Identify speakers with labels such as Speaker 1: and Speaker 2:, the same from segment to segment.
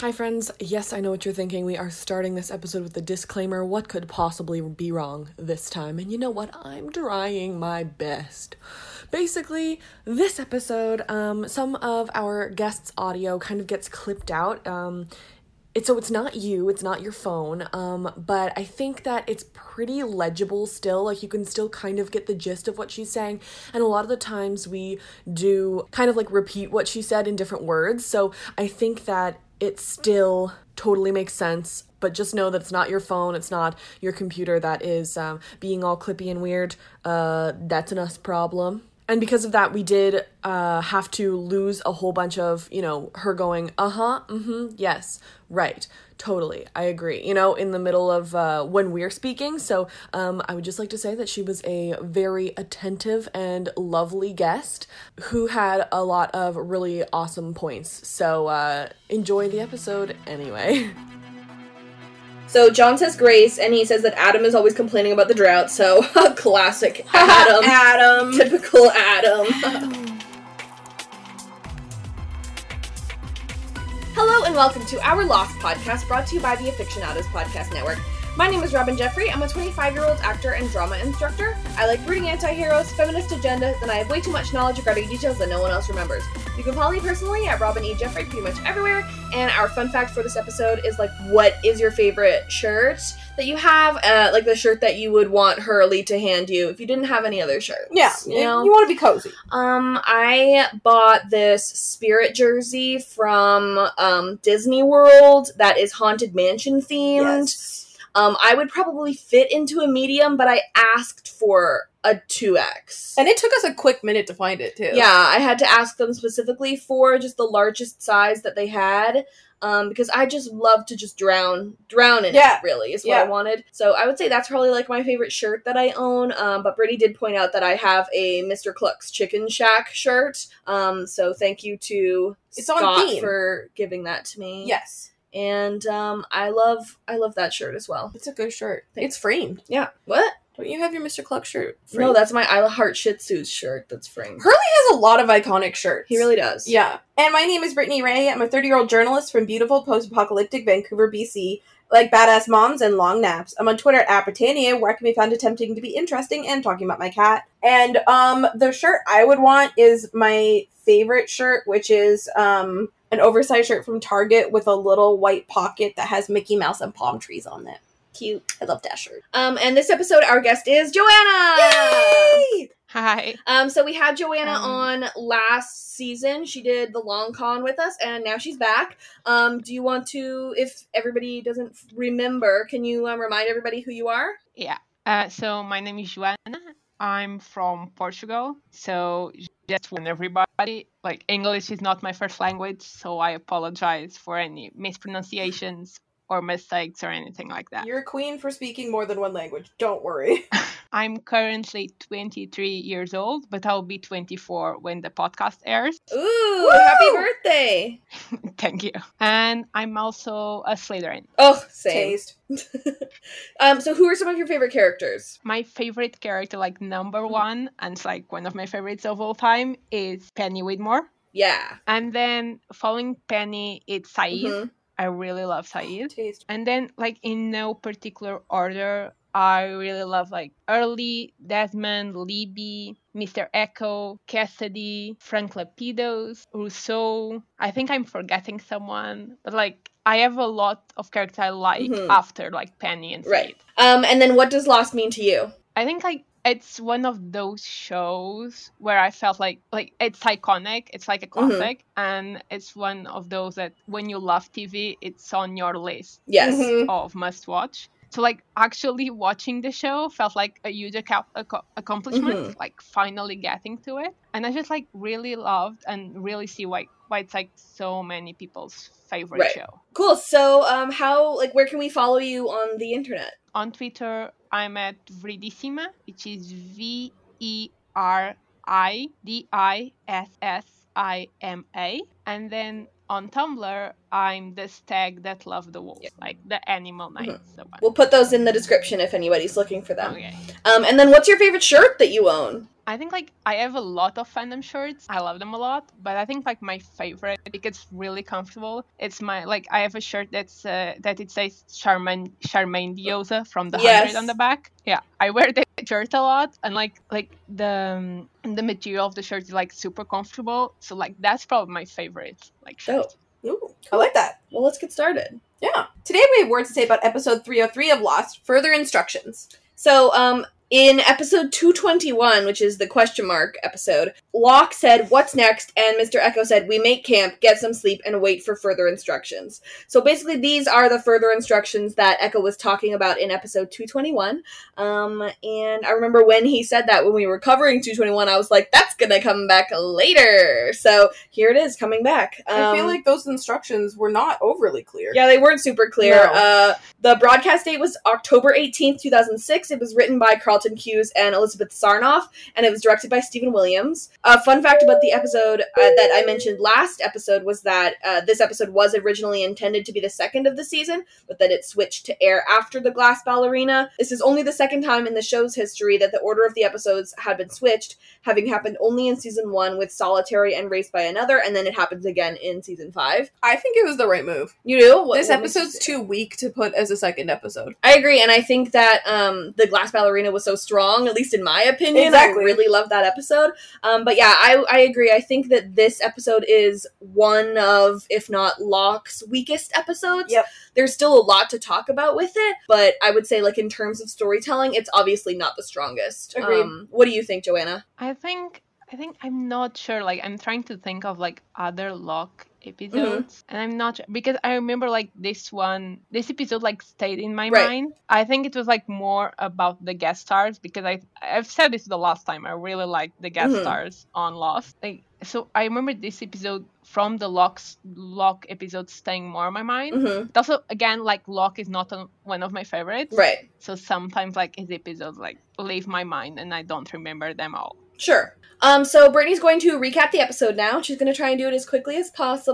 Speaker 1: Hi, friends. Yes, I know what you're thinking. We are starting this episode with a disclaimer. What could possibly be wrong this time? And you know what? I'm trying my best. Basically, this episode, um, some of our guests' audio kind of gets clipped out. Um, it's so it's not you it's not your phone um but i think that it's pretty legible still like you can still kind of get the gist of what she's saying and a lot of the times we do kind of like repeat what she said in different words so i think that it still totally makes sense but just know that it's not your phone it's not your computer that is um, being all clippy and weird uh that's an us problem and because of that we did uh, have to lose a whole bunch of you know her going uh-huh mm-hmm yes right totally i agree you know in the middle of uh, when we're speaking so um, i would just like to say that she was a very attentive and lovely guest who had a lot of really awesome points so uh, enjoy the episode anyway
Speaker 2: So John says grace, and he says that Adam is always complaining about the drought. So classic Adam,
Speaker 3: Adam.
Speaker 2: typical Adam. Hello and welcome to our Lost podcast, brought to you by the Aficionados Podcast Network. My name is Robin Jeffrey. I'm a 25 year old actor and drama instructor. I like rooting anti heroes, feminist agendas, and I have way too much knowledge regarding details that no one else remembers. You can follow me personally at Robin E. Jeffrey pretty much everywhere. And our fun fact for this episode is like, what is your favorite shirt that you have? Uh, like the shirt that you would want Hurley to hand you if you didn't have any other shirts.
Speaker 3: Yeah,
Speaker 2: You know?
Speaker 3: you want to be cozy.
Speaker 2: Um, I bought this spirit jersey from um, Disney World that is haunted mansion themed. Um, I would probably fit into a medium, but I asked for a two X.
Speaker 3: And it took us a quick minute to find it too.
Speaker 2: Yeah, I had to ask them specifically for just the largest size that they had. Um, because I just love to just drown, drown in
Speaker 3: Yeah.
Speaker 2: it. Really, is what I
Speaker 3: Yeah.
Speaker 2: wanted. So I would say that's probably like my favorite shirt that I own. Um, but Brittany did point out that I have a Mr. Cluck's Chicken Shack shirt. Um, so thank you to
Speaker 3: It's on
Speaker 2: Scott
Speaker 3: theme.
Speaker 2: for giving that to me.
Speaker 3: Yes,
Speaker 2: and um, I love, I love that shirt as well.
Speaker 3: it's a good shirt.
Speaker 2: Thanks.
Speaker 3: It's framed.
Speaker 2: Yeah. What?
Speaker 3: Don't you have your Mr. Cluck shirt?
Speaker 2: No,
Speaker 3: Framed?
Speaker 2: that's my Isla Heart Shih Tzu's shirt. That's framed.
Speaker 3: Hurley has a lot of iconic shirts.
Speaker 2: He really does.
Speaker 3: Yeah. And my name is Brittany Ray. I'm a 30 year old journalist from beautiful post apocalyptic Vancouver, BC. Like badass moms and long naps. I'm on Twitter at Britannia, where I can be found attempting to be interesting and talking about my cat. And um, the shirt I would want is my favorite shirt, which is um, an oversized shirt from Target with a little white pocket that has Mickey Mouse and palm trees on it.
Speaker 2: Cute.
Speaker 3: I love that shirt.
Speaker 2: Um, and this episode, our guest is Joanna.
Speaker 3: Yay!
Speaker 4: Hi.
Speaker 2: Um, so we had Joanna
Speaker 4: Um.
Speaker 2: on last season. She did the long con with us, and now she's back. Um, do you want to, if everybody doesn't f- remember, can you um, remind everybody who you are?
Speaker 4: Uh, so my name is Joana. I'm from Portugal. So just warn everybody, like English is not my first language, so I apologize for any mispronunciations or mistakes or anything like that.
Speaker 3: You're a queen for speaking more than one language. Don't worry.
Speaker 4: I'm currently 23 years old, but I'll be 24 when the podcast airs.
Speaker 2: Ooh,
Speaker 3: Woo!
Speaker 2: happy birthday!
Speaker 4: Thank you. And I'm also a Slytherin.
Speaker 2: Oh, same.
Speaker 3: Taste.
Speaker 2: um, so who are some of your favorite characters?
Speaker 4: My favorite character, like
Speaker 2: Mm-hmm.
Speaker 4: number one, and it's like one of my favorites of all time, is Penny Whitmore.
Speaker 2: Yeah.
Speaker 4: And then following Penny, it's Said.
Speaker 2: Mhm.
Speaker 4: I really love Said.
Speaker 3: Taste.
Speaker 4: And then, like, in no particular order, I really love, like, Early, Desmond, Libby, Mr. Echo, Cassidy, Frank Lapidos, Rousseau. I think I'm forgetting someone, but, like, I have a lot of characters I like
Speaker 2: Mhm.
Speaker 4: after, like, Penny and Said.
Speaker 2: Right. Um, and then what does lost mean to you?
Speaker 4: I think like it's one of those shows where I felt like like it's iconic, it's like a
Speaker 2: Mm-hmm.
Speaker 4: classic, and it's one of those that when you love TV, it's on your list
Speaker 2: Yes. Mm-hmm.
Speaker 3: Mhm.
Speaker 4: of must watch. So like actually watching the show felt like a huge acco- acco- accomplishment,
Speaker 2: Mm-hmm.
Speaker 4: like finally getting to it, and I just like really loved and really see why why it's like so many people's favorite
Speaker 2: Right.
Speaker 4: show.
Speaker 2: Cool. So, um, how like where can we follow you on the internet?
Speaker 4: on Twitter, I'm at Vridissima, which is V E R I D I S S I M A. And then on Tumblr, I'm the stag that loved the wolves,
Speaker 2: Yeah.
Speaker 4: like the animal knights. The one.
Speaker 2: We'll put those in the description if anybody's looking for them.
Speaker 4: Okay.
Speaker 2: Um, and then what's your favorite shirt that you own?
Speaker 4: I think like I have a lot of fandom shirts. I love them a lot, but I think like my favorite, I think it's really comfortable. It's my like I have a shirt that's uh, that it says Charmaine Charmaine Diosa from the
Speaker 2: Yes.
Speaker 4: hundred on the back. Yeah, I wear that shirt a lot, and like like the um, the material of the shirt is like super comfortable. So like that's probably my favorite like shirt.
Speaker 2: Dope.
Speaker 3: Ooh, I like that.
Speaker 2: Well, let's get started.
Speaker 3: Yeah. Today we have words to say about episode 303 of Lost. Further instructions.
Speaker 2: So, um, in episode 221, which is the question mark episode, Locke said, What's next? And Mr. Echo said, We make camp, get some sleep, and wait for further instructions. So, basically, these are the further instructions that Echo was talking about in episode 221. Um, and I remember when he said that when we were covering 221, I was like, That's gonna come back later. So, here it is coming back.
Speaker 3: I feel
Speaker 2: Um,
Speaker 3: like those instructions were not overly clear.
Speaker 2: Yeah, they weren't super clear.
Speaker 3: No.
Speaker 2: Uh, the broadcast date was October 18th, 2006. It was written by Carlton Hughes and Elizabeth Sarnoff, and it was directed by Stephen Williams. A fun fact about the episode uh, that I mentioned last episode was that uh, this episode was originally intended to be the second of the season, but that it switched to air after The Glass Ballerina. This is only the second time in the show's history that the order of the episodes had been switched, having happened only in season one with Solitary and Race by Another, and then it happens again in season five.
Speaker 3: I think it was the right move.
Speaker 2: You do? What-
Speaker 3: this
Speaker 2: what makes you
Speaker 3: episode's
Speaker 2: say-
Speaker 3: too weak to put as a second episode.
Speaker 2: I agree, and I think that um, the Glass Ballerina was so strong, at least in my opinion.
Speaker 3: Exactly.
Speaker 2: I really love that episode. Um, but yeah, I, I agree. I think that this episode is one of, if not Locke's weakest episodes.
Speaker 3: Yep.
Speaker 2: There's still a lot to talk about with it, but I would say, like, in terms of storytelling, it's obviously not the strongest.
Speaker 3: Agreed.
Speaker 2: Um, what do you think, Joanna?
Speaker 4: I think I think I'm not sure. Like I'm trying to think of like other lock
Speaker 2: Mm-hmm.
Speaker 4: episodes, and I'm not sure because I remember like this one, this episode like stayed in my
Speaker 2: Right.
Speaker 4: mind. I think it was like more about the guest stars because I I've said this the last time. I really like the guest
Speaker 2: Mhm.
Speaker 4: stars on Lost. Like so, I remember this episode from the locks lock episode staying more in my mind.
Speaker 2: Mm-hmm.
Speaker 4: But Also, again, like Lock is not on one of my favorites.
Speaker 2: Right.
Speaker 4: So sometimes, like his episodes, like leave my mind and I don't remember them all.
Speaker 2: Sure. Um, so Brittany's going to recap the episode now. She's going to try and do it as quickly as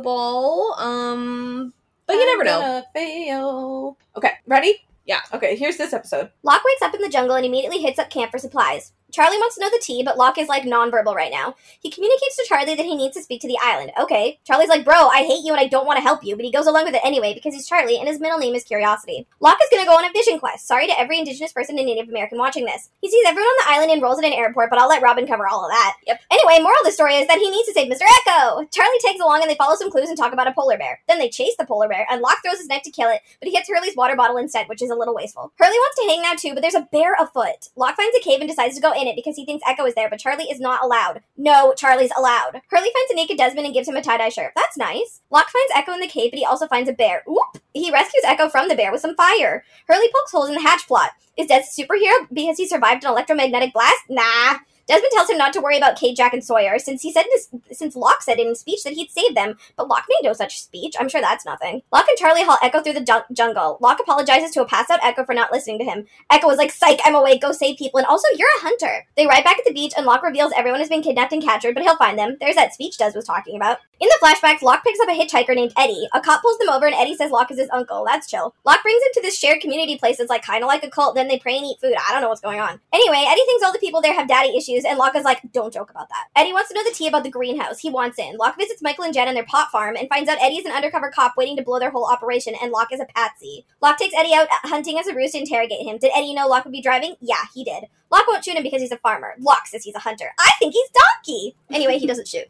Speaker 2: possible. Um, but you
Speaker 3: I'm
Speaker 2: never know.
Speaker 3: gonna Fail. Okay, ready?
Speaker 2: Yeah.
Speaker 3: Okay, here's this episode.
Speaker 5: Locke wakes up in the jungle and immediately hits up camp for supplies. Charlie wants to know the tea, but Locke is like nonverbal right now. He communicates to Charlie that he needs to speak to the island. Okay. Charlie's like, bro, I hate you and I don't want to help you, but he goes along with it anyway because he's Charlie and his middle name is Curiosity. Locke is going to go on a vision quest. Sorry to every indigenous person and Native American watching this. He sees everyone on the island and rolls at an airport, but I'll let Robin cover all of that.
Speaker 2: Yep.
Speaker 5: Anyway, moral of the story is that he needs to save Mr. Echo. Charlie tags along and they follow some clues and talk about a polar bear. Then they chase the polar bear, and Locke throws his knife to kill it, but he hits Hurley's water bottle instead, which is a little wasteful. Hurley wants to hang now too, but there's a bear afoot. Locke finds a cave and decides to go in it because he thinks Echo is there, but Charlie is not allowed. No, Charlie's allowed. Hurley finds a naked Desmond and gives him a tie dye shirt. That's nice. Locke finds Echo in the cave, but he also finds a bear. Oop! He rescues Echo from the bear with some fire. Hurley pokes holes in the hatch plot. Is Des a superhero because he survived an electromagnetic blast? Nah. Desmond tells him not to worry about Kate, Jack, and Sawyer, since he said in his, since Locke said in his speech that he'd save them, but Locke made no such speech. I'm sure that's nothing. Locke and Charlie haul Echo through the jun- jungle. Locke apologizes to a passed out Echo for not listening to him. Echo was like, psych, I'm awake, go save people, and also you're a hunter. They ride back at the beach, and Locke reveals everyone has been kidnapped and captured, but he'll find them. There's that speech Des was talking about. In the flashbacks, Locke picks up a hitchhiker named Eddie. A cop pulls them over, and Eddie says Locke is his uncle. That's chill. Locke brings him to this shared community place that's like kind of like a cult, then they pray and eat food. I don't know what's going on. Anyway, Eddie thinks all the people there have daddy issues, and Locke is like, don't joke about that. Eddie wants to know the tea about the greenhouse. He wants in. Locke visits Michael and Jen in their pot farm and finds out Eddie's an undercover cop waiting to blow their whole operation, and Locke is a patsy. Locke takes Eddie out uh, hunting as a ruse to interrogate him. Did Eddie know Locke would be driving? Yeah, he did. Locke won't shoot him because he's a farmer. Locke says he's a hunter. I think he's donkey. Anyway, he doesn't shoot.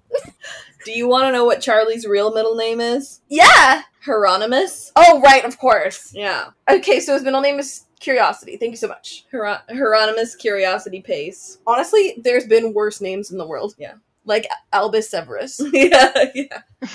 Speaker 2: Do you want to know what Charlie's real middle name is?
Speaker 5: Yeah.
Speaker 2: Hieronymus?
Speaker 3: Oh, right, of course.
Speaker 2: Yeah.
Speaker 3: Okay, so his middle name is Curiosity. Thank you so much.
Speaker 2: Hier- Hieronymus Curiosity Pace.
Speaker 3: Honestly, there's been worse names in the world.
Speaker 2: Yeah.
Speaker 3: Like Albus Severus.
Speaker 2: yeah, yeah.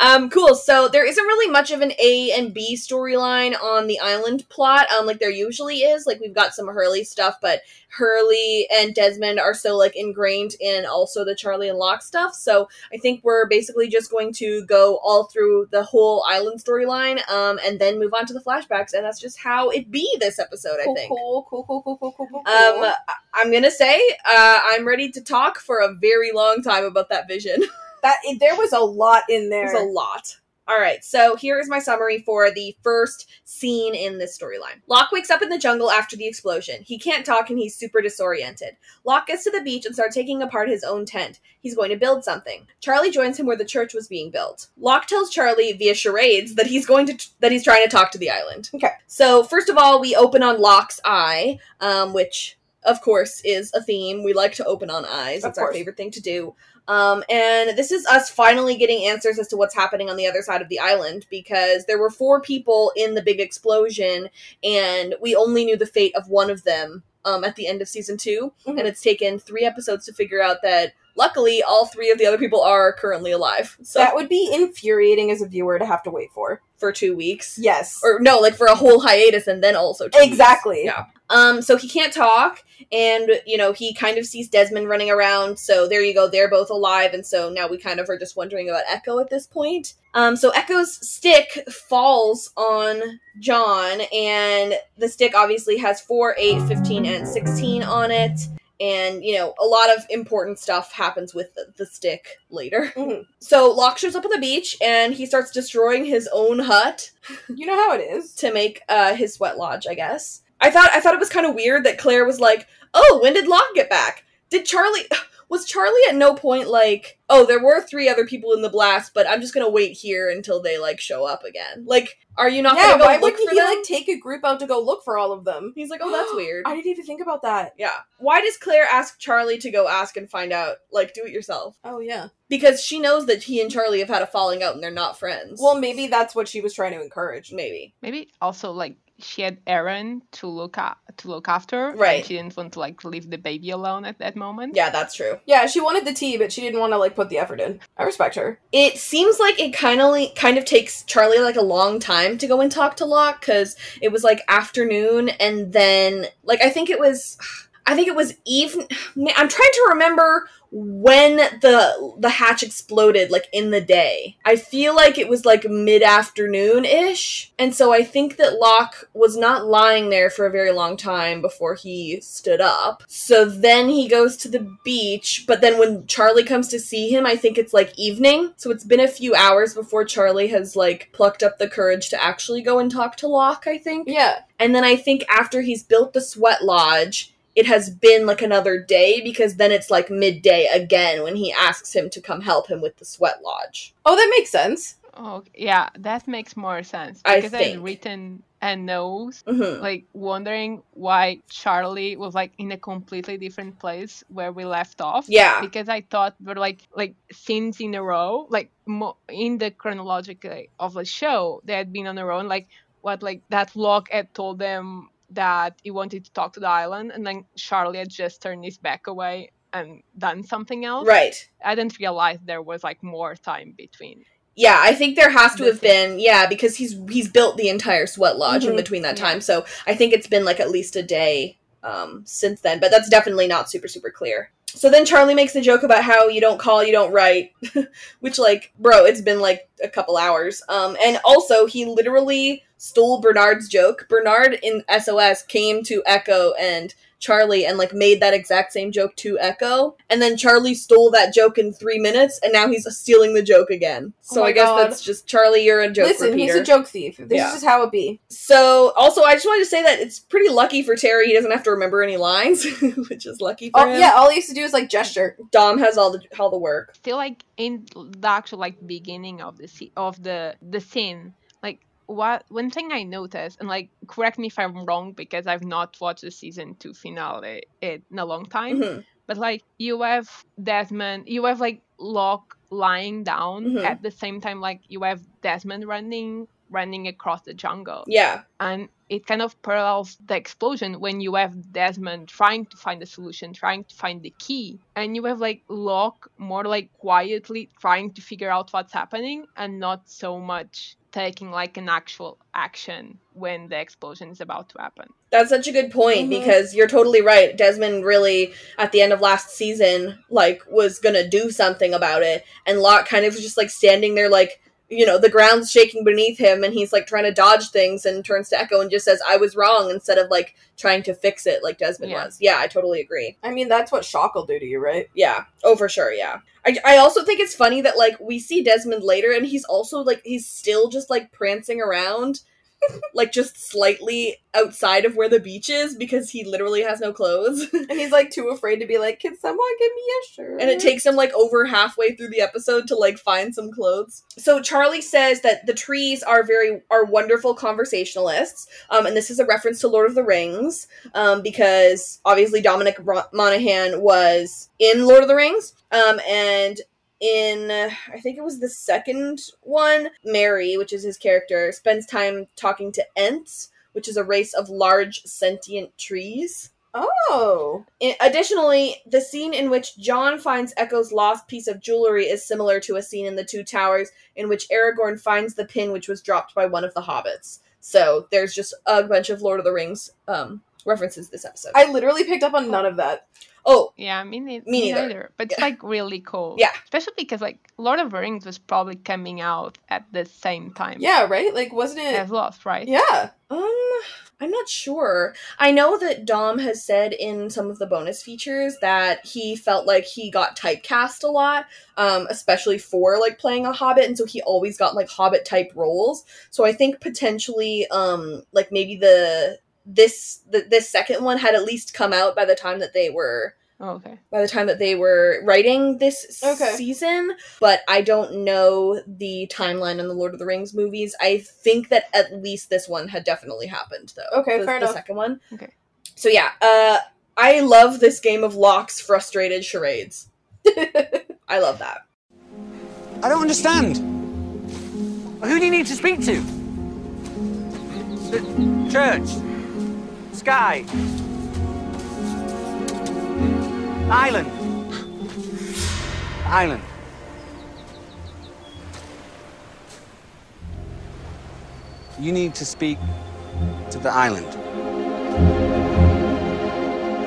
Speaker 2: Um, cool. So there isn't really much of an A and B storyline on the island plot, um, like there usually is. Like we've got some Hurley stuff, but Hurley and Desmond are so like ingrained in also the Charlie and Locke stuff. So I think we're basically just going to go all through the whole island storyline, um, and then move on to the flashbacks, and that's just how it be this episode, I
Speaker 3: Cool,
Speaker 2: think.
Speaker 3: cool, cool, cool, cool, cool, cool, cool,
Speaker 2: Um,
Speaker 3: cool.
Speaker 2: I- I'm gonna say uh, I'm ready to talk for a very long time about that vision.
Speaker 3: That it- there was a lot in there.
Speaker 2: There's a lot. All right, so here is my summary for the first scene in this storyline. Locke wakes up in the jungle after the explosion. He can't talk and he's super disoriented. Locke gets to the beach and starts taking apart his own tent. He's going to build something. Charlie joins him where the church was being built. Locke tells Charlie via charades that he's going to that he's trying to talk to the island.
Speaker 3: Okay.
Speaker 2: So first of all, we open on Locke's eye, um, which of course is a theme. We like to open on eyes.
Speaker 3: Of
Speaker 2: it's our
Speaker 3: course.
Speaker 2: favorite thing to do. Um, and this is us finally getting answers as to what's happening on the other side of the island because there were four people in the big explosion, and we only knew the fate of one of them um, at the end of season 2
Speaker 3: Mhm.
Speaker 2: And it's taken three episodes to figure out that luckily all three of the other people are currently alive. So
Speaker 3: that would be infuriating as a viewer to have to wait for.
Speaker 2: for two weeks.
Speaker 3: Yes.
Speaker 2: Or no, like for a whole hiatus and then also two weeks.
Speaker 3: exactly.
Speaker 2: Yeah. Um, so he can't talk, and you know he kind of sees Desmond running around. So there you go, they're both alive, and so now we kind of are just wondering about Echo at this point. Um, so Echo's stick falls on John, and the stick obviously has 4, 8, 15, and 16 on it. And, you know, a lot of important stuff happens with the, the stick later.
Speaker 3: Mhm.
Speaker 2: So Locke shows up on the beach and he starts destroying his own hut
Speaker 3: You know how it is.
Speaker 2: to make uh, his sweat lodge, I guess. I thought I thought it was kind of weird that Claire was like, "Oh, when did Locke get back? Did Charlie was Charlie at no point like, "Oh, there were three other people in the blast, but I'm just going to wait here until they like show up again." Like, are you not
Speaker 3: yeah.
Speaker 2: going to go
Speaker 3: Why
Speaker 2: look
Speaker 3: wouldn't
Speaker 2: for
Speaker 3: he
Speaker 2: them?
Speaker 3: like take a group out to go look for all of them?
Speaker 2: He's like, "Oh, that's weird."
Speaker 3: I didn't even think about that.
Speaker 2: yeah. Why does Claire ask Charlie to go ask and find out? Like, do it yourself.
Speaker 3: Oh yeah.
Speaker 2: Because she knows that he and Charlie have had a falling out and they're not friends.
Speaker 3: Well, maybe that's what she was trying to encourage.
Speaker 2: maybe.
Speaker 4: Maybe also like she had Aaron to look a- to look after. and
Speaker 2: Right.
Speaker 4: she didn't want to like leave the baby alone at that moment.
Speaker 2: Yeah, that's true.
Speaker 3: Yeah, she wanted the tea, but she didn't want to like put the effort in. I respect her.
Speaker 2: it seems like it kind of kind of takes Charlie like a long time to go and talk to Locke because it was like afternoon and then like I think it was I think it was even I'm trying to remember when the the hatch exploded like in the day. I feel like it was like mid afternoon ish, and so I think that Locke was not lying there for a very long time before he stood up. So then he goes to the beach, but then when Charlie comes to see him, I think it's like evening. So it's been a few hours before Charlie has like plucked up the courage to actually go and talk to Locke. I think.
Speaker 3: Yeah.
Speaker 2: And then I think after he's built the sweat lodge, it has been like another day because then it's like midday again when he asks him to come help him with the sweat lodge.
Speaker 3: Oh, that makes sense.
Speaker 4: Oh, yeah, that makes more sense
Speaker 2: I
Speaker 4: because I had
Speaker 2: think.
Speaker 4: written a note
Speaker 2: Mm-hmm.
Speaker 4: like wondering why Charlie was like in a completely different place where we left off.
Speaker 2: Yeah.
Speaker 4: Because I thought were like like scenes in a row, like mo- in the chronological of the show, they had been on their own. Like what like that Locke had told them that he wanted to talk to the island, and then Charlie had just turned his back away and done something else.
Speaker 2: Right.
Speaker 4: I didn't realize there was like more time between.
Speaker 2: Yeah, I think there has to
Speaker 4: The
Speaker 2: have been yeah because he's he's built the entire sweat lodge in
Speaker 3: Mhm.
Speaker 2: between that
Speaker 4: Yeah.
Speaker 2: time. So I think it's been like at least a day um, since then, but that's definitely not super super clear. So then Charlie makes the joke about how you don't call, you don't write, which like bro, it's been like a couple hours. Um, and also he literally stole Bernard's joke. Bernard in SOS came to Echo and Charlie and like made that exact same joke to Echo, and then Charlie stole that joke in three minutes, and now he's stealing the joke again. So
Speaker 3: Oh my
Speaker 2: I guess
Speaker 3: God.
Speaker 2: that's just Charlie, you're a joke
Speaker 3: Listen,
Speaker 2: repeater.
Speaker 3: he's a joke thief. This
Speaker 2: Yeah.
Speaker 3: is just how it be.
Speaker 2: so also, I just wanted to say that it's pretty lucky for Terry; he doesn't have to remember any lines, which is lucky for
Speaker 3: Oh,
Speaker 2: him.
Speaker 3: yeah, all he has to do is like gesture.
Speaker 2: Dom has all the all the work.
Speaker 4: still like in the actual like beginning of the se- of the the scene like what one thing i noticed and like correct me if i'm wrong because i've not watched the season two finale in a long time
Speaker 2: Mhm.
Speaker 4: but like you have desmond you have like locke lying down
Speaker 2: Mhm.
Speaker 4: at the same time like you have desmond running running across the jungle
Speaker 2: Yeah,
Speaker 4: and it kind of parallels the explosion when you have Desmond trying to find a solution, trying to find the key, and you have like Locke more like quietly trying to figure out what's happening and not so much taking like an actual action when the explosion is about to happen.
Speaker 2: that's such a good point
Speaker 3: Mhm.
Speaker 2: because you're totally right. Desmond really, at the end of last season, like was gonna do something about it, and Locke kind of was just like standing there, like you know, the ground's shaking beneath him and he's like trying to dodge things and turns to Echo and just says, I was wrong instead of like trying to fix it like Desmond
Speaker 4: Yeah.
Speaker 2: was. Yeah, I totally agree.
Speaker 3: I mean, that's what shock will do to you, right?
Speaker 2: Yeah. Oh, for sure. Yeah. I, I also think it's funny that like we see Desmond later and he's also like he's still just like prancing around, like just slightly outside of where the beach is because he literally has no clothes.
Speaker 3: And he's like too afraid to be like, can someone give me a shirt?
Speaker 2: and it takes him like over halfway through the episode to like find some clothes. So Charlie says that the trees are very are wonderful conversationalists, um, and this is a reference to Lord of the Rings um, because obviously Dominic Ro- Monaghan was in Lord of the Rings, um, and in uh, I think it was the second one, Mary, which is his character, spends time talking to Ents, which is a race of large sentient trees.
Speaker 3: Oh.
Speaker 2: In- additionally, the scene in which John finds Echo's lost piece of jewelry is similar to a scene in The Two Towers in which Aragorn finds the pin which was dropped by one of the hobbits. So there's just a bunch of Lord of the Rings um, references this episode.
Speaker 3: I literally picked up on none of that.
Speaker 2: oh,
Speaker 4: Yeah, me, nei-
Speaker 2: Me neither.
Speaker 4: But it's
Speaker 2: Yeah.
Speaker 4: like really cool.
Speaker 2: Yeah.
Speaker 4: Especially because like Lord of the Rings was probably coming out at the same time
Speaker 3: Yeah, right? Like, wasn't it?
Speaker 4: as Lost, right?
Speaker 3: Yeah.
Speaker 2: um, I'm not sure. I know that Dom has said in some of the bonus features that he felt like he got typecast a lot, um, especially for like playing a hobbit, and so he always got like hobbit type roles. So I think potentially, um, like maybe the this the, this second one had at least come out by the time that they were
Speaker 4: Oh, Okay.
Speaker 2: by the time that they were writing this
Speaker 3: Okay.
Speaker 2: season, but I don't know the timeline on the Lord of the Rings movies. I think that at least this one had definitely happened, though.
Speaker 3: Okay,
Speaker 2: the,
Speaker 3: fair
Speaker 2: the
Speaker 3: enough.
Speaker 2: second one.
Speaker 4: Okay.
Speaker 2: So yeah, uh, I love this game of locks, frustrated charades. I love that.
Speaker 6: I don't understand. Who do you need to speak to? The church. Sky. Island. Island. You need to speak to the island.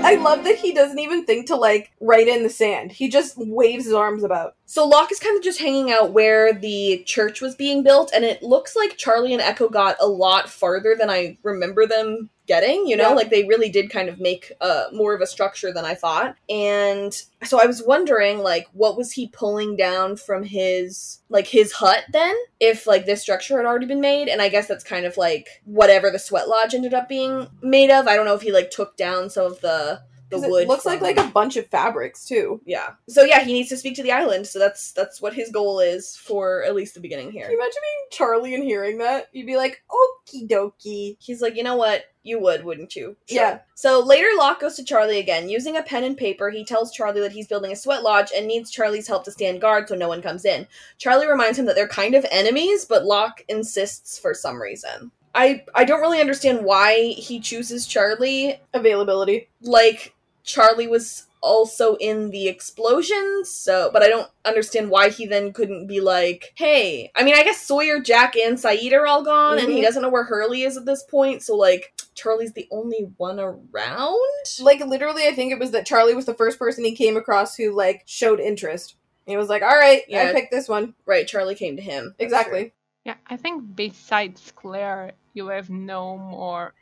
Speaker 3: I love that he doesn't even think to, like, write in the sand. He just waves his arms about.
Speaker 2: So Locke is kind of just hanging out where the church was being built, and it looks like Charlie and Echo got a lot farther than I remember them getting. You know,
Speaker 3: Yeah.
Speaker 2: like they really did kind of make uh, more of a structure than I thought. And so I was wondering, like, what was he pulling down from his like his hut then, if like this structure had already been made? And I guess that's kind of like whatever the sweat lodge ended up being made of. I don't know if he like took down some of the the
Speaker 3: 'Cause
Speaker 2: wood.
Speaker 3: it looks like
Speaker 2: from-
Speaker 3: like a bunch of fabrics too.
Speaker 2: yeah. So yeah, he needs to speak to the island. So that's that's what his goal is for at least the beginning
Speaker 3: Can you
Speaker 2: here.
Speaker 3: imagine being Charlie and hearing that? You'd be like, okie dokie.
Speaker 2: He's like, you know what? You would, wouldn't you?
Speaker 3: Yeah.
Speaker 2: So later, Locke goes to Charlie again. Using a pen and paper, he tells Charlie that he's building a sweat lodge and needs Charlie's help to stand guard so no one comes in. Charlie reminds him that they're kind of enemies, but Locke insists for some reason. I I don't really understand why he chooses Charlie
Speaker 3: Availability.
Speaker 2: like Charlie was also in the explosion, so but I don't understand why he then couldn't be like, hey. I mean, I guess Sawyer, Jack, and Saeed are all gone, and he
Speaker 3: Mhm.
Speaker 2: doesn't know where Hurley is at this point, so like Charlie's the only one around.
Speaker 3: Like literally, I think it was that Charlie was the first person he came across who like showed interest. He was like, "All right,
Speaker 2: Yeah.
Speaker 3: I picked this one."
Speaker 2: Right, Charlie came to him. That's true.
Speaker 3: Exactly.
Speaker 4: Yeah, I think besides Claire, you have no more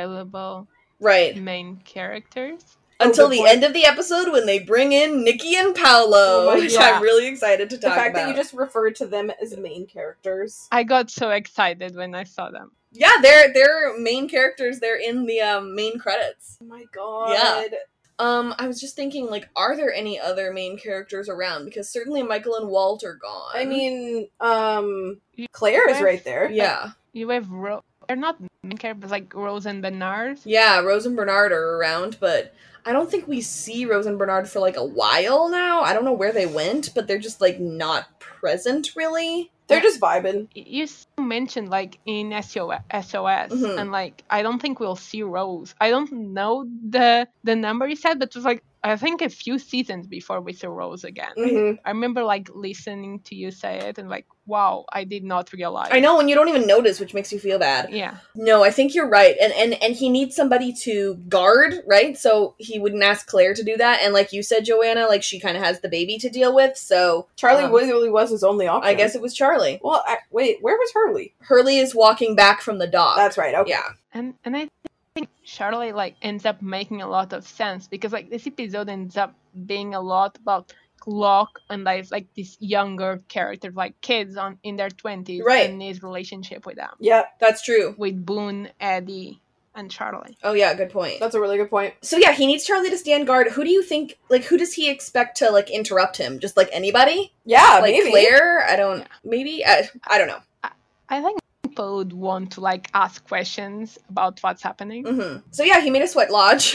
Speaker 4: available
Speaker 2: Right.
Speaker 4: main characters.
Speaker 2: Until
Speaker 3: Oh, good
Speaker 2: the
Speaker 3: point.
Speaker 2: end of the episode when they bring in Nikki and Paolo,
Speaker 3: Oh my
Speaker 2: which
Speaker 4: God.
Speaker 2: I'm really excited to
Speaker 3: The
Speaker 2: talk
Speaker 3: fact
Speaker 2: about.
Speaker 3: that you just referred to them as main characters.
Speaker 4: I got so excited when I saw them.
Speaker 2: yeah, they're they're main characters, they're in the um, main credits.
Speaker 3: Oh my god.
Speaker 2: Yeah. Um, I was just thinking, like, are there any other main characters around? Because certainly Michael and Walt are gone.
Speaker 3: I mean, um, Claire is right there.
Speaker 2: yeah,
Speaker 4: You have Ro- they're not main characters like Rose and Bernard.
Speaker 2: yeah, Rose and Bernard are around, but I don't think we see Rose and Bernard for like a while now. I don't know where they went, but they're just like not present really.
Speaker 3: They're just vibing.
Speaker 4: Y- You s- mentioned like in SOS, SOS
Speaker 2: Mhm.
Speaker 4: and like I don't think we'll see Rose. I don't know the the number you said, but it was like I think a few seasons before we saw Rose again.
Speaker 2: Mm-hmm.
Speaker 3: hmm
Speaker 4: I remember like listening to you say it and like, wow, I did not realize.
Speaker 2: I know, and you don't even notice, which makes you feel bad.
Speaker 4: Yeah.
Speaker 2: No, I think you're right. And and and he needs somebody to guard, right? So he wouldn't ask Claire to do that. And like you said, Joanna, like she kind of has the baby to deal with. So
Speaker 3: Charlie
Speaker 2: Um,
Speaker 3: really was his only option.
Speaker 2: I guess it was Charlie.
Speaker 3: Well, I, wait, where was Hurley?
Speaker 2: Hurley is walking back from the dock.
Speaker 3: That's right. Okay.
Speaker 2: Yeah.
Speaker 4: And and I think Charlie like ends up making a lot of sense because like this episode ends up being a lot about Locke and like like this younger character, like kids on in their twenties
Speaker 2: Right.
Speaker 4: and his relationship with them.
Speaker 3: Yep.
Speaker 2: That's true.
Speaker 4: With Boone, Eddie and Charlie.
Speaker 2: Oh yeah, good point.
Speaker 3: That's a really good point.
Speaker 2: so yeah, he needs Charlie to stand guard. Who do you think like who does he expect to like interrupt him? Just like anybody?
Speaker 3: Yeah,
Speaker 2: like
Speaker 3: Uh, maybe.
Speaker 2: Claire? I don't maybe I, I don't know.
Speaker 4: I think people would want to like ask questions about what's happening.
Speaker 3: Mm-hmm.
Speaker 2: hmm So yeah, he made a sweat lodge.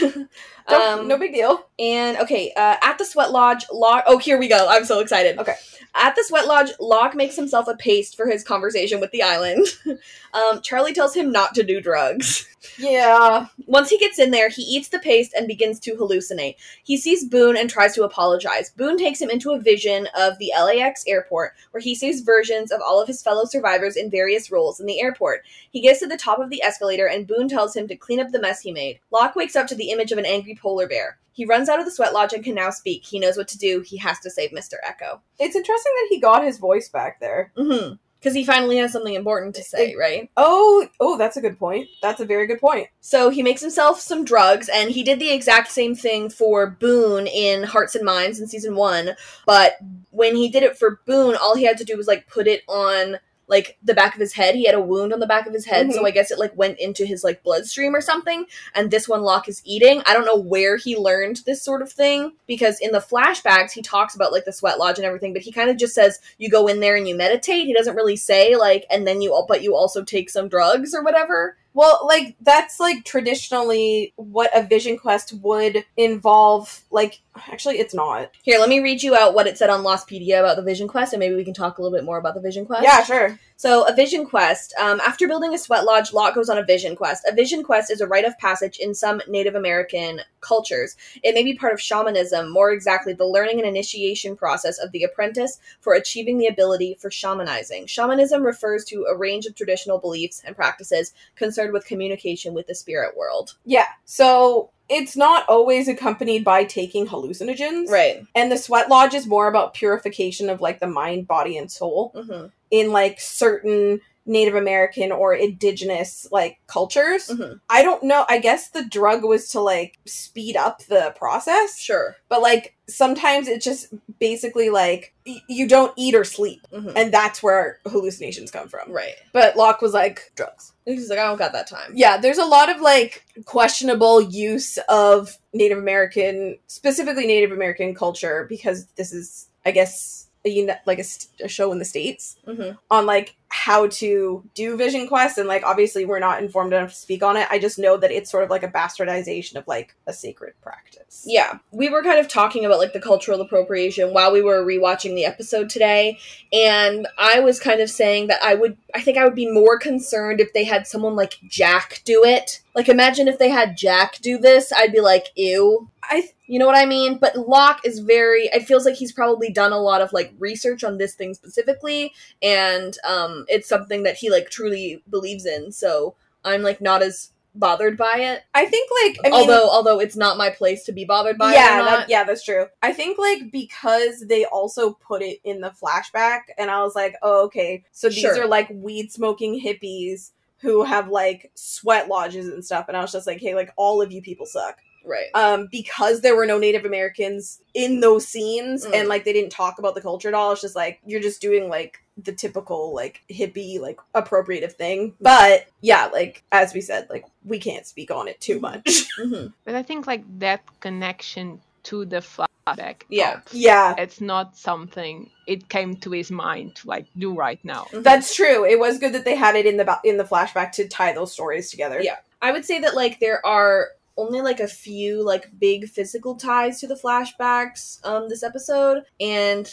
Speaker 3: Don't-
Speaker 2: Um,
Speaker 3: no big deal.
Speaker 2: And okay, uh, at the sweat lodge, Locke. Oh, here we go. I'm so excited.
Speaker 3: Okay.
Speaker 2: At the sweat lodge, Locke makes himself a paste for his conversation with the island. um, Charlie tells him not to do drugs.
Speaker 3: Yeah.
Speaker 2: Once he gets in there, he eats the paste and begins to hallucinate. He sees Boone and tries to apologize. Boone takes him into a vision of the LAX airport, where he sees versions of all of his fellow survivors in various roles in the airport. He gets to the top of the escalator, and Boone tells him to clean up the mess he made. Locke wakes up to the image of an angry polar bear. He runs out of the sweat lodge and can now speak. He knows what to do. He has to save Mr. Echo.
Speaker 3: It's interesting that he got his voice back there.
Speaker 2: Mm-hmm. Because he finally has something important to say, right?
Speaker 3: Oh, oh, that's a good point. That's a very good point.
Speaker 2: So he makes himself some drugs, and he did the exact same thing for Boone in Hearts and Minds in season one. But when he did it for Boone, all he had to do was like put it on like the back of his head. He had a wound on the back of his head, so I guess it like went into his like bloodstream or something. And this one Locke is eating. I don't know where he learned this sort of thing because in the flashbacks he talks about like the sweat lodge and everything, but he kind of just says you go in there and you meditate. He doesn't really say like and then you all but you also take some drugs or whatever.
Speaker 3: Well, like that's like traditionally what a vision quest would involve. Like, actually, it's not.
Speaker 2: Here, let me read you out what it said on Lostpedia about the Vision Quest, and maybe we can talk a little bit more about the Vision Quest.
Speaker 3: Yeah, sure.
Speaker 2: So, a vision quest. Um, after building a sweat lodge, Lot goes on a vision quest. A vision quest is a rite of passage in some Native American cultures. It may be part of shamanism, more exactly, the learning and initiation process of the apprentice for achieving the ability for shamanizing. Shamanism refers to a range of traditional beliefs and practices concerned with communication with the spirit world.
Speaker 3: Yeah. So it's not always accompanied by taking hallucinogens.
Speaker 2: Right.
Speaker 3: And the sweat lodge is more about purification of like the mind, body, and soul
Speaker 2: Mm-hmm.
Speaker 3: in like certain Native American or indigenous like cultures.
Speaker 2: Mhm.
Speaker 3: I don't know. I guess the drug was to like speed up the process.
Speaker 2: Sure.
Speaker 3: But like sometimes it's just basically like y- you don't eat or sleep.
Speaker 2: hmm
Speaker 3: And that's where hallucinations come from.
Speaker 2: Right.
Speaker 3: But Locke was like, drugs.
Speaker 2: He's like, I don't got that time.
Speaker 3: Yeah, there's a lot of like questionable use of Native American, specifically Native American culture, because this is, I guess, a, uni- like a, st- a show in the States
Speaker 2: Mm-hmm.
Speaker 3: on like how to do vision quests and like obviously we're not informed enough to speak on it i just know that it's sort of like a bastardization of like a sacred practice
Speaker 2: Yeah, we were kind of talking about like the cultural appropriation while we were rewatching the episode today, and I was kind of saying that I would, I think I would be more concerned if they had someone like Jack do it. Like, imagine if they had Jack do this, I'd be like, ew.
Speaker 3: I th-
Speaker 2: You know what I mean? But Locke is very. It feels like he's probably done a lot of like research on this thing specifically, and um, it's something that he like truly believes in. So I'm like not as bothered by it.
Speaker 3: i think like I mean,
Speaker 2: although although it's not my place to be bothered by it
Speaker 3: yeah
Speaker 2: or not.
Speaker 3: that, yeah that's true i think like because they also put it in the flashback and i was like oh okay so these
Speaker 2: Sure.
Speaker 3: are like weed smoking hippies who have like sweat lodges and stuff and i was just like hey like all of you people suck
Speaker 2: Right.
Speaker 3: um, because there were no Native Americans in those scenes
Speaker 2: Mm.
Speaker 3: and like they didn't talk about the culture at all. It's just like you're just doing like the typical like hippie like appropriative thing. But yeah, like as we said, like we can't speak on it too much.
Speaker 2: Mhm.
Speaker 4: But I think like that connection to the flashback.
Speaker 2: Yeah.
Speaker 4: helps.
Speaker 3: yeah,
Speaker 4: It's not something it came to his mind to like do right now.
Speaker 3: that's true. It was good that they had it in the ba- in the flashback to tie those stories together.
Speaker 2: Yeah. I would say that like there are only like a few like big physical ties to the flashbacks um this episode and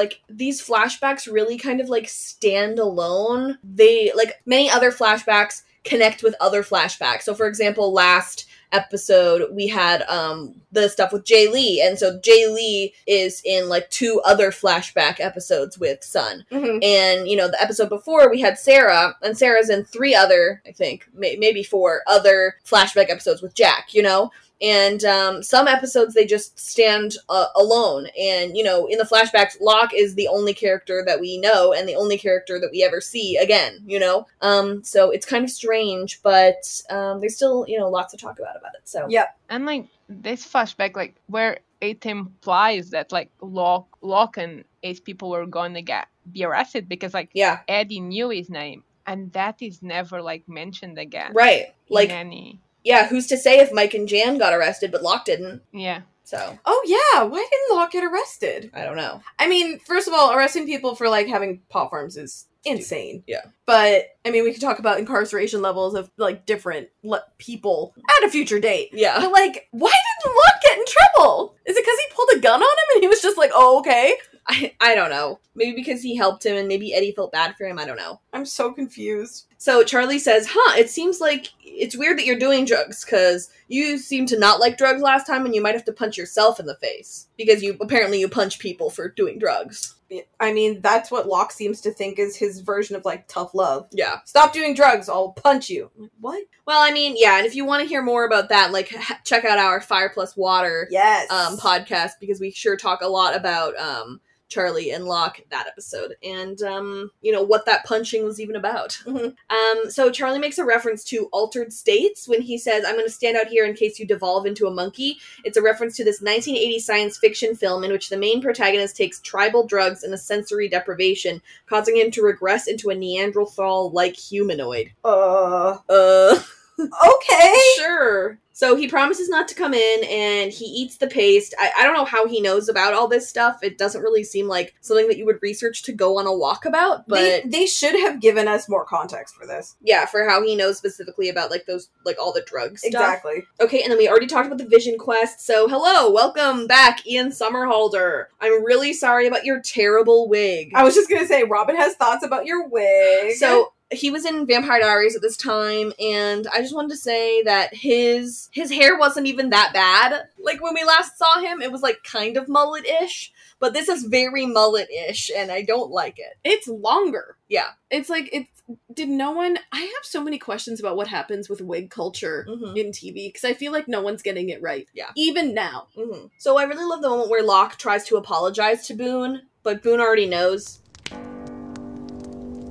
Speaker 2: like these flashbacks really kind of like stand alone. They like many other flashbacks connect with other flashbacks. So, for example, last episode we had um the stuff with Jay Lee, and so Jay Lee is in like two other flashback episodes with Sun.
Speaker 3: Mhm.
Speaker 2: And you know, the episode before we had Sarah, and Sarah's in three other, I think, may- maybe four other flashback episodes with Jack. You know. And um, some episodes they just stand uh, alone. And, you know, in the flashbacks, Locke is the only character that we know and the only character that we ever see again, you know? Um, so it's kind of strange, but um, there's still, you know, lots to talk about about it. So,
Speaker 3: Yeah.
Speaker 4: and like this flashback like where it implies that like Locke, Locke and eight people were going to get be arrested because like
Speaker 2: yeah.
Speaker 4: Eddie knew his name and that is never like mentioned again
Speaker 2: Right.
Speaker 4: in
Speaker 2: Like,
Speaker 4: any
Speaker 2: yeah, who's to say if Mike and Jan got arrested, but Locke didn't?
Speaker 4: yeah
Speaker 2: So,
Speaker 3: Oh yeah, why didn't Locke get arrested?
Speaker 2: I don't know.
Speaker 3: I mean, first of all, arresting people for like having pot farms is insane.
Speaker 2: Yeah.
Speaker 3: But I mean, we could talk about incarceration levels of like different le- people at a future date.
Speaker 2: Yeah.
Speaker 3: But like, why didn't Locke get in trouble? Is it because he pulled a gun on him and he was just like, "Oh, okay"?
Speaker 2: I, I don't know. Maybe because he helped him and maybe Eddie felt bad for him. I don't know.
Speaker 3: I'm so confused.
Speaker 2: So Charlie says, "Huh, it seems like it's weird that you're doing drugs cuz you seemed to not like drugs last time and you might have to punch yourself in the face because you apparently you punch people for doing drugs."
Speaker 3: I mean, that's what Locke seems to think is his version of like tough love.
Speaker 2: Yeah.
Speaker 3: Stop doing drugs, I'll punch you. I'm like, what?
Speaker 2: Well, I mean, yeah, and if you want to hear more about that, like h- check out our Fire Plus Water
Speaker 3: Yes.
Speaker 2: um podcast because we sure talk a lot about um Charlie and Locke that episode and um you know what that punching was even about.
Speaker 3: Mhm.
Speaker 2: Um so Charlie makes a reference to altered states when he says I'm going to stand out here in case you devolve into a monkey. It's a reference to this 1980 science fiction film in which the main protagonist takes tribal drugs and a sensory deprivation causing him to regress into a Neanderthal like humanoid.
Speaker 3: Uh.
Speaker 2: Uh
Speaker 3: Okay.
Speaker 2: Sure. So he promises not to come in and he eats the paste. I, I don't know how he knows about all this stuff. It doesn't really seem like something that you would research to go on a walk about, but
Speaker 3: they, they should have given us more context for this.
Speaker 2: yeah, for how he knows specifically about like those like all the drugs stuff.
Speaker 3: Exactly.
Speaker 2: Okay, and then we already talked about the vision quest. So hello, welcome back, Ian Summerhalder. I'm really sorry about your terrible wig.
Speaker 3: I was just gonna say, Robin has thoughts about your wig.
Speaker 2: So he was in Vampire Diaries at this time, and I just wanted to say that his his hair wasn't even that bad. Like when we last saw him, it was like kind of mullet-ish, but this is very mullet-ish, and I don't like it.
Speaker 3: it's longer.
Speaker 2: Yeah.
Speaker 3: It's like it did no one I have so many questions about what happens with wig culture
Speaker 2: Mhm.
Speaker 3: in TV because I feel like no one's getting it right.
Speaker 2: Yeah.
Speaker 3: Even now.
Speaker 2: hmm So I really love the moment where Locke tries to apologize to Boone, but Boone already knows.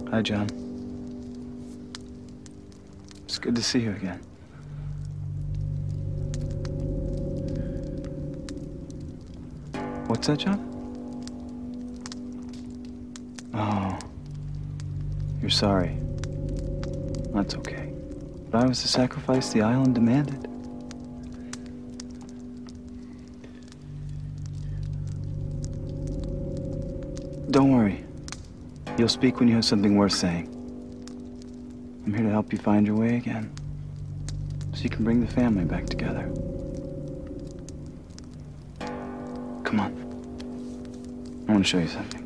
Speaker 6: Hi, John. It's good to see you again. What's that, John? Oh. You're sorry. That's okay. But I was the sacrifice the island demanded. Don't worry. You'll speak when you have something worth saying. I'm here to help you find your way again. So you can bring the family back together. Come on. I want to show you something.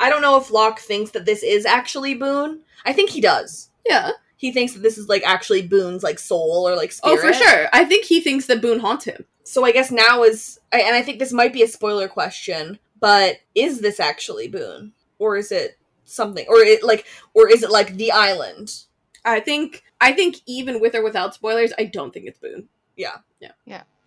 Speaker 2: I don't know if Locke thinks that this is actually Boone. I think he does.
Speaker 3: Yeah.
Speaker 2: He thinks that this is like actually Boone's like soul or like
Speaker 3: Oh,
Speaker 2: spirit.
Speaker 3: for sure. I think he thinks that Boone haunts him.
Speaker 2: So I guess now is, I- and I think this might be a spoiler question, but is this actually Boone, or is it something, or it like, or is it like the island?
Speaker 3: I think I think even with or without spoilers, I don't think it's Boone.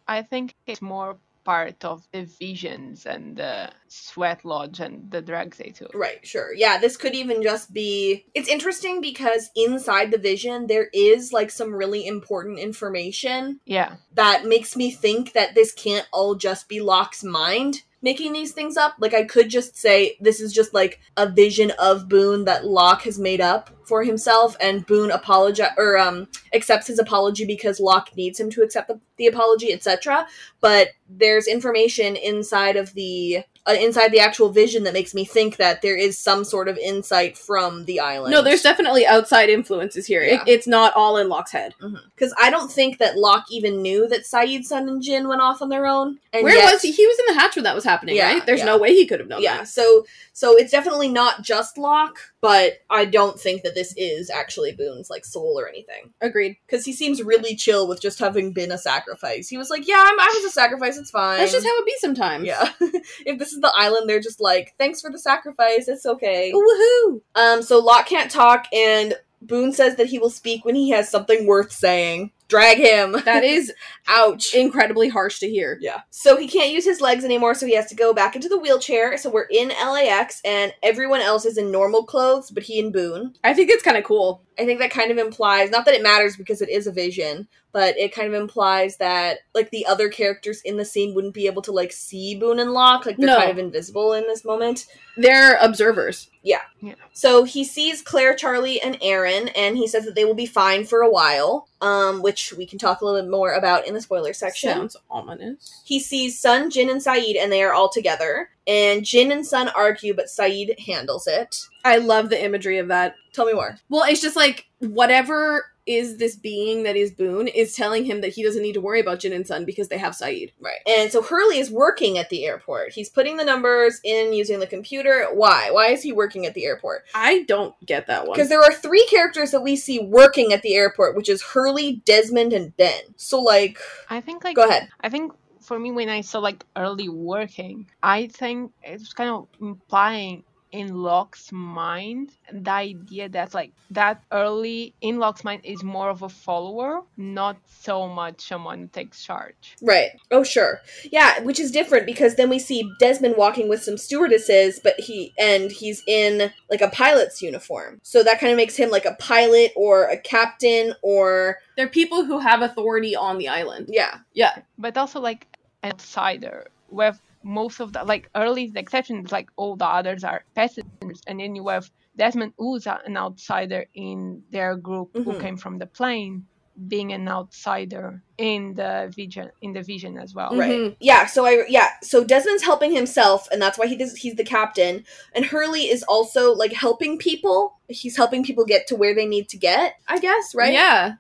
Speaker 4: I think it's more part of the visions and the sweat lodge and the drugs they took
Speaker 2: Right, sure. Yeah, this could even just be. It's interesting because inside the vision, there is like some really important information
Speaker 4: yeah
Speaker 2: that makes me think that this can't all just be Locke's mind making these things up. Like, I could just say this is just like a vision of Boone that Locke has made up for himself, and Boone apologize or um accepts his apology because Locke needs him to accept the, the apology, etc. But there's information inside of the uh, inside the actual vision that makes me think that there is some sort of insight from the island.
Speaker 3: No, there's definitely outside influences here.
Speaker 2: Yeah.
Speaker 3: It, it's not all in Locke's head.
Speaker 2: because I don't think that Locke even knew that Saeed's son and Jin went off on their own. And
Speaker 3: Where
Speaker 2: yet-
Speaker 3: was he? He was in the hatch when that was happening,
Speaker 2: Yeah,
Speaker 3: right? There's
Speaker 2: yeah.
Speaker 3: no way he could have known
Speaker 2: yeah,
Speaker 3: that.
Speaker 2: so so it's definitely not just Locke, but I don't think that this is actually Boone's like soul or anything.
Speaker 3: Agreed.
Speaker 2: Because he seems really chill with just having been a sacrifice. He was like, "Yeah, I'm, I was a sacrifice. It's fine."
Speaker 3: That's just how it be sometimes.
Speaker 2: Um, Yeah. if this is the island, they're just like, "Thanks for the sacrifice. It's okay."
Speaker 3: Woohoo!
Speaker 2: Um, so Locke can't talk, and Boone says that he will speak when he has something worth saying. Drag him.
Speaker 3: That is
Speaker 2: Ouch.
Speaker 3: incredibly harsh to hear.
Speaker 2: Yeah. So he can't use his legs anymore, so he has to go back into the wheelchair. So we're in LAX, and everyone else is in normal clothes, but he and Boone.
Speaker 3: I think it's kind of cool.
Speaker 2: I think that kind of implies, not that it matters because it is a vision, but it kind of implies that, like, the other characters in the scene wouldn't be able to, like, see Boone and Locke. Like, they're
Speaker 3: No.
Speaker 2: kind of invisible in this moment.
Speaker 3: They're observers.
Speaker 2: So he sees Claire, Charlie, and Aaron, and he says that they will be fine for a while, um, which we can talk a little bit more about in the spoiler section.
Speaker 3: Sounds ominous.
Speaker 2: He sees Sun, Jin, and Saeed, and they are all together. And Jin and Sun argue, but Saeed handles it.
Speaker 3: I love the imagery of that.
Speaker 2: Tell me more.
Speaker 3: Well, it's just like whatever is this being that is Boone is telling him that he doesn't need to worry about Jin and Sun because they have Saeed.
Speaker 2: Right. And so Hurley is working at the airport. He's putting the numbers in using the computer. Why? Why is he working at the airport?
Speaker 3: I don't get that one.
Speaker 2: Because there are three characters that we see working at the airport, which is Hurley, Desmond, and Ben. So, like,
Speaker 4: I think like
Speaker 2: go ahead.
Speaker 4: I think for me when I saw like early working, I think it's kind of implying in Locke's mind the idea that like that early in Locke's mind is more of a follower, not so much someone who takes charge.
Speaker 2: Right. Oh, sure. Yeah, which is different because then we see Desmond walking with some stewardesses, but he and he's in like a pilot's uniform. So that kind of makes him like a pilot or a captain or
Speaker 3: They're people who have authority on the island.
Speaker 2: yeah.
Speaker 3: Yeah.
Speaker 4: But also like an outsider where most of the like early is the exception is like all the others are passengers and then you have Desmond who's a- an outsider in their group who
Speaker 2: Mhm.
Speaker 4: came from the plane being an outsider in the vision in the vision as well.
Speaker 2: Right.
Speaker 3: Mhm.
Speaker 2: Yeah, so I yeah, so Desmond's helping himself and that's why he does, he's the captain and Hurley is also like helping people. He's helping people get to where they need to get, I guess, right?
Speaker 3: Yeah.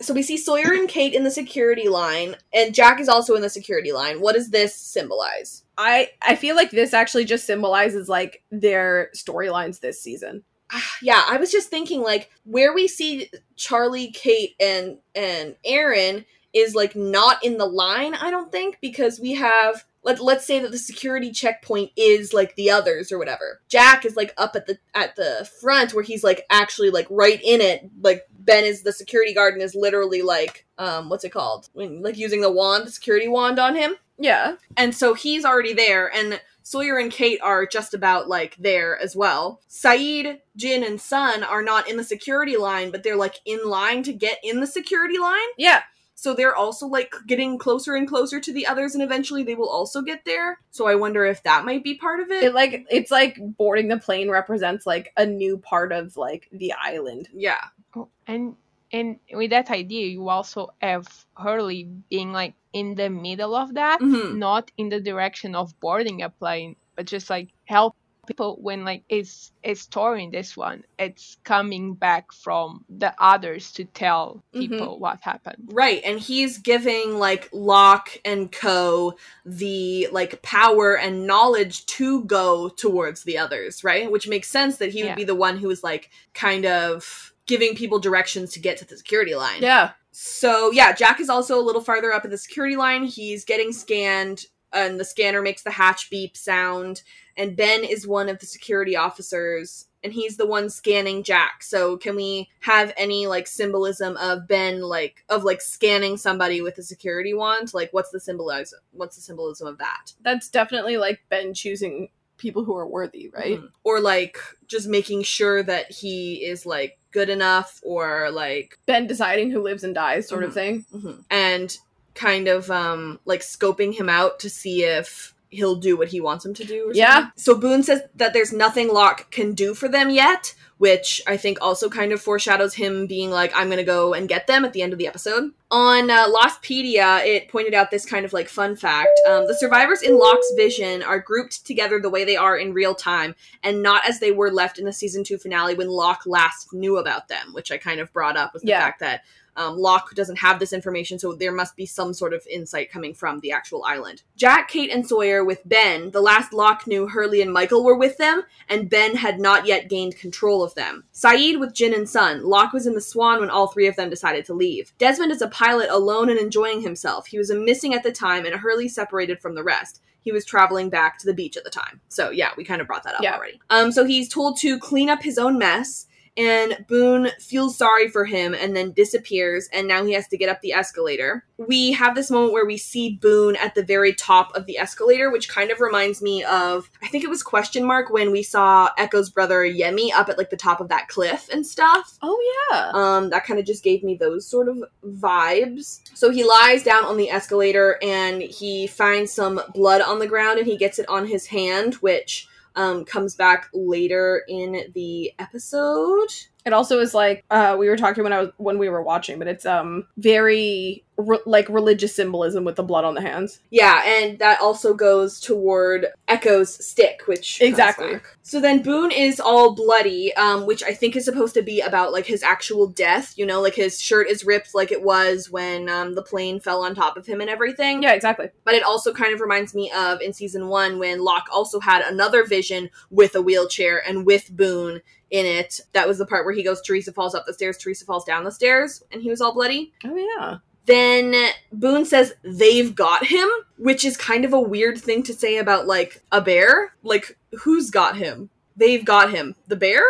Speaker 2: So we see Sawyer and Kate in the security line and Jack is also in the security line. What does this symbolize?
Speaker 3: I I feel like this actually just symbolizes like their storylines this season.
Speaker 2: Ah, yeah i was just thinking like where we see charlie kate and and aaron is like not in the line i don't think because we have let, let's say that the security checkpoint is like the others or whatever jack is like up at the at the front where he's like actually like right in it like ben is the security guard and is literally like um what's it called when like using the wand the security wand on him
Speaker 3: Yeah.
Speaker 2: and so he's already there, and Sawyer and Kate are just about like there as well. Saeed, Jin, and Sun are not in the security line, but they're like in line to get in the security line.
Speaker 3: Yeah.
Speaker 2: So they're also like getting closer and closer to the others, and eventually they will also get there. So I wonder if that might be part of it.
Speaker 3: It like it's like boarding the plane represents like a new part of like the island.
Speaker 2: yeah.
Speaker 4: Oh, and and with that idea, you also have Hurley being like in the middle of that,
Speaker 2: Mhm.
Speaker 4: not in the direction of boarding a plane, but just like help people when like it's it's touring this one, it's coming back from the others to tell
Speaker 2: Mhm.
Speaker 4: people what happened.
Speaker 2: Right, and he's giving like Locke and Co. the like power and knowledge to go towards the others, right? Which makes sense that he
Speaker 4: Yeah.
Speaker 2: would be the one who is like kind of giving people directions to get to the security line.
Speaker 3: Yeah.
Speaker 2: So yeah, Jack is also a little farther up in the security line. He's getting scanned, and the scanner makes the hatch beep sound. And Ben is one of the security officers, and he's the one scanning Jack. So can we have any like symbolism of Ben like of like scanning somebody with a security wand? Like what's the symbolize? What's the symbolism of that?
Speaker 3: That's definitely like Ben choosing people who are worthy, right?
Speaker 2: Mhm. Or like just making sure that he is like good enough, or like
Speaker 3: Ben deciding who lives and dies sort of thing.
Speaker 2: and kind of um like scoping him out to see if he'll do what he wants him to do. Or
Speaker 3: Yeah.
Speaker 2: something. So Boone says that there's nothing Locke can do for them yet, which I think also kind of foreshadows him being like, I'm gonna go and get them at the end of the episode. On uh, Lostpedia, it pointed out this kind of like fun fact. Um, the survivors in Locke's vision are grouped together the way they are in real time and not as they were left in the season two finale when Locke last knew about them, which I kind of brought up with the
Speaker 3: Yeah.
Speaker 2: fact that um, Locke doesn't have this information, so there must be some sort of insight coming from the actual island. Jack, Kate, and Sawyer with Ben, the last Locke knew Hurley and Michael were with them, and Ben had not yet gained control of them. Saeed with Jin and Sun. Locke was in the Swan when all three of them decided to leave. Desmond is a pilot alone and enjoying himself. He was a missing at the time, and Hurley separated from the rest. He was traveling back to the beach at the time. So yeah, we kind of brought that up
Speaker 3: Yeah.
Speaker 2: already. Um, so he's told to clean up his own mess and Boone feels sorry for him and then disappears, and now he has to get up the escalator. We have this moment where we see Boone at the very top of the escalator, which kind of reminds me of I think it was question mark when we saw Echo's brother Yemi up at like the top of that cliff and stuff.
Speaker 3: Oh yeah.
Speaker 2: Um, that kind of just gave me those sort of vibes. So he lies down on the escalator and he finds some blood on the ground and he gets it on his hand, which um, comes back later in the episode.
Speaker 3: It also is like uh, we were talking when I was when we were watching, but it's um very re- like religious symbolism with the blood on the hands.
Speaker 2: Yeah, and that also goes toward Echo's stick, which comes
Speaker 3: Exactly.
Speaker 2: back. So then Boone is all bloody, um, which I think is supposed to be about like his actual death. You know, like his shirt is ripped, like it was when um, the plane fell on top of him and everything.
Speaker 3: Yeah, exactly.
Speaker 2: But it also kind of reminds me of in season one when Locke also had another vision with a wheelchair and with Boone in it. That was the part where he goes, Teresa falls up the stairs, Teresa falls down the stairs, and he was all bloody
Speaker 3: Oh yeah.
Speaker 2: then Boone says they've got him, which is kind of a weird thing to say about like a bear. Like, who's got him? They've got him. The bear?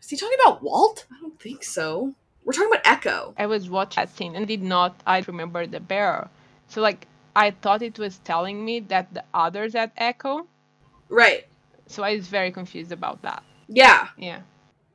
Speaker 3: Is he talking about Walt?
Speaker 2: I don't think so. We're talking about Echo.
Speaker 4: I was watching that scene and did not I remember the bear. So like I thought it was telling me that the others had echo.
Speaker 2: Right.
Speaker 4: So I was very confused about that.
Speaker 2: Yeah.
Speaker 4: Yeah.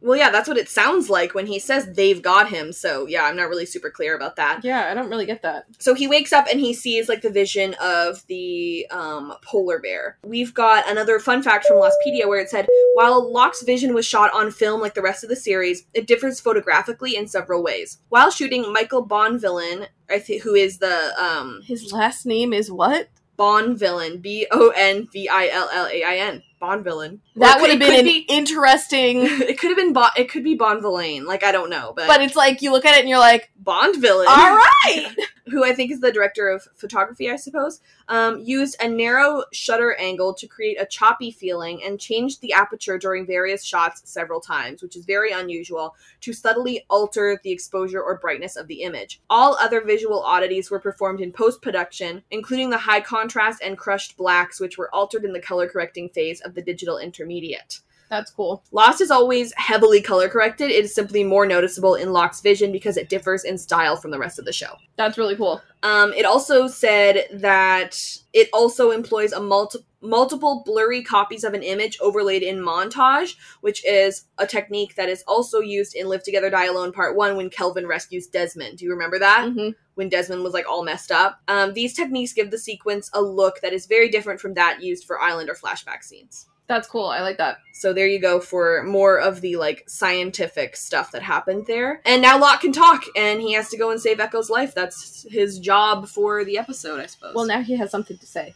Speaker 2: Well, yeah, that's what it sounds like when he says they've got him. So, yeah, I'm not really super clear about that.
Speaker 3: Yeah, I don't really get that.
Speaker 2: So he wakes up and he sees like the vision of the um, polar bear. We've got another fun fact from Lostpedia where it said while Locke's vision was shot on film like the rest of the series, it differs photographically in several ways. While shooting, Michael Bonvillain, I think, who is the um,
Speaker 3: His last name is what?
Speaker 2: Bonvillain, B O N V I L L A I N, Bonvillain. Or it
Speaker 3: that
Speaker 2: could-
Speaker 3: would have
Speaker 2: it could
Speaker 3: been an
Speaker 2: be-
Speaker 3: interesting.
Speaker 2: it could have been. Bon, it could be Bonvillain. Like I don't know, but,
Speaker 3: But it's like you look at it and you're like,
Speaker 2: Bondvillain.
Speaker 3: all right.
Speaker 2: who I think is the director of photography, I suppose, um, used a narrow shutter angle to create a choppy feeling and changed the aperture during various shots several times, which is very unusual, to subtly alter the exposure or brightness of the image. All other visual oddities were performed in post production, including the high contrast and crushed blacks, which were altered in the color correcting phase of the digital intermediate.
Speaker 3: That's cool.
Speaker 2: Lost is always heavily color corrected. It is simply more noticeable in Locke's vision because it differs in style from the rest of the show.
Speaker 3: That's really cool.
Speaker 2: Um, it also said that it also employs a multi- multiple blurry copies of an image overlaid in montage, which is a technique that is also used in Live Together, Die Alone Part 1 when Kelvin rescues Desmond. Do you remember that?
Speaker 3: hmm
Speaker 2: When Desmond was like all messed up. Um, these techniques give the sequence a look that is very different from that used for island or flashback scenes.
Speaker 3: That's cool. I like that.
Speaker 2: So there you go for more of the like scientific stuff that happened there. And now Locke can talk and he has to go and save Echo's life. That's his job for the episode, I suppose.
Speaker 3: Well, now he has something to say.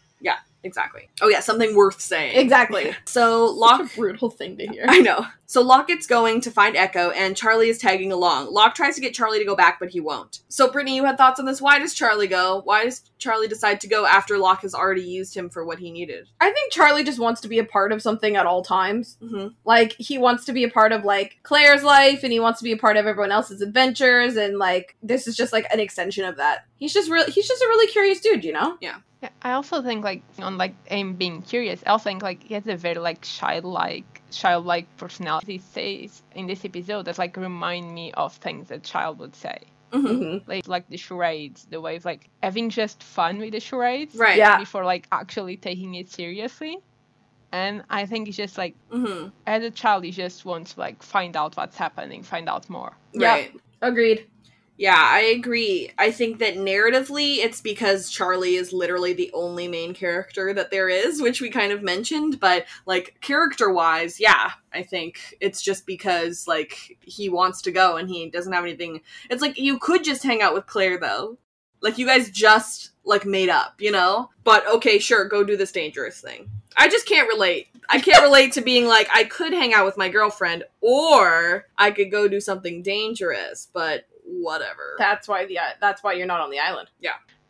Speaker 2: exactly. Oh yeah, something worth saying.
Speaker 3: Exactly.
Speaker 2: So Locke
Speaker 3: Such a brutal thing to hear.
Speaker 2: I know. So Lockett's going to find Echo and Charlie is tagging along. Locke tries to get Charlie to go back, but he won't. So Brittany, you had thoughts on this. Why does Charlie go? Why does Charlie decide to go after Locke has already used him for what he needed?
Speaker 3: I think Charlie just wants to be a part of something at all times.
Speaker 2: hmm
Speaker 3: Like he wants to be a part of like Claire's life and he wants to be a part of everyone else's adventures and like this is just like an extension of that. He's just really he's just a really curious dude, you know?
Speaker 4: Yeah, I also think like on like him being curious, I also think like he has a very like childlike childlike personality he says in this episode that like remind me of things a child would say.
Speaker 2: hmm
Speaker 3: hmm
Speaker 4: Like like the charades, the way of like having just fun with the charades
Speaker 2: Right.
Speaker 3: Yeah.
Speaker 4: before like actually taking it seriously. And I think it's just like
Speaker 2: hmm
Speaker 4: as a child you just want to like find out what's happening, find out more.
Speaker 3: Yeah.
Speaker 2: Right.
Speaker 3: Agreed.
Speaker 2: Yeah, I agree. I think that narratively, it's because Charlie is literally the only main character that there is, which we kind of mentioned, but like character wise, yeah, I think it's just because like he wants to go and he doesn't have anything. It's like you could just hang out with Claire though. Like you guys just like made up, you know? But okay, sure, go do this dangerous thing. I just can't relate. I can't relate to being like I could hang out with my girlfriend or I could go do something dangerous, but whatever.
Speaker 3: That's why the that's why you're not on the island.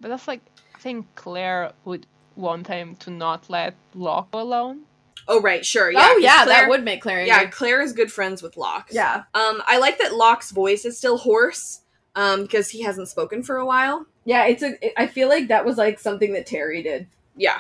Speaker 4: But that's like I think Claire would want him to not let Locke go alone.
Speaker 2: Oh right, sure. Yeah,
Speaker 3: oh
Speaker 2: 'cause
Speaker 3: yeah, that
Speaker 2: Claire-
Speaker 3: would make Claire.
Speaker 2: Yeah,
Speaker 3: angry.
Speaker 2: Claire is good friends with Locke.
Speaker 3: yeah.
Speaker 2: Um, I like that Locke's voice is still hoarse, um, because he hasn't spoken for a while.
Speaker 3: Yeah, it's a. It, I feel like that was like something that Terry did.
Speaker 2: Yeah.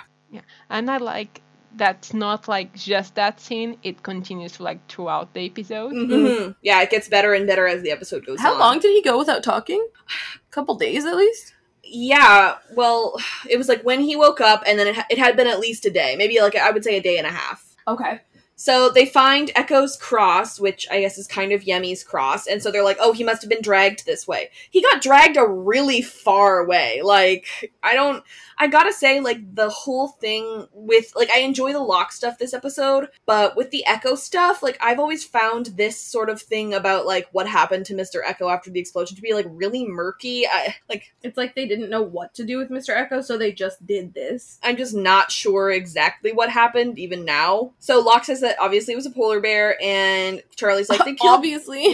Speaker 4: And I like that's not like just that scene. It continues like throughout the episode.
Speaker 2: Mhm. Yeah, it gets better and better as the episode goes
Speaker 3: How
Speaker 2: on.
Speaker 3: long did he go without talking? A couple days at least.
Speaker 2: Yeah, well, it was like when he woke up, and then it, ha- it had been at least a day, maybe like I would say a day and a half.
Speaker 3: Okay.
Speaker 2: So they find Echo's cross, which I guess is kind of Yemi's cross, and so they're like, "Oh, he must have been dragged this way. He got dragged a really far way." Like, I don't I got to say like the whole thing with like I enjoy the lock stuff this episode, but with the Echo stuff, like I've always found this sort of thing about like what happened to Mr. Echo after the explosion to be like really murky. I like
Speaker 3: It's like they didn't know what to do with Mr. Echo, so they just did this.
Speaker 2: I'm just not sure exactly what happened even now. So Locke says that obviously it was a polar bear and Charlie's like they killed
Speaker 3: Obviously.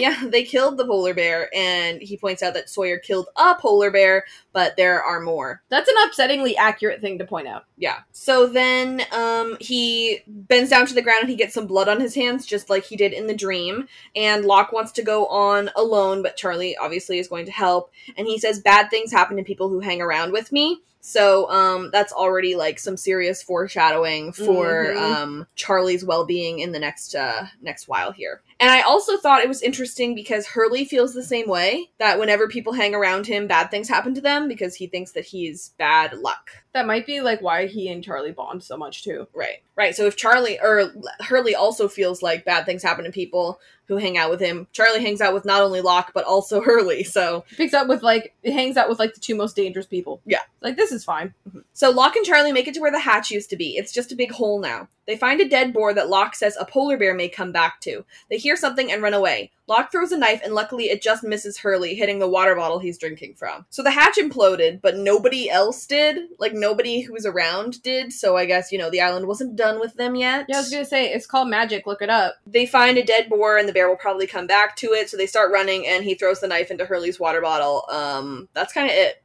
Speaker 2: yeah, they killed the polar bear, and he points out that Sawyer killed a polar bear, but there are more.
Speaker 3: That's an upsettingly accurate thing to point out.
Speaker 2: Yeah. So then um, he bends down to the ground and he gets some blood on his hands, just like he did in the dream. And Locke wants to go on alone, but Charlie obviously is going to help. And he says, Bad things happen to people who hang around with me. So um, that's already like some serious foreshadowing for
Speaker 3: Mhm.
Speaker 2: um, Charlie's well being in the next uh, next while here. And I also thought it was interesting because Hurley feels the same way that whenever people hang around him, bad things happen to them because he thinks that he's bad luck.
Speaker 3: That might be like why he and Charlie bond so much too.
Speaker 2: Right, right. So if Charlie or Hurley also feels like bad things happen to people who hang out with him, Charlie hangs out with not only Locke but also Hurley. So,
Speaker 3: Picks up with like it hangs out with like the two most dangerous people.
Speaker 2: Yeah.
Speaker 3: Like this is fine.
Speaker 2: so Locke and Charlie make it to where the hatch used to be. It's just a big hole now. They find a dead boar that Locke says a polar bear may come back to. They hear something and run away. Locke throws a knife, and luckily it just misses Hurley, hitting the water bottle he's drinking from. So the hatch imploded, but nobody else did. Like nobody who was around did. So I guess you know the island wasn't done with them yet.
Speaker 3: Yeah, I was gonna say it's called magic. Look it up.
Speaker 2: they find a dead boar and the bear will probably come back to it so they start running and he throws the knife into hurley's water bottle um that's kind of it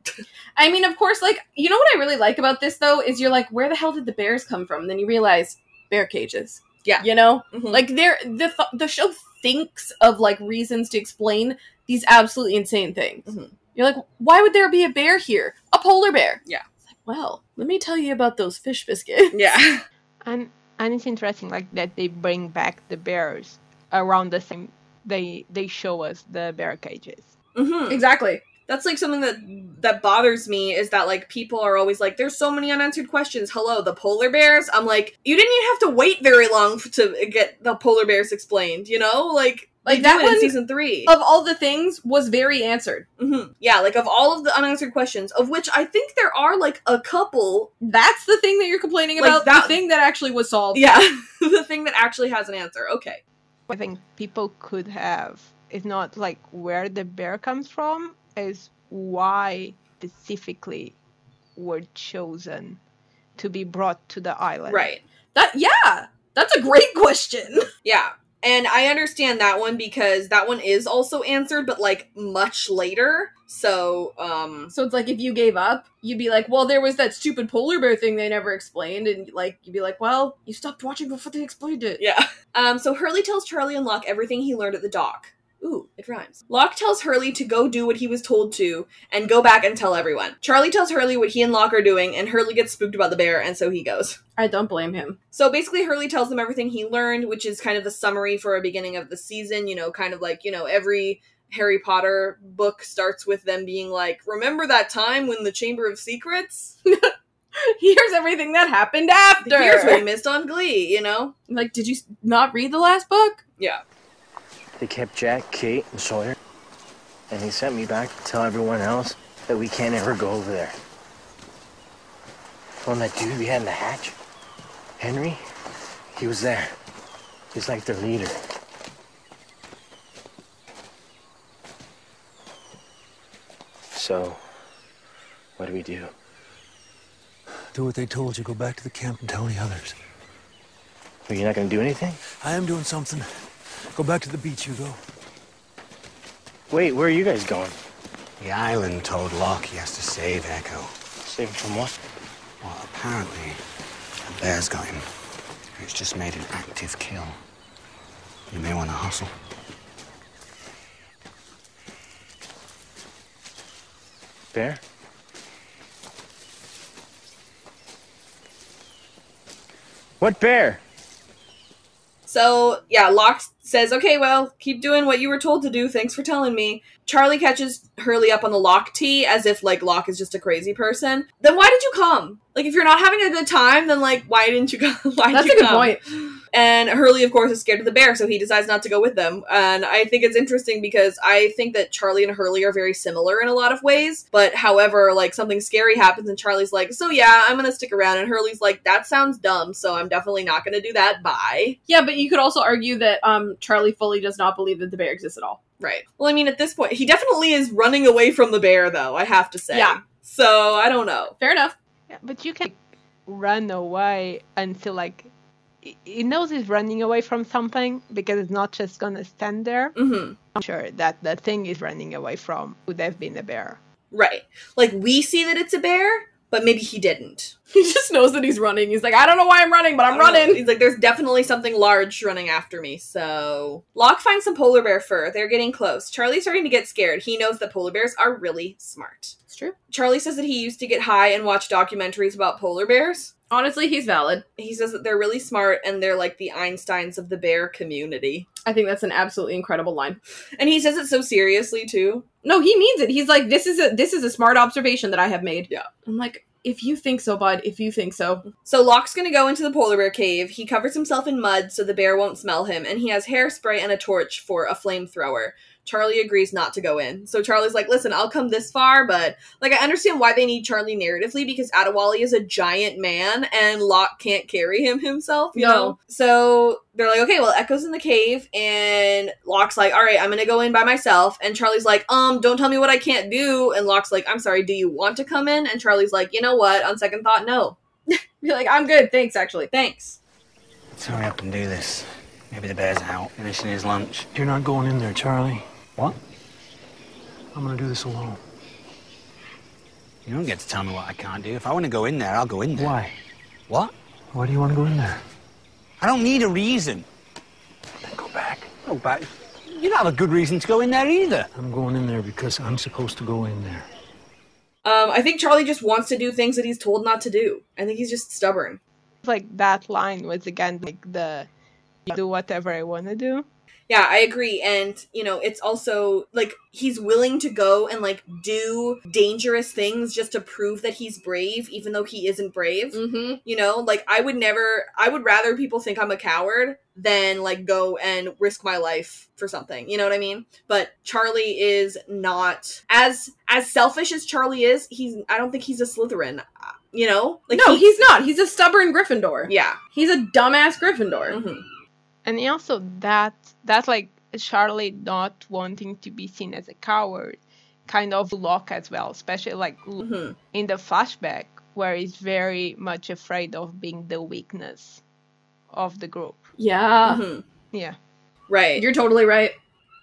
Speaker 3: I mean, of course, like you know what I really like about this though is you're like, where the hell did the bears come from? then you realize bear cages.
Speaker 2: Yeah.
Speaker 3: You know,
Speaker 2: Mhm.
Speaker 3: like there the th- the show thinks of like reasons to explain these absolutely insane things.
Speaker 2: Mhm.
Speaker 3: You're like, why would there be a bear here? A polar bear.
Speaker 2: Yeah.
Speaker 3: It's like, well, let me tell you about those fish biscuits.
Speaker 2: yeah
Speaker 4: And and it's interesting like that they bring back the bears around the same they they show us the bear cages.
Speaker 2: hmm
Speaker 3: Exactly.
Speaker 2: that's like something that that bothers me is that like people are always like there's so many unanswered questions hello the polar bears i'm like you didn't even have to wait very long f- to get the polar bears explained you know like they
Speaker 3: Like,
Speaker 2: do
Speaker 3: that
Speaker 2: it in
Speaker 3: one-
Speaker 2: season three
Speaker 3: Of all the things, was very answered.
Speaker 2: Mhm. yeah like of all of the unanswered questions of which i think there are like a couple
Speaker 3: That's the thing that you're complaining
Speaker 2: Like,
Speaker 3: about.
Speaker 2: that-
Speaker 3: the thing that actually was solved.
Speaker 2: yeah the thing that actually has an answer okay
Speaker 4: I think people could have it's not like where the bear comes from, is why specifically were chosen to be brought to the island.
Speaker 2: right
Speaker 3: That yeah. That's a great question.
Speaker 2: Yeah. And I understand that one because that one is also answered, but like much later. So, um,
Speaker 3: So it's like if you gave up, you'd be like, well, there was that stupid polar bear thing they never explained, and like you'd be like, well, you stopped watching before they explained it.
Speaker 2: yeah. Um, so Hurley tells Charlie and Locke everything he learned at the dock. Ooh, it rhymes. Locke tells Hurley to go do what he was told to and go back and tell everyone. Charlie tells Hurley what he and Locke are doing, and Hurley gets spooked about the bear, and so he goes.
Speaker 3: I don't blame him.
Speaker 2: So basically, Hurley tells them everything he learned, which is kind of the summary for a beginning of the season. You know, kind of like, you know, every Harry Potter book starts with them being like, remember that time when the Chamber of Secrets?
Speaker 3: Here's everything that happened after.
Speaker 2: Here's what we missed on Glee, you know?
Speaker 3: like, did you s- not read the last book?
Speaker 2: Yeah.
Speaker 7: They kept Jack, Kate, and Sawyer. and he sent me back to tell everyone else that we can't ever go over there. Well, that dude behind the hatch, Henry, he was there. He's like their leader. So, what do we do?
Speaker 8: Do what they told you. Go back to the camp and tell the others.
Speaker 7: Are you not gonna do anything?
Speaker 8: I am doing something. Go back to the beach, Hugo.
Speaker 7: Wait, where are you guys going?
Speaker 9: The island told Locke he has to save Echo.
Speaker 7: Saving from what?
Speaker 9: Well, apparently, a bear's got him. It's just made an active kill. You may want to hustle.
Speaker 7: Bear? What bear?
Speaker 2: So yeah, Locke says, "Okay, well, keep doing what you were told to do. Thanks for telling me." Charlie catches Hurley up on the Locke tee as if like Locke is just a crazy person. Then why did you come? Like, if you're not having a good time, then like, why didn't you come? why
Speaker 3: That's a
Speaker 2: did you
Speaker 3: good
Speaker 2: come?
Speaker 3: point.
Speaker 2: And Hurley, of course, is scared of the bear, so he decides not to go with them. And I think it's interesting because I think that Charlie and Hurley are very similar in a lot of ways. But however, like something scary happens, and Charlie's like, "So yeah, I'm gonna stick around," and Hurley's like, "That sounds dumb, so I'm definitely not gonna do that." Bye.
Speaker 3: Yeah, but you could also argue that um, Charlie fully does not believe that the bear exists at all.
Speaker 2: Right. Well, I mean, at this point, he definitely is running away from the bear, though, I have to say.
Speaker 3: Yeah.
Speaker 2: So, I don't know.
Speaker 3: Fair enough.
Speaker 4: Yeah, but you can run away until like it- it knows it's running away from something because it's not just gonna stand there.
Speaker 2: hmm
Speaker 4: I'm sure that the thing is running away from would have been a bear.
Speaker 2: Right. Like, we see that it's a bear, but maybe he didn't.
Speaker 3: He just knows that he's running. He's like, I don't know why I'm running, but I'm running.
Speaker 2: He's like, there's definitely something large running after me. So, Locke finds some polar bear fur. They're getting close. Charlie's starting to get scared. He knows that polar bears are really smart.
Speaker 3: It's true.
Speaker 2: Charlie says that he used to get high and watch documentaries about polar bears.
Speaker 3: Honestly, he's valid.
Speaker 2: He says that they're really smart and they're like the Einsteins of the bear community.
Speaker 3: I think that's an absolutely incredible line.
Speaker 2: And he says it so seriously, too.
Speaker 3: No, he means it. He's like, this is a this is a smart observation that I have made.
Speaker 2: Yeah.
Speaker 3: I'm like, if you think so, bud. If you think so,
Speaker 2: So Locke's gonna go into the polar bear cave. He covers himself in mud so the bear won't smell him, and he has hairspray and a torch for a flamethrower. Charlie agrees not to go in. So Charlie's like, listen, I'll come this far, but like I understand why they need Charlie narratively because Adewale is a giant man and Locke can't carry him himself, you
Speaker 3: No.
Speaker 2: know? So they're like, okay, well, Echo's in the cave, and Locke's like, all right, I'm gonna go in by myself. And Charlie's like, um, don't tell me what I can't do. And Locke's like, I'm sorry, do you want to come in? And Charlie's like, you know what? On second thought, no.
Speaker 3: you're like, I'm good. Thanks, actually.
Speaker 2: Thanks.
Speaker 9: Let's hurry up and do this. Maybe the bear's out, finishing his lunch.
Speaker 8: You're not going in there, Charlie.
Speaker 9: What?
Speaker 8: I'm gonna do this alone.
Speaker 9: You don't get to tell me what I can't do. If I want to go in there, I'll go in there.
Speaker 8: Why?
Speaker 9: What?
Speaker 8: Why do you want to go in there?
Speaker 9: I don't need a reason.
Speaker 8: Then go back.
Speaker 9: Go back. You don't have a good reason to go in there either.
Speaker 8: I'm going in there because I'm supposed to go in there.
Speaker 2: Um, I think Charlie just wants to do things that he's told not to do. I think he's just stubborn.
Speaker 4: Like that line was again like the do whatever I wanna do.
Speaker 2: Yeah, I agree. And, you know, it's also like he's willing to go and like do dangerous things just to prove that he's brave, even though he isn't brave.
Speaker 3: Mm-hmm.
Speaker 2: You know, like I would never, I would rather people think I'm a coward than like go and risk my life for something. You know what I mean? But Charlie is not as as selfish as Charlie is. He's I don't think he's a Slytherin. uh, You know, like
Speaker 3: no,
Speaker 2: he-
Speaker 3: he's not. He's a stubborn Gryffindor.
Speaker 2: yeah.
Speaker 3: He's a dumbass Gryffindor.
Speaker 2: Mhm.
Speaker 4: And also that that like Charlie not wanting to be seen as a coward kind of Locke as well, especially like
Speaker 3: Uh,
Speaker 2: Mhm.
Speaker 4: in the flashback where he's very much afraid of being the weakness of the group.
Speaker 3: Yeah,
Speaker 2: Mhm.
Speaker 4: Yeah.
Speaker 2: Right.
Speaker 3: you're totally right.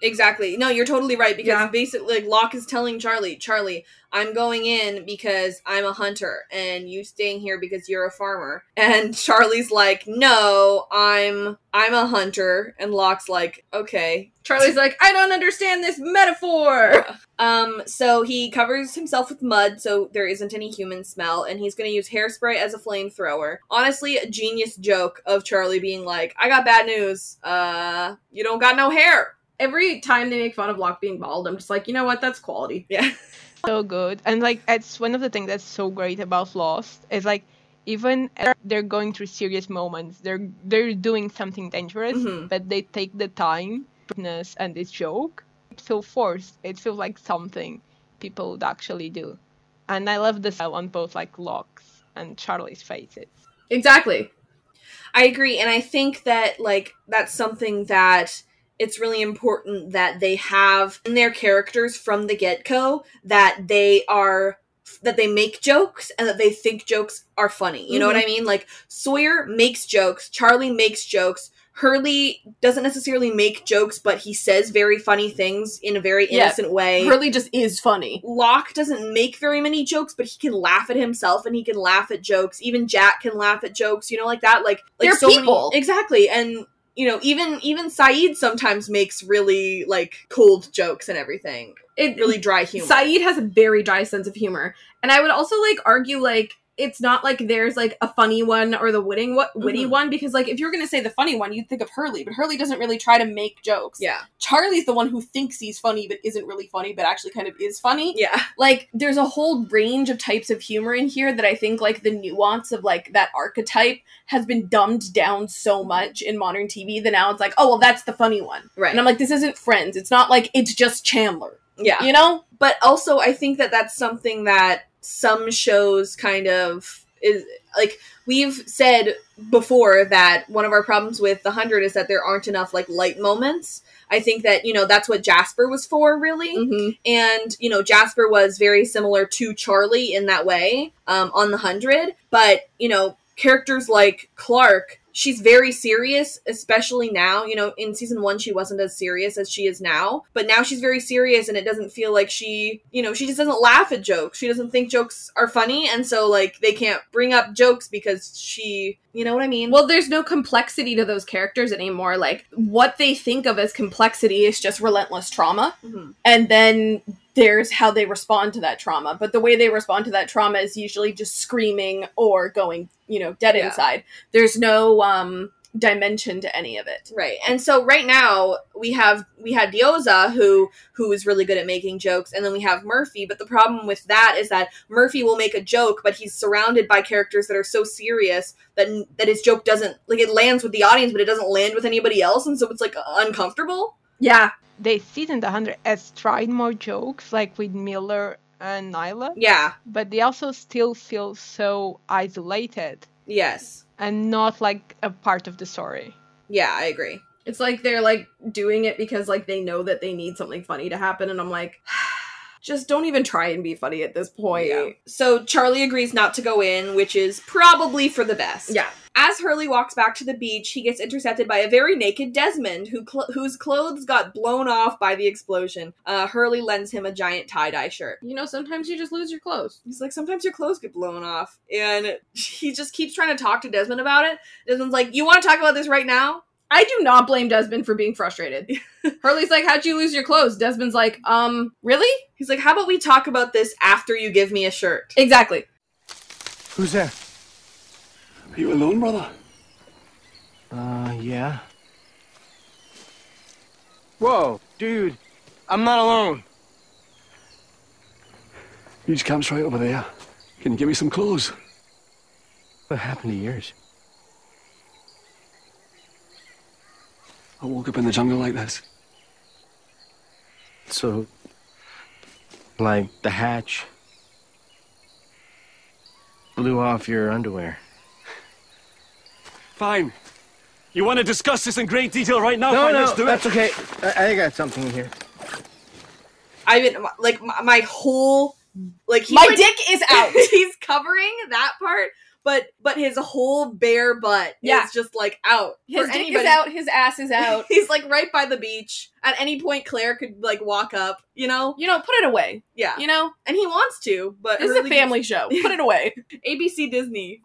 Speaker 2: exactly. No, you're totally right because
Speaker 3: Yeah.
Speaker 2: basically like Locke is telling Charlie, Charlie, I'm going in because I'm a hunter and you staying here because you're a farmer. And Charlie's like, "No, I'm I'm a hunter." And Locke's like, "Okay."
Speaker 3: Charlie's like, I don't understand this metaphor.
Speaker 2: Um so he covers himself with mud so there isn't any human smell and he's going to use hairspray as a flamethrower. Honestly, a genius joke of Charlie being like, "I got bad news. Uh, you don't got no hair."
Speaker 3: Every time they make fun of Locke being bald, I'm just like, you know what? That's quality.
Speaker 2: Yeah.
Speaker 4: So good. And like that's one of the things that's so great about Lost is like even as they're going through serious moments, they're they're doing something dangerous,
Speaker 2: Mhm.
Speaker 4: but they take the time to ness and this joke feel forced. It feels like something people would actually do. And I love the style on both like Locke's and Charlie's faces.
Speaker 2: Exactly. I agree. And I think that, like, that's something that it's really important that they have in their characters from the get go that they are, that they make jokes and that they think jokes are funny. You know
Speaker 3: Mm-hmm.
Speaker 2: what I mean? Like, Sawyer makes jokes, Charlie makes jokes. Hurley doesn't necessarily make jokes, but he says very funny things in a very
Speaker 1: Yeah.
Speaker 2: innocent way.
Speaker 1: Hurley just is funny.
Speaker 2: Locke doesn't make very many jokes, but he can laugh at himself and he can laugh at jokes. Even Jack can laugh at jokes, you know, like that. Like, like
Speaker 1: They're
Speaker 2: so many-
Speaker 1: people.
Speaker 2: exactly. And you know, even even Saeed sometimes makes really like cold jokes and everything.
Speaker 1: It
Speaker 2: Really dry humor.
Speaker 1: Saeed has a very dry sense of humor, and I would also like argue like it's not like there's like a funny one or the witty what witty
Speaker 3: Mm-hmm.
Speaker 2: Mhm.
Speaker 1: one because like if you were gonna say the funny one, you'd think of Hurley, but Hurley doesn't really try to make jokes.
Speaker 2: yeah,
Speaker 1: Charlie's the one who thinks he's funny but isn't really funny, but actually kind of is funny.
Speaker 2: yeah,
Speaker 1: Like there's a whole range of types of humor in here that I think like the nuance of like that archetype has been dumbed down so much in modern TV that now it's like, oh well, that's the funny one,
Speaker 2: right.
Speaker 1: and I'm like, this isn't Friends. It's not like it's just Chandler,
Speaker 2: yeah,
Speaker 1: you know?
Speaker 2: but also I think that that's something that some shows kind of is like we've said before that one of our problems with the 100 is that there aren't enough like light moments. I think that, you know, that's what Jasper was for really.
Speaker 1: Mm-hmm.
Speaker 2: and you know jasper was very similar to charlie in that way um, on the hundred but you know characters like clark she's very serious especially now you know in season one she wasn't as serious as she is now but now she's very serious and it doesn't feel like she you know she just doesn't laugh at jokes she doesn't think jokes are funny and so like they can't bring up jokes because she you know what i mean
Speaker 1: Well, there's no complexity to those characters anymore. Like what they think of as complexity is just relentless trauma,
Speaker 2: Mhm.
Speaker 1: and then there's how they respond to that trauma. But the way they respond to that trauma is usually just screaming or going, you know, dead
Speaker 2: Yeah.
Speaker 1: inside. There's no um dimension to any of it.
Speaker 2: Right. And so right now we have we had Dioza who who is really good at making jokes and then we have Murphy, but the problem with that is that Murphy will make a joke but he's surrounded by characters that are so serious that that his joke doesn't like it lands with the audience but it doesn't land with anybody else and so it's like uncomfortable.
Speaker 1: Yeah.
Speaker 4: They season the 100 has tried more jokes, like with Miller and Nyla,
Speaker 2: Yeah.
Speaker 4: but they also still feel so isolated
Speaker 2: Yes.
Speaker 4: and not like a part of the story.
Speaker 2: Yeah, I agree.
Speaker 1: It's like they're like doing it because like they know that they need something funny to happen and I'm like just don't even try and be funny at this point.
Speaker 2: Yeah. So Charlie agrees not to go in, which is probably for the best.
Speaker 1: yeah.
Speaker 2: As Hurley walks back to the beach, he gets intercepted by a very naked Desmond, who cl- whose clothes got blown off by the explosion. Uh, Hurley lends him a giant tie dye shirt.
Speaker 1: You know, sometimes you just lose your clothes.
Speaker 2: He's like, sometimes your clothes get blown off. And he just keeps trying to talk to Desmond about it. Desmond's like, You want to talk about this right now?
Speaker 1: I do not blame Desmond for being frustrated. Hurley's like, "How'd you lose your clothes?" Desmond's like, "Um, really?"
Speaker 2: He's like, How about we talk about this after you give me a shirt?
Speaker 1: Exactly.
Speaker 10: Who's there?
Speaker 11: Are you alone, brother?
Speaker 7: Uh, yeah. Whoa, dude. I'm not alone.
Speaker 11: Huge camp's right over there. Can you give me some clothes?
Speaker 7: What happened to yours?
Speaker 11: I woke up in the jungle like this.
Speaker 7: So, like, the hatch blew off your underwear.
Speaker 10: Fine. You want to discuss this in great detail right now?
Speaker 7: No,
Speaker 11: Oh,
Speaker 10: Fine,
Speaker 7: no,
Speaker 10: let's do
Speaker 7: that's
Speaker 10: it.
Speaker 7: okay. I, I got something in here.
Speaker 2: I've been, like, my, my whole. Like, he
Speaker 1: My
Speaker 2: would-
Speaker 1: dick is out.
Speaker 2: he's covering that part, but but his whole bare butt
Speaker 1: Yeah.
Speaker 2: is just like out.
Speaker 1: His
Speaker 2: for
Speaker 1: dick is
Speaker 2: anybody.
Speaker 1: out. His ass is out.
Speaker 2: He's like right by the beach. At any point, Claire could like walk up, you know?
Speaker 1: you know, put it away.
Speaker 2: Yeah.
Speaker 1: You know,
Speaker 2: And he wants to, but
Speaker 1: this is a
Speaker 2: Hurley-
Speaker 1: family show. Put it away.
Speaker 2: ABC Disney.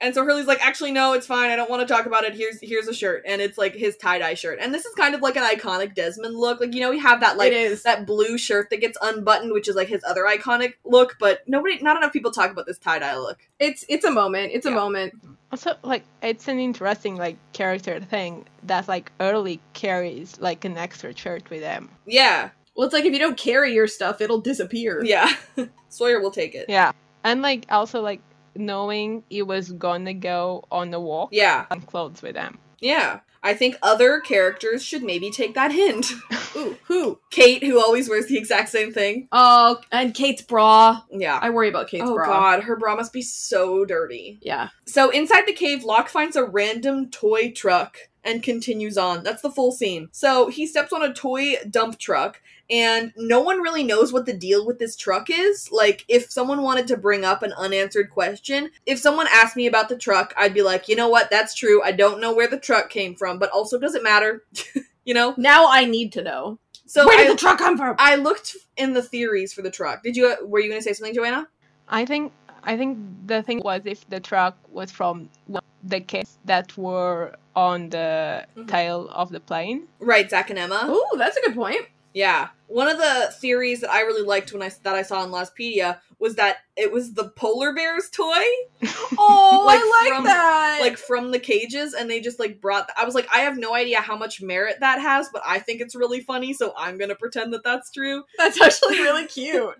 Speaker 2: and so Hurley's like, actually, no, it's fine. I don't want to talk about it. Here's here's a shirt, and it's like his tie dye shirt. And this is kind of like an iconic Desmond look. Like you know, we have that like
Speaker 1: it is.
Speaker 2: that blue shirt that gets unbuttoned, which is like his other iconic look. But nobody, not enough people talk about this tie dye look.
Speaker 1: It's it's a moment. It's a
Speaker 2: Yeah.
Speaker 1: moment.
Speaker 4: Also, like it's an interesting like character thing that like early carries like an extra shirt with them.
Speaker 2: Yeah,
Speaker 1: Well, it's like if you don't carry your stuff, it'll disappear.
Speaker 2: yeah. Sawyer will take it.
Speaker 4: Yeah, and like also like knowing he was gonna go on a walk
Speaker 2: Yeah,
Speaker 4: and clothes with them.
Speaker 2: yeah. I think other characters should maybe take that hint. Ooh, who? Kate, who always wears the exact same thing.
Speaker 12: Oh, and Kate's bra.
Speaker 2: Yeah.
Speaker 12: I worry about Kate's
Speaker 2: oh
Speaker 12: bra.
Speaker 2: god, her bra must be so dirty.
Speaker 12: Yeah.
Speaker 2: So inside the cave, Locke finds a random toy truck and continues on. That's the full scene. So he steps on a toy dump truck, and no one really knows what the deal with this truck is. Like, if someone wanted to bring up an unanswered question, if someone asked me about the truck, I'd be like, you know what, that's true. I don't know where the truck came from, but also doesn't matter. you know?
Speaker 12: Now I need to know.
Speaker 2: So
Speaker 12: Where did
Speaker 2: I,
Speaker 12: the truck come from?
Speaker 2: I looked in the theories for the truck. Did you uh, were you gonna say something, Joanna?
Speaker 4: I think I think the thing was if the truck was from one of the kids that were on the
Speaker 2: Mhm.
Speaker 4: tail of the plane.
Speaker 2: Right, Zach and Emma.
Speaker 12: Ooh, that's a good point.
Speaker 2: Yeah. One of the theories that I really liked when I that I saw on Lostpedia was that it was the polar bear's toy,
Speaker 12: Oh,
Speaker 2: Like
Speaker 12: I like
Speaker 2: from-
Speaker 12: that.
Speaker 2: like from the cages, and they just like brought. I was like, I have no idea how much merit that has, but I think it's really funny, so I'm gonna pretend that that's true.
Speaker 12: that's actually really cute.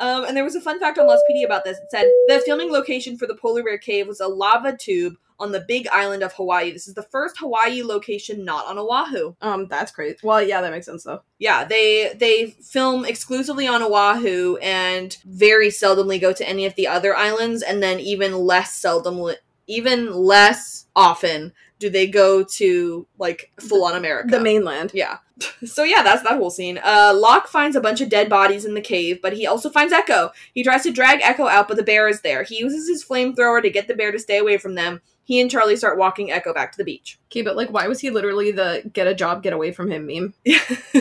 Speaker 2: Um, and there was a fun fact on Lostpedia about this. It said the filming location for the polar bear cave was a lava tube on the Big Island of Hawaii. This is the first Hawaii location not on Oahu.
Speaker 12: um, that's crazy. Well, yeah, that makes sense though.
Speaker 2: yeah they they film exclusively on oahu and very seldomly go to any of the other islands and then even less seldomly even less often do they go to like full on america
Speaker 12: The mainland.
Speaker 2: yeah so yeah that's that whole scene uh locke finds a bunch of dead bodies in the cave but he also finds echo he tries to drag echo out but the bear is there he uses his flamethrower to get the bear to stay away from them he and charlie start walking echo back to the beach
Speaker 12: Okay, but like, why was he literally the get a job, get away from him meme?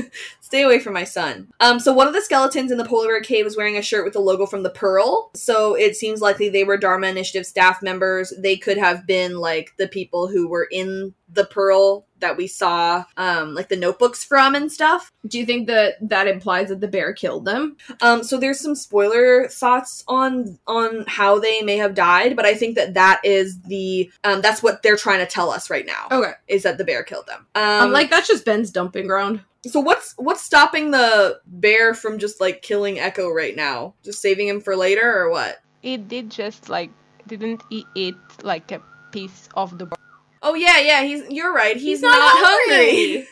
Speaker 2: Stay away from my son. Um, so one of the skeletons in the polar bear cave was wearing a shirt with the logo from the Pearl. So it seems likely they were Dharma Initiative staff members. They could have been like the people who were in the Pearl that we saw, um, like the notebooks from and stuff.
Speaker 12: Do you think that that implies that the bear killed them?
Speaker 2: Um, so there's some spoiler thoughts on on how they may have died, but I think that that is the um, that's what they're trying to tell us right now
Speaker 12: Okay,
Speaker 2: is that the bear killed them. Um,
Speaker 12: I'm like that's just Ben's dumping ground.
Speaker 2: So what's what's stopping the bear from just like killing Echo right now? Just saving him for later or what?
Speaker 4: It did just like didn't he eat like a piece of the bird?
Speaker 2: Oh yeah, yeah, he's you're right. He's,
Speaker 12: He's
Speaker 2: not,
Speaker 12: not
Speaker 2: hungry.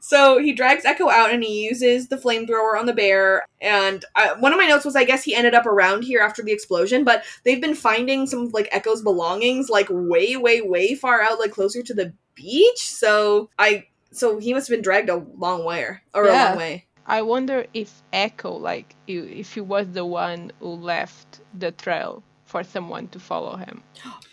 Speaker 2: so he drags Echo out and he uses the flamethrower on the bear and uh, one of my notes was I guess he ended up around here after the explosion, but they've been finding some of like Echo's belongings like way way way far out like closer to the beach. So I so he must have been dragged a long way or a
Speaker 12: Yeah.
Speaker 2: long way.
Speaker 4: I wonder if Echo like i- if he was the one who left the trail for someone to follow him.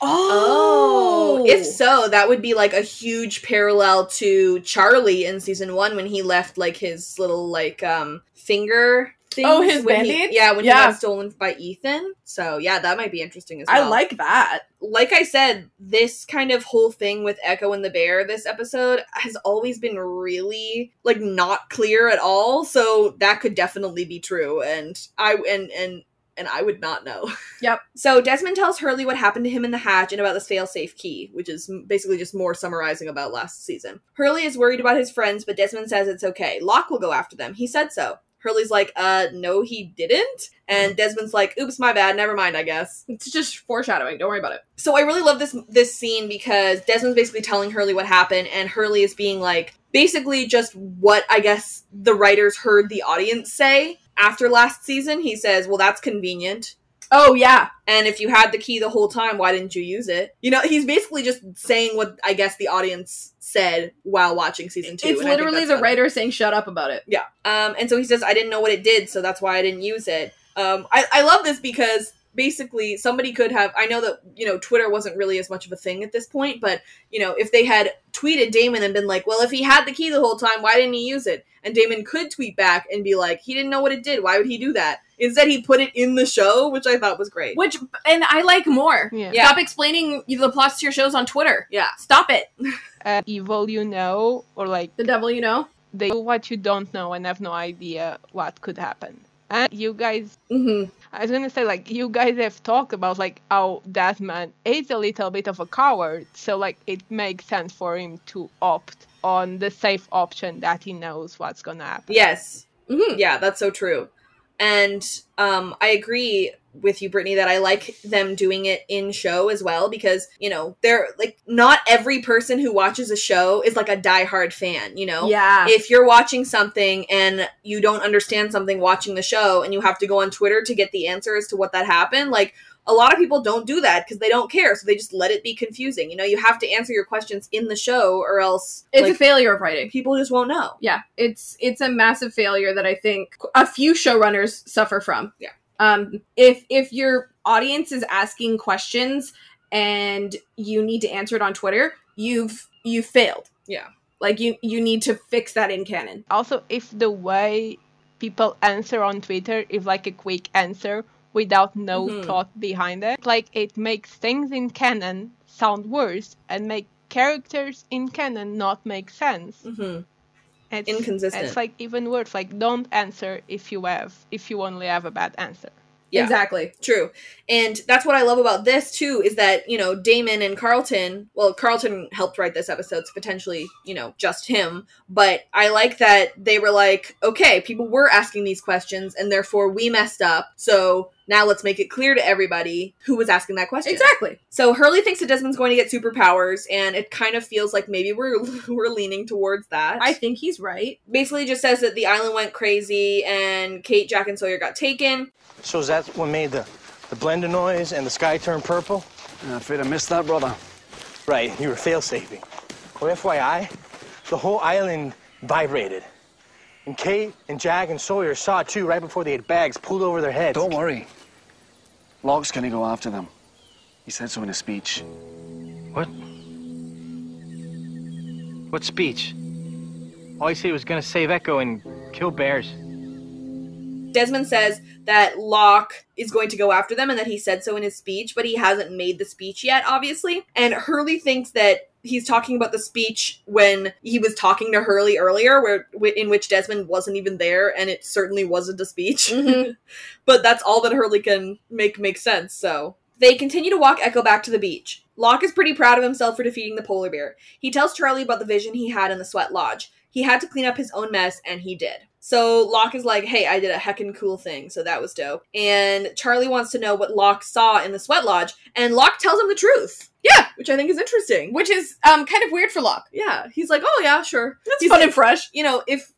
Speaker 2: Oh, if so, that would be like a huge parallel to Charlie in season one when he left like his little like um finger. Things
Speaker 12: Oh, his
Speaker 2: when he-
Speaker 12: Band-Aid?
Speaker 2: yeah, when
Speaker 12: Yeah.
Speaker 2: he got stolen by Ethan. So yeah, that might be interesting as well.
Speaker 12: I like that.
Speaker 2: like I said, this kind of whole thing with Echo and the Bear this episode has always been really like not clear at all. So that could definitely be true and I and and and I would not know.
Speaker 12: Yep.
Speaker 2: So Desmond tells Hurley what happened to him in the hatch and about this failsafe key, which is m- basically just more summarizing about last season. Hurley is worried about his friends, but Desmond says it's okay. Locke will go after them. He said so. Hurley's like, uh, no, he didn't. And Desmond's like, oops, my bad. Never mind, I guess.
Speaker 12: It's just foreshadowing. Don't worry about it.
Speaker 2: So I really love this this scene because Desmond's basically telling Hurley what happened, and Hurley is being like basically just what I guess the writers heard the audience say after last season. He says, "Well, that's convenient."
Speaker 12: Oh yeah,
Speaker 2: And if you had the key the whole time, why didn't you use it? You know, he's basically just saying what I guess the audience said while watching season two.
Speaker 12: it's
Speaker 2: and I think
Speaker 12: literally
Speaker 2: that's
Speaker 12: the
Speaker 2: funny.
Speaker 12: writer saying shut up about it.
Speaker 2: Yeah. Um, and so he says, I didn't know what it did, so that's why I didn't use it. Um, I, I love this because basically somebody could have I know that, you know, Twitter wasn't really as much of a thing at this point, but you know, if they had tweeted Damon and been like, Well, if he had the key the whole time, why didn't he use it? And Damon could tweet back and be like, He didn't know what it did, why would he do that? Instead he put it in the show, which I thought was great.
Speaker 12: Which and I like more.
Speaker 4: Yeah.
Speaker 2: Yeah.
Speaker 12: Stop explaining the plots to your shows on Twitter.
Speaker 2: Yeah.
Speaker 12: Stop it.
Speaker 4: Uh, evil you know or like
Speaker 12: The devil, you know.
Speaker 4: they know what you don't know and have no idea what could happen. And you guys
Speaker 12: Mm-hmm.
Speaker 4: I was gonna say like you guys have talked about like how that man is a little bit of a coward, so like it makes sense for him to opt on the safe option that he knows what's gonna happen.
Speaker 2: Yes.
Speaker 12: Mm-hmm.
Speaker 2: Yeah, that's so true. And um, I agree with you, Brittany, that I like them doing it in show as well because, you know, they're like not every person who watches a show is like a diehard fan, you know?
Speaker 12: Yeah.
Speaker 2: If you're watching something and you don't understand something watching the show and you have to go on Twitter to get the answer as to what that happened, like a lot of people don't do that because they don't care. So they just let it be confusing. You know, you have to answer your questions in the show or else
Speaker 12: It's
Speaker 2: like,
Speaker 12: a failure of writing.
Speaker 2: people just won't know.
Speaker 12: yeah it's it's a massive failure that i think a few showrunners suffer from
Speaker 2: Yeah.
Speaker 12: um if if your audience is asking questions and you need to answer it on twitter you've you failed
Speaker 2: Yeah.
Speaker 12: like you you need to fix that in canon
Speaker 4: also if the way people answer on twitter is like a quick answer without no
Speaker 2: Mhm.
Speaker 4: thought behind it like it makes things in canon sound worse and make characters in canon not make sense
Speaker 2: Mm-hmm.
Speaker 4: it's,
Speaker 2: Inconsistent.
Speaker 4: it's like even worse like don't answer if you have if you only have a bad answer
Speaker 2: Yeah.
Speaker 12: exactly
Speaker 2: True. And that's what I love about this too is that, you know, Damon and Carlton, well, Carlton helped write this episode, so potentially, you know, just him, but I like that they were like, okay, people were asking these questions and therefore we messed up. So now let's make it clear to everybody who was asking that question.
Speaker 12: exactly
Speaker 2: So Hurley thinks that Desmond's going to get superpowers and it kind of feels like maybe we're we're leaning towards that
Speaker 12: i think he's right
Speaker 2: basically just says that the island went crazy and Kate, Jack, and Sawyer got taken.
Speaker 7: So is that what made the, the blender noise and the sky turn purple?
Speaker 9: I'm afraid I missed that, brother.
Speaker 7: Right, you were fail saving. Well, FYI, the whole island vibrated. And Kate and Jack and Sawyer saw it too right before they had bags pulled over their heads.
Speaker 9: Don't worry. Locke's gonna go after them. He said so in his speech.
Speaker 13: What? What speech? All he said he was gonna save Echo and kill bears.
Speaker 2: Desmond says that Locke is going to go after them and that he said so in his speech, but he hasn't made the speech yet, obviously. And Hurley thinks that he's talking about the speech when he was talking to Hurley earlier, where wh- in which Desmond wasn't even there, and it certainly wasn't a speech. but that's all that Hurley can make make sense. So they continue to walk Echo back to the beach. Locke is pretty proud of himself for defeating the polar bear. He tells Charlie about the vision he had in the sweat lodge. He had to clean up his own mess, and he did. So Locke is like, hey, I did a heckin' cool thing, so that was dope. And Charlie wants to know what Locke saw in the sweat lodge, and Locke tells him the truth.
Speaker 12: Yeah.
Speaker 2: Which I think is interesting.
Speaker 12: which is um kind of weird for locke
Speaker 2: Yeah. He's like, oh, yeah, sure.
Speaker 12: that's
Speaker 2: He's
Speaker 12: fun
Speaker 2: like-
Speaker 12: and fresh
Speaker 2: You know, if.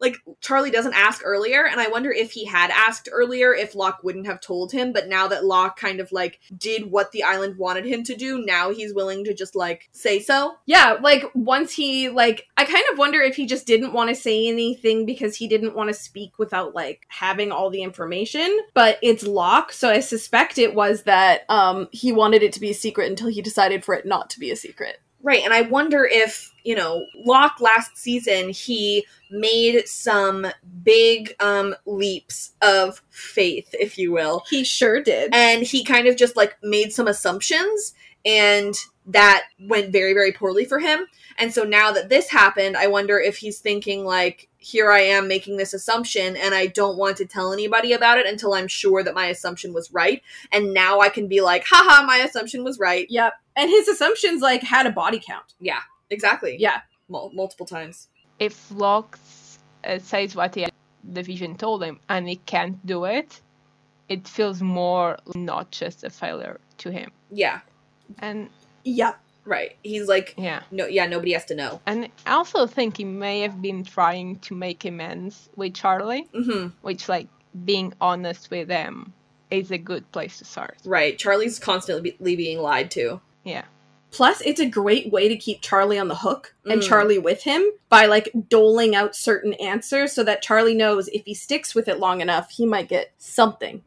Speaker 2: Like Charlie doesn't ask earlier, and I wonder if he had asked earlier if Locke wouldn't have told him. But now that Locke kind of like did what the island wanted him to do, now he's willing to just like say so.
Speaker 12: yeah like once he like i kind of wonder if he just didn't want to say anything because he didn't want to speak without like having all the information but it's locked so i suspect it was that um he wanted it to be a secret until he decided for it not to be a secret
Speaker 2: Right, and I wonder if, you know, Locke last season, he made some big um leaps of faith, if you will.
Speaker 12: he sure did
Speaker 2: And he kind of just like made some assumptions and that went very very poorly for him. And so now that this happened, I wonder if he's thinking like here I am making this assumption and I don't want to tell anybody about it until I'm sure that my assumption was right. And now I can be like, haha, my assumption was right.
Speaker 12: yep and his assumptions like had a body count
Speaker 2: Exactly.
Speaker 12: Yeah.
Speaker 2: Mul- multiple times.
Speaker 4: if Locke uh, says what he, the vision told him and he can't do it, it feels more not just a failure to him.
Speaker 2: Yeah,
Speaker 4: And
Speaker 12: yep
Speaker 2: right. He's like,
Speaker 4: yeah.
Speaker 2: no, yeah, nobody has to know.
Speaker 4: And I also think he may have been trying to make amends with Charlie,
Speaker 2: hmm
Speaker 4: which, like, being honest with them is a good place to start.
Speaker 2: Right. Charlie's constantly be- being lied to.
Speaker 4: Yeah.
Speaker 12: Plus, it's a great way to keep Charlie on the hook and
Speaker 2: Mm.
Speaker 12: Charlie with him by like doling out certain answers so that Charlie knows if he sticks with it long enough, he might get something.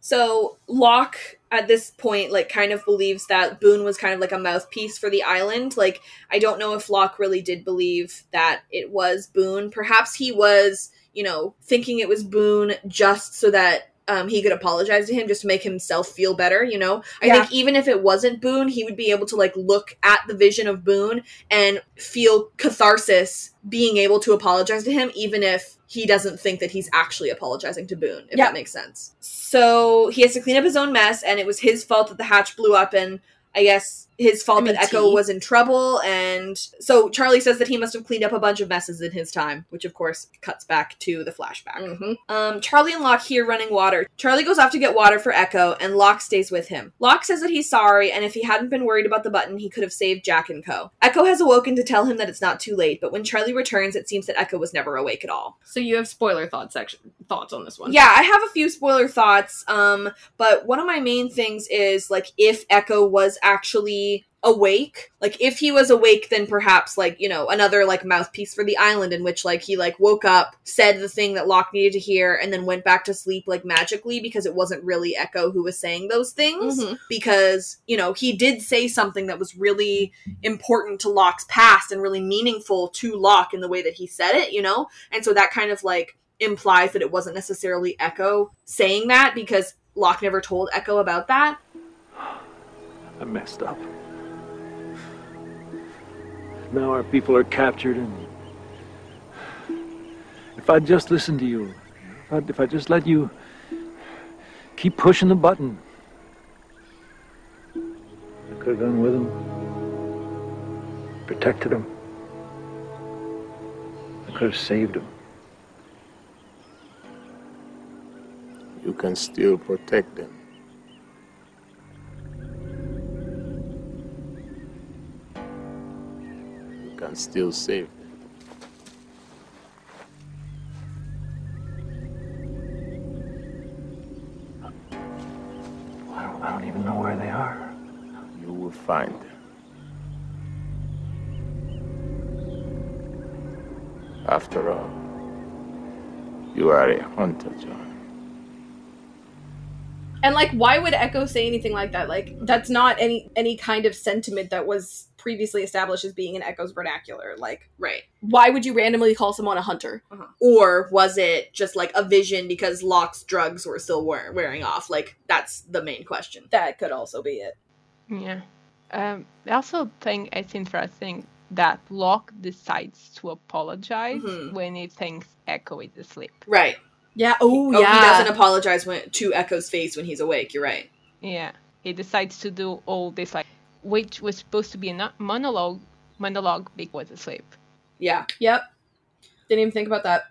Speaker 2: So Locke at this point like kind of believes that Boone was kind of like a mouthpiece for the island. Like I don't know if Locke really did believe that it was Boone. Perhaps he was, you know, thinking it was Boone just so that um, he could apologize to him just to make himself feel better, you know? I
Speaker 12: Yeah.
Speaker 2: think even if it wasn't Boone, he would be able to like look at the vision of Boone and feel catharsis being able to apologize to him, even if he doesn't think that he's actually apologizing to Boone, if
Speaker 12: Yeah.
Speaker 2: that makes sense. So he has to clean up his own mess, and it was his fault that the hatch blew up, and I guess his fault
Speaker 12: I mean,
Speaker 2: that Echo
Speaker 12: tea.
Speaker 2: was in trouble, and so Charlie says that he must have cleaned up a bunch of messes in his time, which of course cuts back to the flashback.
Speaker 12: Mm-hmm.
Speaker 2: Um, Charlie and Locke hear running water. Charlie goes off to get water for Echo, and Locke stays with him. Locke says that he's sorry, and if he hadn't been worried about the button, he could have saved Jack and Co. Echo has awoken to tell him that it's not too late, but when Charlie returns, it seems that Echo was never awake at all.
Speaker 12: So you have spoiler thought section thoughts on this one.
Speaker 2: Yeah, I have a few spoiler thoughts. Um, but one of my main things is like if Echo was actually awake, like if he was awake, then perhaps like you know another like mouthpiece for the island in which like he like woke up, said the thing that Locke needed to hear, and then went back to sleep like magically because it wasn't really Echo who was saying those things
Speaker 12: Mhm.
Speaker 2: because you know he did say something that was really important to Locke's past and really meaningful to Locke in the way that he said it, you know, and so that kind of like implies that it wasn't necessarily Echo saying that because Locke never told Echo about that.
Speaker 10: I messed up. Now our people are captured, and if I just listened to you, if I, if I just let you keep pushing the button, I could have gone with them, protected them. I could have saved them.
Speaker 14: You can still protect them. You can still save them.
Speaker 10: I don't, I don't even know where they are.
Speaker 14: You will find them. After all, you are a hunter, John.
Speaker 12: And like why would Echo say anything like that? Like that's not any any kind of sentiment that was previously established as being in Echo's vernacular. Like
Speaker 2: Right. Uh-huh.
Speaker 12: why would you randomly call someone a hunter?
Speaker 2: Or was it just like a vision because Locke's drugs were still wear- wearing off? Like, that's the main question.
Speaker 12: That could also be it.
Speaker 4: Yeah. Um, I also think it's interesting that Locke decides to apologize when he thinks Echo is asleep.
Speaker 2: Right.
Speaker 12: Yeah.
Speaker 2: Oh, he doesn't apologize when, to Echo's face when he's awake. You're right.
Speaker 4: Yeah, he decides to do all this like, which was supposed to be a no- monologue. Monologue, Big was asleep.
Speaker 2: Yeah.
Speaker 12: Yep. Didn't even think about that.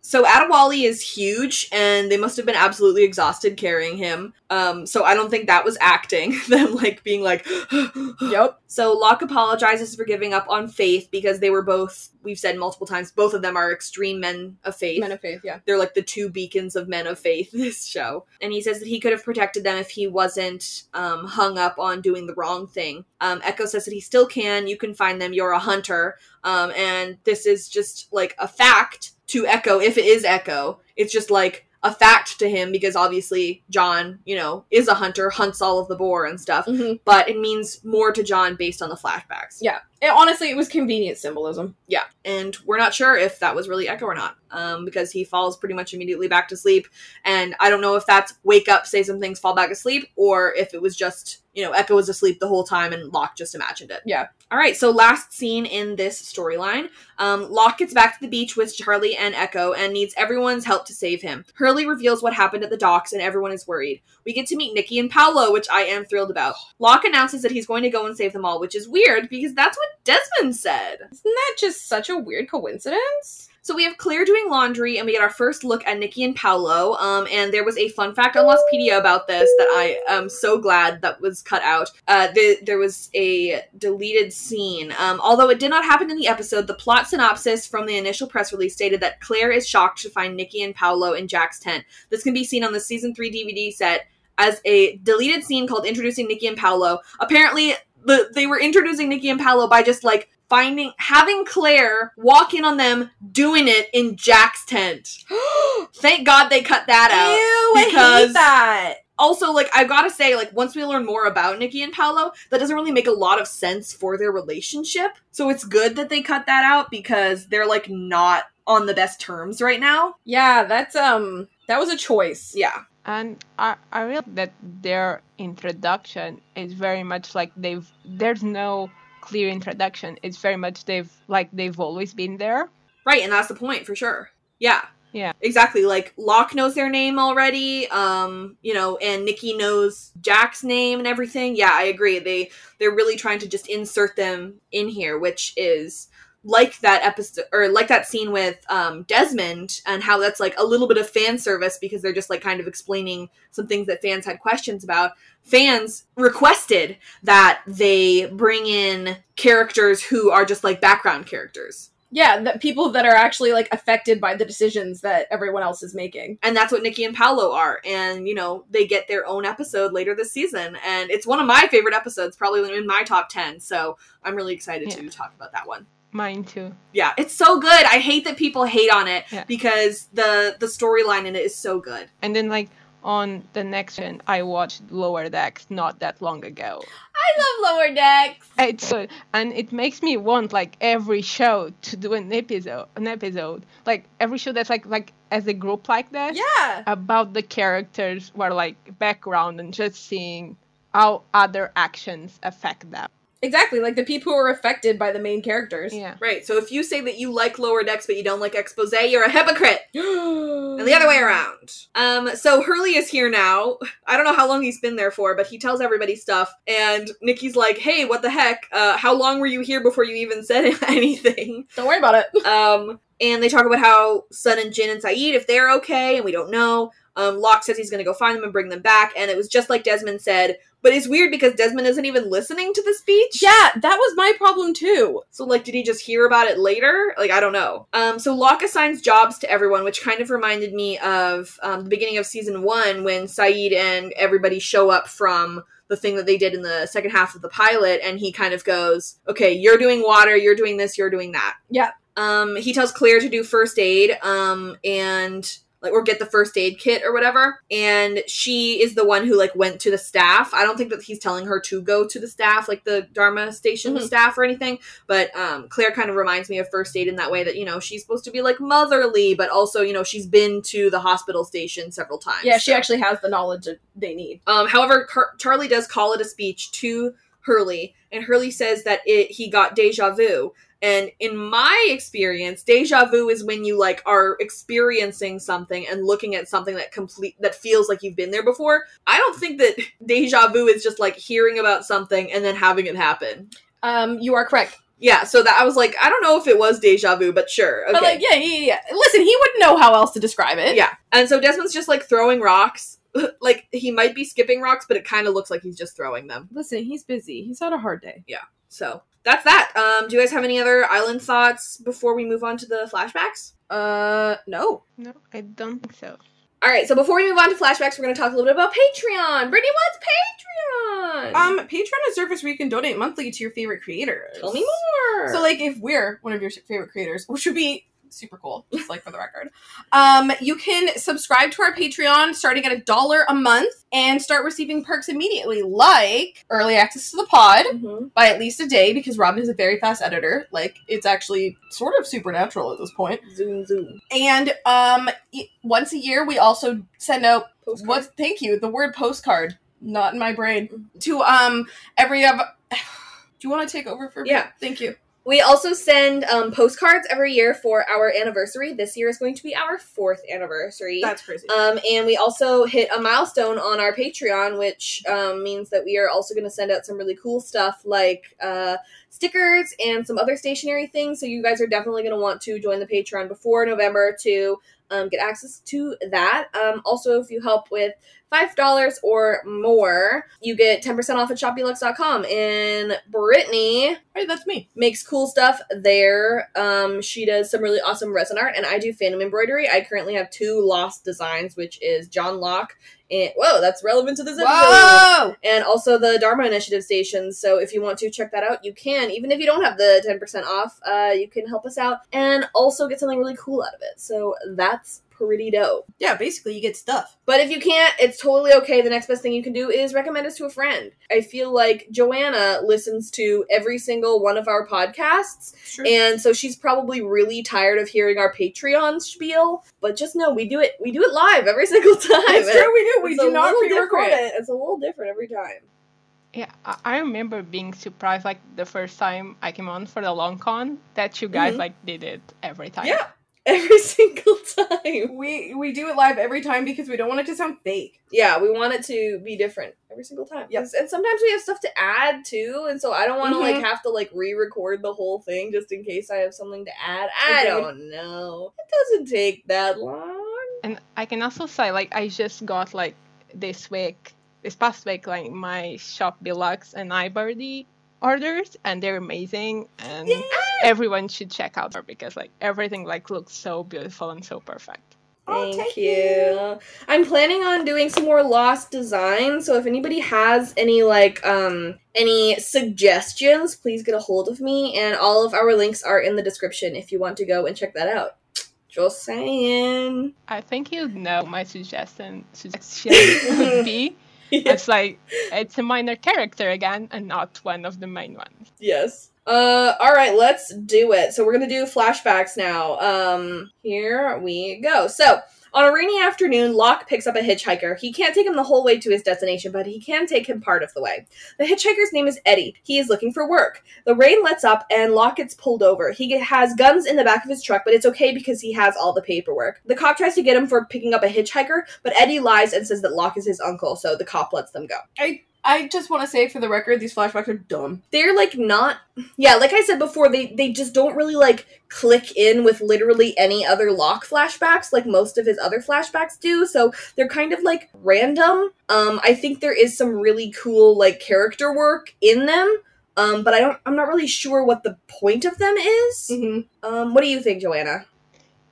Speaker 2: So Adewale is huge, and they must have been absolutely exhausted carrying him. Um, so I don't think that was acting. Them like being like,
Speaker 12: yep.
Speaker 2: So Locke apologizes for giving up on Faith because they were both. We've said multiple times both of them are extreme men of faith.
Speaker 12: Men of faith, yeah.
Speaker 2: They're like the two beacons of men of faith this show. And he says that he could have protected them if he wasn't um, hung up on doing the wrong thing. Um, Echo says that he still can. You can find them. You're a hunter. Um, and this is just like a fact to Echo, if it is Echo. It's just like a fact to him because obviously John, you know, is a hunter, hunts all of the boar and stuff. But it means more to John based on the flashbacks.
Speaker 12: Yeah. It, honestly, it was convenient symbolism.
Speaker 2: Yeah, and we're not sure if that was really Echo or not, um, because he falls pretty much immediately back to sleep. And I don't know if that's wake up, say some things, fall back asleep, or if it was just, you know, Echo was asleep the whole time and Locke just imagined it.
Speaker 12: Yeah.
Speaker 2: All right, so last scene in this storyline. Um, Locke gets back to the beach with Charlie and Echo and needs everyone's help to save him. Hurley reveals what happened at the docks and everyone is worried. We get to meet Nikki and Paolo, which I am thrilled about. Locke announces that he's going to go and save them all, which is weird because that's what Desmond said. Isn't
Speaker 12: that just such a weird coincidence?
Speaker 2: So we have Claire doing laundry, and we get our first look at Nikki and Paolo. Um, and there was a fun fact on Lostpedia about this that I am so glad that was cut out. Uh, the, there was a deleted scene. Um, although it did not happen in the episode, the plot synopsis from the initial press release stated that Claire is shocked to find Nikki and Paolo in Jack's tent. This can be seen on the season three DVD set as a deleted scene called "Introducing Nikki and Paolo." Apparently, the, they were introducing Nikki and Paolo by just like finding having Claire walk in on them doing it in Jack's tent. Thank God they cut that out.
Speaker 12: Ew, Oh, I hate that.
Speaker 2: Also, like I've got to say, like once we learn more about Nikki and Paolo, that doesn't really make a lot of sense for their relationship. So it's good that they cut that out because they're like not on the best terms right now.
Speaker 12: Yeah, that's um that was a choice.
Speaker 2: Yeah.
Speaker 4: And I, I realized that their introduction is very much like they've there's no clear introduction. It's very much they've like they've always been there.
Speaker 2: Right, and that's the point for sure. Yeah.
Speaker 4: Yeah.
Speaker 2: Exactly. Like Locke knows their name already. Um, you know, and Nikki knows Jack's name and everything. Yeah, I agree. They they're really trying to just insert them in here, which is like that episode or like that scene with um Desmond and how that's like a little bit of fan service because they're just like kind of explaining some things that fans had questions about. Fans requested that they bring in characters who are just like background characters.
Speaker 3: Yeah, that people that are actually like affected by the decisions that everyone else is making.
Speaker 2: And that's what Nikki and Paolo are. And, you know, they get their own episode later this season. And it's one of my favorite episodes, probably in my top 10. So I'm really excited to talk about that one.
Speaker 4: Mine too.
Speaker 2: Yeah, it's so good. I hate that people hate on it because the the storyline in it is so good.
Speaker 4: And then like on the next gen, I watched Lower Decks not that long ago.
Speaker 5: I love Lower Decks.
Speaker 4: It's good, and it makes me want like every show to do an episode, an episode like every show that's like like as a group like that.
Speaker 2: Yeah.
Speaker 4: About the characters were like background and just seeing how other actions affect them.
Speaker 3: Exactly, like the people who are affected by the main characters.
Speaker 4: Yeah.
Speaker 2: Right. So if you say that you like Lower Decks but you don't like Expose, you're a hypocrite. and the other way around. Um, so Hurley is here now. I don't know how long he's been there for, but he tells everybody stuff. And Nikki's like, hey, what the heck? Uh, how long were you here before you even said anything?
Speaker 3: Don't worry about it.
Speaker 2: Um, and they talk about how Sun and Jin and Saeed, if they're okay, and we don't know. Um, Locke says he's going to go find them and bring them back. And it was just like Desmond said, but it's weird because Desmond isn't even listening to the speech.
Speaker 3: Yeah, that was my problem too.
Speaker 2: So, like, did he just hear about it later? Like, I don't know. Um, so Locke assigns jobs to everyone, which kind of reminded me of um, the beginning of season one when Saeed and everybody show up from the thing that they did in the second half of the pilot, and he kind of goes, "Okay, you're doing water, you're doing this, you're doing that."
Speaker 3: Yeah.
Speaker 2: Um, he tells Claire to do first aid, um, and like or get the first aid kit or whatever. And she is the one who like went to the staff. I don't think that he's telling her to go to the staff, like the Dharma station
Speaker 3: Mhm.
Speaker 2: staff or anything. But um, Claire kind of reminds me of first aid in that way that you know she's supposed to be like motherly, but also you know she's been to the hospital station several times.
Speaker 3: Yeah, she
Speaker 2: so.
Speaker 3: actually has the knowledge that they need.
Speaker 2: Um, however, Car- Charlie does call it a speech to Hurley, and Hurley says that it he got deja vu. And in my experience, deja vu is when you like are experiencing something and looking at something that complete that feels like you've been there before. I don't think that deja vu is just like hearing about something and then having it happen.
Speaker 3: Um, you are correct.
Speaker 2: Yeah, so that I was like, I don't know if it was deja vu, but sure. Okay.
Speaker 3: But like, yeah, yeah, yeah. Listen, he wouldn't know how else to describe it.
Speaker 2: Yeah. And so Desmond's just like throwing rocks. like he might be skipping rocks, but it kind of looks like he's just throwing them.
Speaker 3: Listen, he's busy. He's had a hard day.
Speaker 2: So that's that. Um, do you guys have any other island thoughts before we move on to the flashbacks?
Speaker 3: Uh, no.
Speaker 4: No, I don't think so.
Speaker 2: All right. So before we move on to flashbacks, we're going to talk a little bit about Patreon. Brittany, what's Patreon?
Speaker 3: Um, Patreon is a service where you can donate monthly to your favorite creators.
Speaker 2: tell me more.
Speaker 3: So, like, if we're one of your favorite creators, which would be super cool, just like for the record, um, you can subscribe to our Patreon starting at a dollar a month and start receiving perks immediately, like early access to the pod
Speaker 2: Mhm.
Speaker 3: by at least a day because Robin is a very fast editor. Like, it's actually sort of supernatural at this point.
Speaker 2: zoom zoom.
Speaker 3: And um, y- once a year, we also send out
Speaker 2: Postcard.
Speaker 3: what? Thank you. The word postcard, not in my brain. To um, every of. Do you want to take over for?
Speaker 2: Yeah.
Speaker 3: Thank you.
Speaker 2: We also send um, postcards every year for our anniversary. This year is going to be our fourth anniversary.
Speaker 3: That's crazy.
Speaker 2: Um, and we also hit a milestone on our Patreon, which um, means that we are also going to send out some really cool stuff like uh, stickers and some other stationary things. So you guys are definitely going to want to join the Patreon before November to um, get access to that. Um, also, if you help with $5 or more, you get 10% off at shopbelux.com. And Brittany
Speaker 3: hey, that's me.
Speaker 2: makes cool stuff there. Um, she does some really awesome resin art, and I do phantom embroidery. I currently have two lost designs, which is John Locke and whoa, that's relevant to this episode.
Speaker 3: Whoa!
Speaker 2: And also the Dharma Initiative station. So if you want to check that out, you can. Even if you don't have the ten percent off, uh, you can help us out and also get something really cool out of it. So that's pretty dope.
Speaker 3: Yeah, basically, you get stuff.
Speaker 2: But if you can't, it's totally okay. The next best thing you can do is recommend us to a friend. I feel like Joanna listens to every single one of our podcasts,
Speaker 3: Sure.
Speaker 2: and so she's probably really tired of hearing our Patreon spiel. But just know we do it we do it live every single time.
Speaker 3: it's true. We do. We
Speaker 2: It's a
Speaker 3: do not
Speaker 2: little
Speaker 3: pre-record
Speaker 2: different.
Speaker 3: it.
Speaker 2: It's a little different every time.
Speaker 4: Yeah, I- I remember being surprised like the first time I came on for the long con that you guys
Speaker 2: Mhm.
Speaker 4: like did it every time.
Speaker 2: Yeah. every single time.
Speaker 12: We we do it live every time because we don't want it to sound fake.
Speaker 2: Yeah, we want it to be different every single time. Yes, and sometimes we have stuff to add too, and so I don't want to like
Speaker 12: Mhm.
Speaker 2: have to like re-record the whole thing just in case I have something to add. I
Speaker 4: Agreed.
Speaker 2: don't know. It doesn't take that long.
Speaker 4: And I can also say, like, I just got like this week, this past week, like my shop deluxe and iBirdy orders, and they're amazing, and
Speaker 12: Mm.
Speaker 4: everyone should check out her because like everything like looks so beautiful and so perfect.
Speaker 2: Thank you. I'm planning on doing some more lost design, so if anybody has any like um any suggestions, please get a hold of me and all of our links are in the description if you want to go and check that out. Just saying.
Speaker 4: I think you know my suggestion suggestion would be. It's like it's a minor character again and not one of the main ones.
Speaker 2: Yes. Uh all right, let's do it. So we're going to do flashbacks now. Um here we go. So, on a rainy afternoon, Locke picks up a hitchhiker. He can't take him the whole way to his destination, but he can take him part of the way. The hitchhiker's name is Eddie. He is looking for work. The rain lets up and Locke gets pulled over. He get- has guns in the back of his truck, but it's okay because he has all the paperwork. The cop tries to get him for picking up a hitchhiker, but Eddie lies and says that Locke is his uncle, so the cop lets them go.
Speaker 12: I I just want to say for the record, these flashbacks are dumb.
Speaker 2: they're like not yeah like i said before they they just don't really like click in with literally any other lock flashbacks like most of his other flashbacks do so they're kind of like random um i think there is some really cool like character work in them um but i don't i'm not really sure what the point of them is
Speaker 12: Mm-hmm.
Speaker 2: um what do you think joanna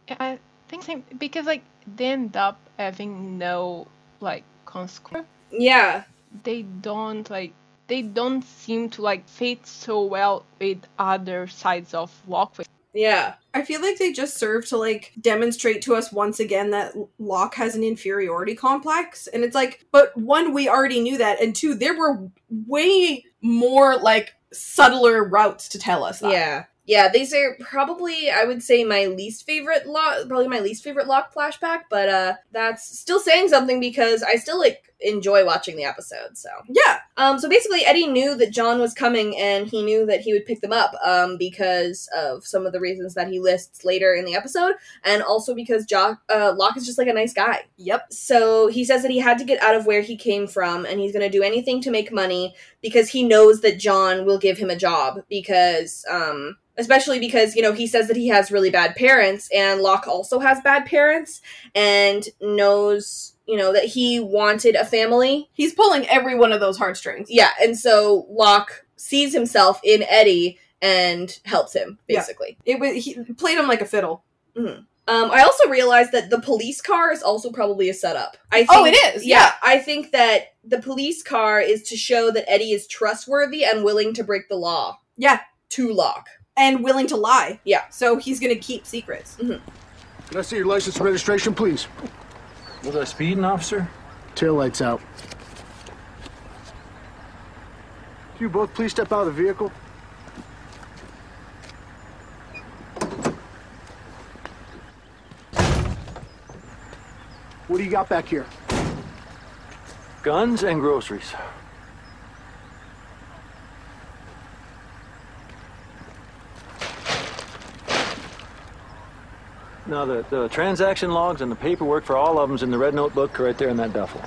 Speaker 4: Yeah, I think same because like they end up having no like consequence.
Speaker 2: Yeah.
Speaker 4: They don't like they don't seem to like fit so well with other sides of walkway.
Speaker 2: Yeah.
Speaker 12: I feel like they just serve to like demonstrate to us once again that Locke has an inferiority complex. And it's like, but one, we already knew that, and two, there were way more like subtler routes to tell us that.
Speaker 2: Yeah. Yeah, these are probably I would say my least favorite lock probably my least favorite lock flashback, but uh that's still saying something because I still like enjoy watching the episode, so.
Speaker 12: Yeah.
Speaker 2: Um so basically Eddie knew that John was coming and he knew that he would pick them up um because of some of the reasons that he lists later in the episode and also because jo- uh, Locke is just like a nice guy.
Speaker 12: Yep.
Speaker 2: So he says that he had to get out of where he came from and he's going to do anything to make money because he knows that John will give him a job because um especially because you know he says that he has really bad parents and Locke also has bad parents and knows you know that he wanted a family.
Speaker 12: He's pulling every one of those heartstrings.
Speaker 2: Yeah, and so Locke sees himself in Eddie and helps him
Speaker 12: Yeah.
Speaker 2: basically.
Speaker 12: It was he played him like a fiddle.
Speaker 2: Mhm. Um, I also realized that the police car is also probably a setup. I think,
Speaker 12: Oh, it is, yeah.
Speaker 2: I think that the police car is to show that Eddie is trustworthy and willing to break the law
Speaker 12: Yeah.
Speaker 2: to Locke.
Speaker 12: And willing to lie.
Speaker 2: Yeah.
Speaker 12: So he's gonna keep secrets.
Speaker 15: Can I see your license and registration, please?
Speaker 10: Was I speeding, officer?
Speaker 15: Taillights out. Can you both please step out of the vehicle? What do you got back here?
Speaker 10: Guns and groceries. Now, the, the transaction logs and the paperwork for all of them's in the red notebook right there in that duffel.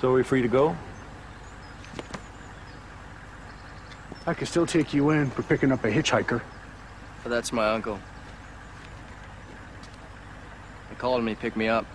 Speaker 10: So are we free to go?
Speaker 15: I could still take you in for picking up a hitchhiker.
Speaker 16: But that's my uncle. He called me, picked me up.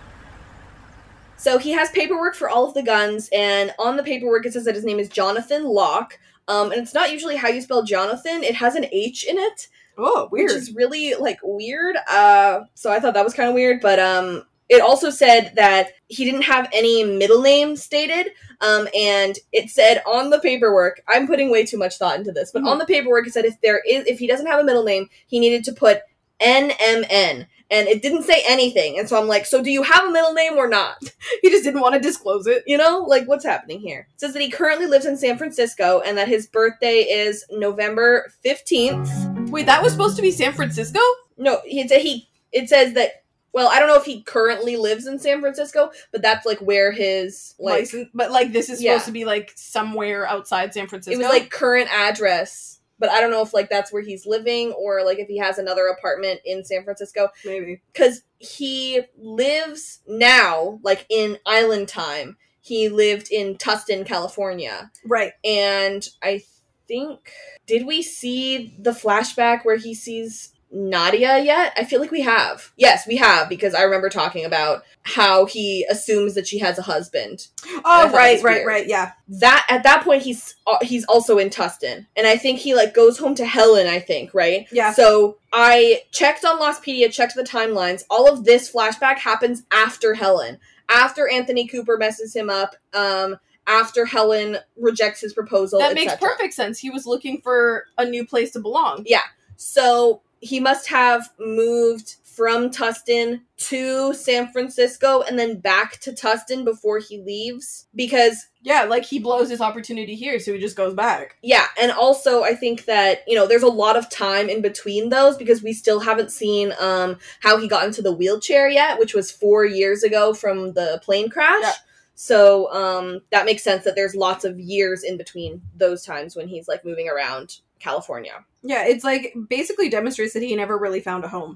Speaker 2: So he has paperwork for all of the guns, and on the paperwork it says that his name is Jonathan Locke. Um, and it's not usually how you spell Jonathan; it has an H in it.
Speaker 12: Oh, weird.
Speaker 2: Which is really like weird. Uh, so I thought that was kind of weird, but um, it also said that he didn't have any middle name stated. Um, and it said on the paperwork, I'm putting way too much thought into this, but
Speaker 12: Mm-hmm.
Speaker 2: on the paperwork it said if there is if he doesn't have a middle name, he needed to put NMN. And it didn't say anything. And so I'm like, so do you have a middle name or not?
Speaker 12: he just didn't want to disclose it.
Speaker 2: You know, like what's happening here? It says that he currently lives in San Francisco and that his birthday is November 15th.
Speaker 12: Wait, that was supposed to be San Francisco?
Speaker 2: No, he said he it says that Well, I don't know if he currently lives in San Francisco, but that's like where his like
Speaker 12: License- but like this is
Speaker 2: Yeah.
Speaker 12: supposed to be like somewhere outside San Francisco.
Speaker 2: it was like current address, but I don't know if like that's where he's living or like if he has another apartment in San Francisco
Speaker 12: maybe
Speaker 2: because he lives now like in island time. He lived in Tustin, California.
Speaker 12: right.
Speaker 2: and I think did we see the flashback where he sees Nadia yet? I feel like we have. Yes, we have because I remember talking about how he assumes that she has a husband.
Speaker 12: Oh
Speaker 2: thought
Speaker 12: right,
Speaker 2: that's
Speaker 12: right,
Speaker 2: weird.
Speaker 12: right. Yeah.
Speaker 2: That at that point he's uh, he's also in Tustin, and I think he like goes home to Helen. I think right.
Speaker 12: Yeah.
Speaker 2: So I checked on Lostpedia, checked the timelines. All of this flashback happens after Helen, after Anthony Cooper messes him up. Um. After Helen rejects his proposal,
Speaker 12: that makes
Speaker 2: etc..
Speaker 12: perfect sense. He was looking for a new place to belong.
Speaker 2: Yeah. So he must have moved from Tustin to San Francisco and then back to Tustin before he leaves because
Speaker 12: Yeah, like he blows his opportunity here, so he just goes back.
Speaker 2: yeah, and also I think that, you know, there's a lot of time in between those because we still haven't seen um how he got into the wheelchair yet, which was 4 years ago from the plane crash.
Speaker 12: Yeah.
Speaker 2: So um that makes sense that there's lots of years in between those times when he's like moving around California.
Speaker 12: Yeah, it's like basically demonstrates that he never really found a home.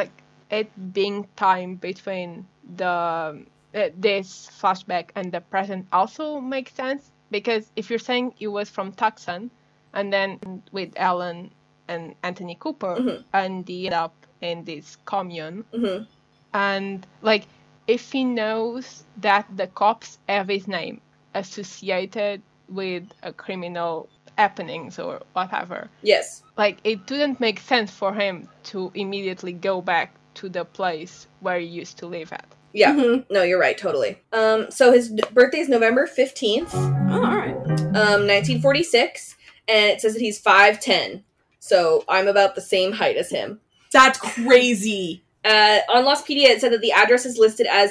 Speaker 4: like it being time between the um, uh, this flashback and the present also makes sense because if you're saying it was from Tucson and then with Alan and Anthony Cooper
Speaker 2: Mhm.
Speaker 4: and they end up in this commune
Speaker 2: Mhm.
Speaker 4: and like if he knows that the cops have his name associated with a criminal happenings or whatever
Speaker 2: Yes.
Speaker 4: like it didn't make sense for him to immediately go back to the place where he used to live at.
Speaker 2: Yeah.
Speaker 12: Mm-hmm.
Speaker 2: No, you're right. Totally. Um, so his d- birthday is November 15th,
Speaker 12: Oh, all right.
Speaker 2: um, 1946, and it says that he's 5'10. So I'm about the same height as him.
Speaker 12: That's crazy.
Speaker 2: Uh, on Lostpedia, it said that the address is listed as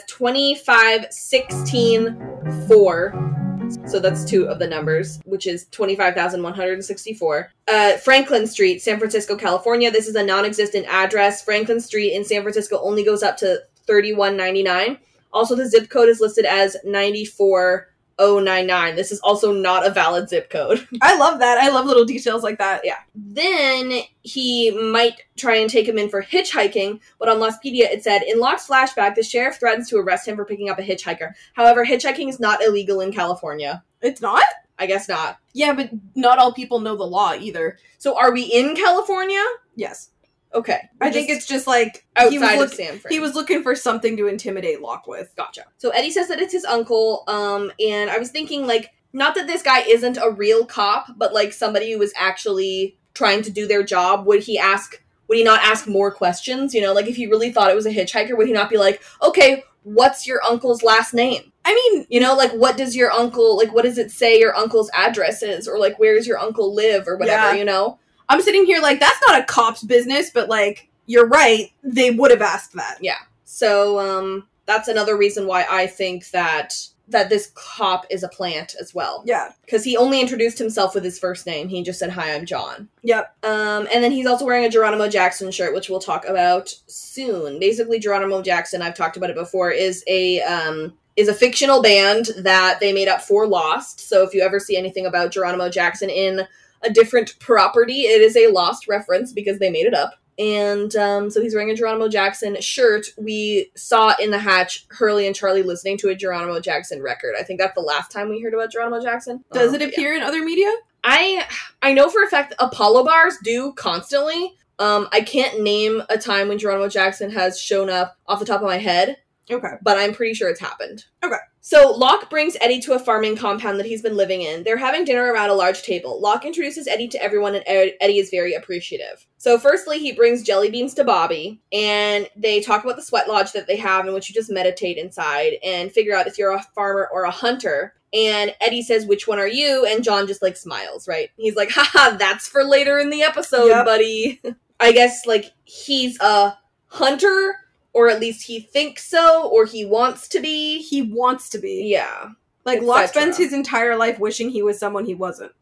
Speaker 2: 25164. 4. So that's two of the numbers, which is 25,164. Uh, Franklin Street, San Francisco, California. This is a non existent address. Franklin Street in San Francisco only goes up to 3199. Also, the zip code is listed as 94099. This is also not a valid zip code.
Speaker 12: I love that. I love little details like that.
Speaker 2: Yeah. Then he might try and take him in for hitchhiking, but on Lostpedia it said in Locke's flashback, the sheriff threatens to arrest him for picking up a hitchhiker. However, hitchhiking is not illegal in California.
Speaker 12: It's not?
Speaker 2: I guess not.
Speaker 12: Yeah, but not all people know the law either.
Speaker 2: So are we in California?
Speaker 12: Yes.
Speaker 2: Okay.
Speaker 12: I think it's just like he was
Speaker 2: outside
Speaker 12: look-
Speaker 2: of San Fran.
Speaker 12: He was looking for something to intimidate Locke with.
Speaker 2: Gotcha. So Eddie says that it's his uncle, um, and I was thinking like not that this guy isn't a real cop, but like somebody who was actually trying to do their job, would he ask would he not ask more questions? You know, like if he really thought it was a hitchhiker, would he not be like, Okay, what's your uncle's last name?
Speaker 12: I mean,
Speaker 2: You know, like what does your uncle like what does it say your uncle's address is or like where does your uncle live or whatever,
Speaker 12: Yeah.
Speaker 2: you know?
Speaker 12: I'm sitting here like that's not a cop's business, but like you're right, they would have asked that.
Speaker 2: Yeah. So um that's another reason why I think that that this cop is a plant as well.
Speaker 12: Yeah.
Speaker 2: because he only introduced himself with his first name. He just said, "Hi, I'm John."
Speaker 12: Yep.
Speaker 2: Um, and then he's also wearing a Geronimo Jackson shirt, which we'll talk about soon. Basically, Geronimo Jackson, I've talked about it before, is a um, is a fictional band that they made up for Lost. So if you ever see anything about Geronimo Jackson in a different property, it is a Lost reference because they made it up. And um, so he's wearing a Geronimo Jackson shirt. We saw in the hatch Hurley and Charlie listening to a Geronimo Jackson record. I think that's the last time we heard about Geronimo Jackson.
Speaker 12: Does
Speaker 2: Um,
Speaker 3: Uh-huh.
Speaker 12: it
Speaker 2: yeah.
Speaker 12: appear in other media?
Speaker 2: I I know for a fact that Apollo bars do constantly. Um, I can't name a time when Geronimo Jackson has shown up off the top of my head,
Speaker 12: Okay.
Speaker 2: but I'm pretty sure it's happened.
Speaker 12: Okay.
Speaker 2: So Locke brings Eddie to a farming compound that he's been living in. They're having dinner around a large table. Locke introduces Eddie to everyone, and Ed- Eddie is very appreciative. So, firstly, he brings jelly beans to Bobby, and they talk about the sweat lodge that they have, in which you just meditate inside and figure out if you're a farmer or a hunter. And Eddie says, "Which one are you?" And John just like smiles, right? He's like, "Haha, that's for later in the episode,
Speaker 12: Yep.
Speaker 2: buddy." I guess like he's a hunter, or at least he thinks so, or he wants to be.
Speaker 12: He wants to be.
Speaker 2: Yeah.
Speaker 12: Like Locke spends his entire life wishing he was someone he wasn't.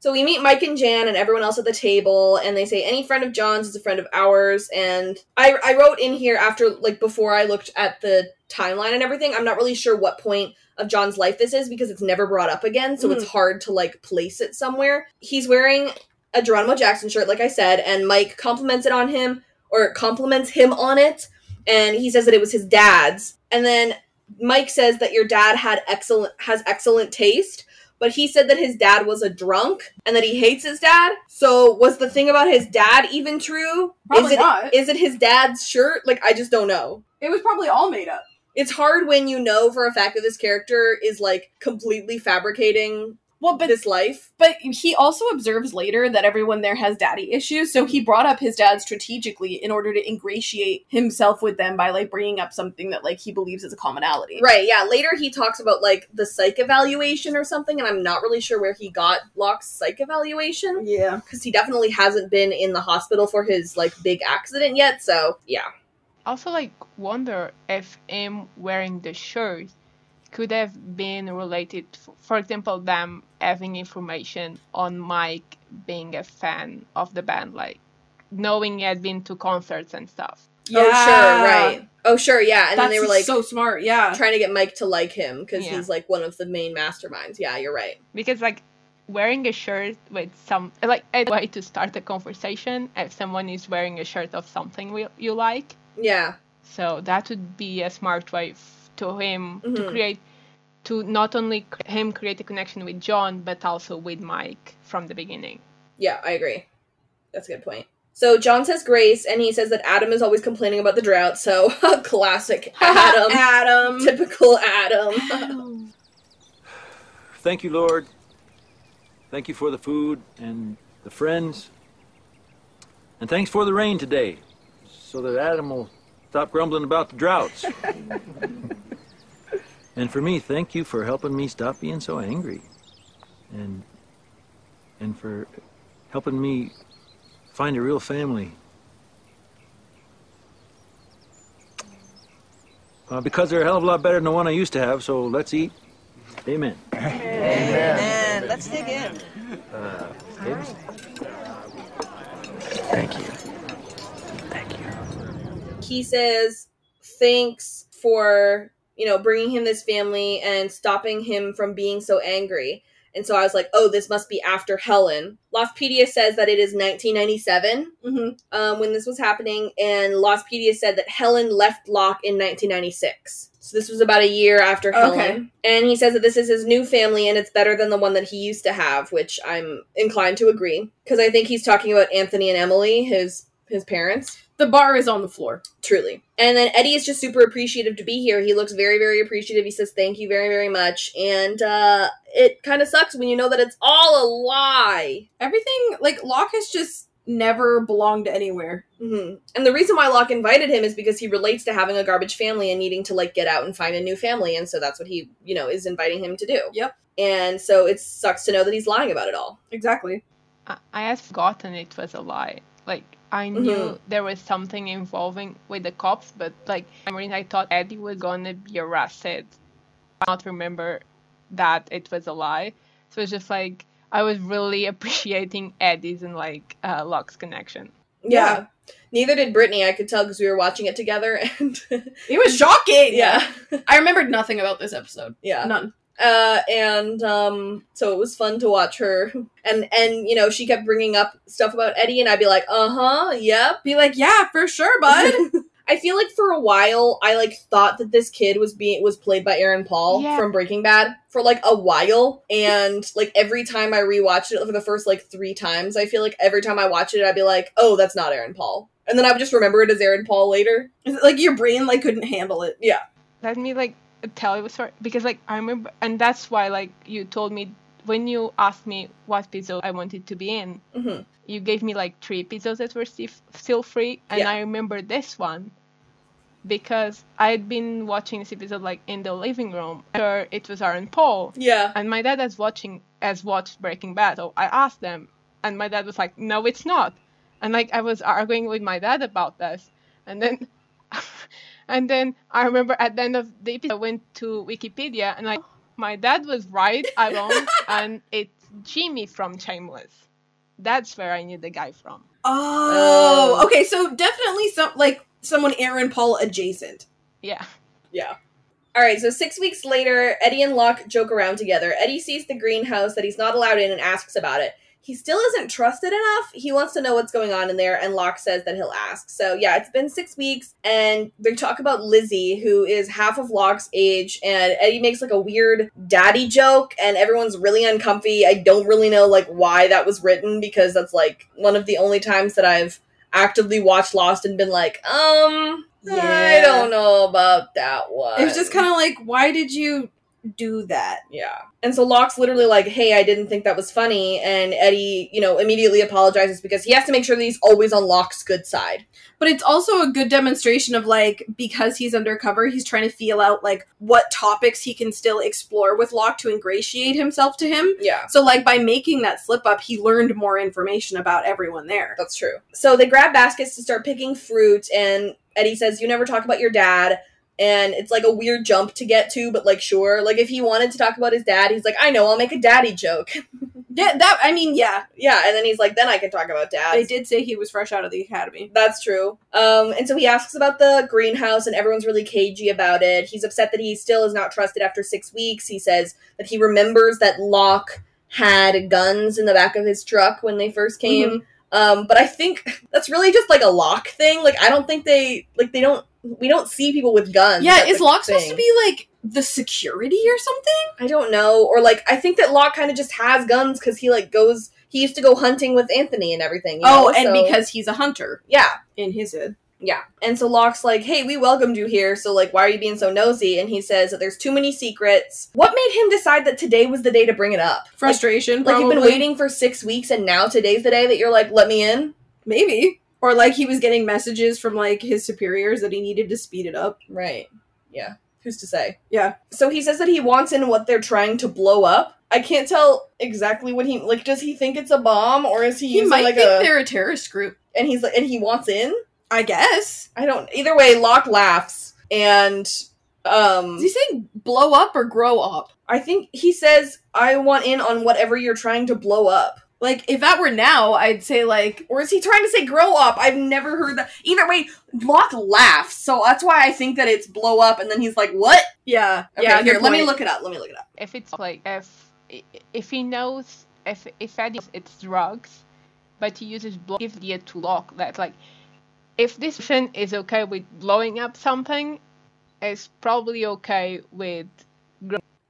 Speaker 2: So we meet Mike and Jan and everyone else at the table, and they say any friend of John's is a friend of ours. And I, I wrote in here after, like, before I looked at the timeline and everything, I'm not really sure what point of John's life this is because it's never brought up again, so it's
Speaker 12: Mm.
Speaker 2: hard to, like, place it somewhere. He's wearing a Geronimo Jackson shirt, like I said, and Mike compliments it on him, or compliments him on it, and he says that it was his dad's. And then Mike says that your dad had excellent has excellent taste, but he said that his dad was a drunk and that he hates his dad. So was the thing about his dad even true?
Speaker 12: Probably
Speaker 2: is it,
Speaker 12: not.
Speaker 2: Is it his dad's shirt? Like I just don't know.
Speaker 12: It was probably all made up.
Speaker 2: It's hard when you know for a fact that this character is like completely fabricating
Speaker 12: well, but
Speaker 2: this life.
Speaker 12: But he also observes later that everyone there has daddy issues, so he brought up his dad strategically in order to ingratiate himself with them by like bringing up something that like he believes is a commonality.
Speaker 2: Right, yeah. Later he talks about like the psych evaluation or something, and I'm not really sure where he got Locke's psych evaluation.
Speaker 12: Yeah.
Speaker 2: Because he definitely hasn't been in the hospital for his like big accident yet, so yeah.
Speaker 4: also like wonder if him wearing the shirt could have been related f- for example them having information on mike being a fan of the band like knowing he had been to concerts and stuff
Speaker 2: Oh sure, right. Oh sure, yeah. And then they
Speaker 4: That's
Speaker 2: were like
Speaker 12: so smart, yeah.
Speaker 2: Trying to get Mike to like him because
Speaker 4: Yeah.
Speaker 2: he's like one of the main masterminds. Yeah, you're right.
Speaker 4: because like wearing a shirt with some like a way to start a conversation if someone is wearing a shirt of something we, you like
Speaker 2: Yeah.
Speaker 4: So that would be a smart way f- to him
Speaker 2: Mhm.
Speaker 4: to create, to not only c- him create a connection with John, but also with Mike from the beginning.
Speaker 2: Yeah, I agree. That's a good point. So John says grace, and he says that Adam is always complaining about the drought. So classic Adam.
Speaker 12: Adam.
Speaker 2: Typical Adam.
Speaker 10: Thank you, Lord. Thank you for the food and the friends. And thanks for the rain today, so that Adam will stop grumbling about the droughts. and for me, thank you for helping me stop being so angry. And and for helping me find a real family. Uh, because they're a hell of a lot better than the one I used to have, so let's eat. Amen.
Speaker 17: Amen. Let's dig in.
Speaker 10: Uh, Davis?
Speaker 2: he says thanks for you know bringing him this family and stopping him from being so angry and so i was like oh this must be after helen lostpedia says that it is 1997 um, when this was happening and lostpedia said that helen left locke in 1996 so this was about a year after helen
Speaker 12: Okay.
Speaker 2: and he says that this is his new family and it's better than the one that he used to have which i'm inclined to agree because i think he's talking about anthony and emily his his parents
Speaker 12: the bar is on the floor
Speaker 2: truly and then eddie is just super appreciative to be here he looks very very appreciative he says thank you very very much and uh it kind of sucks when you know that it's all a lie
Speaker 12: Everything like Locke has just never belonged anywhere.
Speaker 2: hmm and the reason why locke invited him is because he relates to having a garbage family and needing to like get out and find a new family and so that's what he you know is inviting him to do
Speaker 12: yep
Speaker 2: and so it sucks to know that he's lying about it all
Speaker 12: Exactly.
Speaker 4: I, I had forgotten it was a lie. Like I knew
Speaker 2: Mhm.
Speaker 4: there was something involving with the cops, but like I mean, I thought Eddie was gonna be arrested. I don't remember that it was a lie. So it's just like I was really appreciating Eddie's and like uh, Locke's connection.
Speaker 2: yeah, neither did brittany i could tell because we were watching it together and
Speaker 12: It was shocking.
Speaker 2: Yeah.
Speaker 12: I remembered nothing about this episode.
Speaker 2: Yeah.
Speaker 12: None.
Speaker 2: Uh, and um, so it was fun to watch her. And and you know she kept bringing up stuff about Eddie, and I'd be like, uh huh, yep.
Speaker 12: Be like, yeah, for sure, bud.
Speaker 2: I feel like for a while I like thought that this kid was being was played by Aaron Paul
Speaker 4: Yeah.
Speaker 2: from Breaking Bad for like a while, and like every time I rewatched it for the first like three times, I feel like every time I watch it, I'd be like, oh, that's not Aaron Paul, and then I would just remember it as Aaron Paul later.
Speaker 12: Is it like your brain like couldn't handle it?
Speaker 2: Yeah.
Speaker 4: let me like tell you a story because like I remember, and that's why like you told me when you asked me what episode I wanted to be in,
Speaker 2: Mhm.
Speaker 4: you gave me like three episodes that were still still free, and
Speaker 2: Yeah.
Speaker 4: I remember this one because I had been watching this episode like in the living room. Sure, it was Aaron Paul.
Speaker 2: Yeah.
Speaker 4: And my dad has watching has watched Breaking Bad, so I asked them, and my dad was like, "No, it's not." And like I was arguing with my dad about this, and then and then I remember at the end of the episode, I went to Wikipedia and like, my dad was right. I won, and it's Jimmy from Shameless. That's where I knew the guy from.
Speaker 2: Um,
Speaker 3: Oh, okay. So definitely some like someone Aaron Paul adjacent.
Speaker 4: Yeah.
Speaker 2: Yeah. All right, so six weeks later, Eddie and Locke joke around together. Eddie sees the greenhouse that he's not allowed in and asks about it. He still isn't trusted enough. He wants to know what's going on in there, and Locke says that he'll ask. So, yeah, it's been six weeks, and they talk about Lizzie, who is half of Locke's age, and Eddie makes like a weird daddy joke, and everyone's really uncomfy. I don't really know like why that was written because that's like one of the only times that I've actively watched Lost and been like, um, I
Speaker 3: Yeah.
Speaker 2: don't know about that one.
Speaker 3: It was just kind of like, why did you do that?
Speaker 2: Yeah. And so Locke's literally like, hey, I didn't think that was funny. And Eddie, you know, immediately apologizes because he has to make sure that he's always on Locke's good side.
Speaker 3: But it's also a good demonstration of like because he's undercover, he's trying to feel out like what topics he can still explore with Locke to ingratiate himself to him.
Speaker 2: Yeah.
Speaker 3: So like by making that slip up, he learned more information about everyone there.
Speaker 2: That's true. So they grab baskets to start picking fruit. And Eddie says, you never talk about your dad. And it's like a weird jump to get to, but like, sure. Like, if he wanted to talk about his dad, he's like, I know, I'll make a daddy joke.
Speaker 3: Yeah, that I mean, yeah.
Speaker 2: yeah. And then he's like, then I can talk about dad.
Speaker 3: They did say he was fresh out of the academy.
Speaker 2: That's true. Um, and so he asks about the greenhouse, and everyone's really cagey about it. He's upset that he still is not trusted after six weeks. He says that he remembers that Locke had guns in the back of his truck when they first came.
Speaker 3: Mm-hmm.
Speaker 2: Um, but I think that's really just like a Locke thing. Like I don't think they like they don't we don't see people with guns.
Speaker 3: Yeah,
Speaker 2: That's
Speaker 3: is
Speaker 2: the
Speaker 3: Locke supposed
Speaker 2: thing.
Speaker 3: to be like the security or something?
Speaker 2: I don't know, or like I think that Locke kind of just has guns because he like goes. He used to go hunting with Anthony and everything. you
Speaker 3: oh,
Speaker 2: know,
Speaker 3: and
Speaker 2: so-
Speaker 3: because he's a hunter
Speaker 2: yeah,
Speaker 3: in his head.
Speaker 2: Yeah. And so Locke's like, hey, we welcomed you here, so like, why are you being so nosy? And he says that there's too many secrets. What made him decide that today was the day to bring it up?
Speaker 3: Frustration.
Speaker 2: Like, like you've been
Speaker 3: probably.
Speaker 2: waiting for six weeks and now today's the day that you're like, let me in?
Speaker 3: Maybe. Or like he was getting messages from like his superiors that he needed to speed it up.
Speaker 2: Right. Yeah. Who's to say?
Speaker 3: Yeah.
Speaker 2: So he says that he wants in what they're trying to blow up. I can't tell exactly what he like. Does he think it's a bomb, or is he,
Speaker 3: He
Speaker 2: using
Speaker 3: might
Speaker 2: like
Speaker 3: think
Speaker 2: a?
Speaker 3: they're a terrorist group.
Speaker 2: and he's like, and he wants in.
Speaker 3: I guess.
Speaker 2: I don't. Either way, Locke laughs, and um,
Speaker 3: Is he saying blow up or grow up?
Speaker 2: I think he says, I want in on whatever you're trying to blow up.
Speaker 3: Like if that were now, I'd say like
Speaker 2: Or is he trying to say grow up? I've never heard that. Either way, Locke laughs, so that's why I think that it's blow up, and then he's like, what?
Speaker 3: yeah,
Speaker 2: Okay,
Speaker 3: yeah.
Speaker 2: here,
Speaker 3: good
Speaker 2: let me
Speaker 3: point.
Speaker 2: look it up. Let me look it up.
Speaker 4: If it's like if if he knows if if Eddie knows it's drugs, but he uses block give the to lock that like if this person is okay with blowing up something, it's probably okay with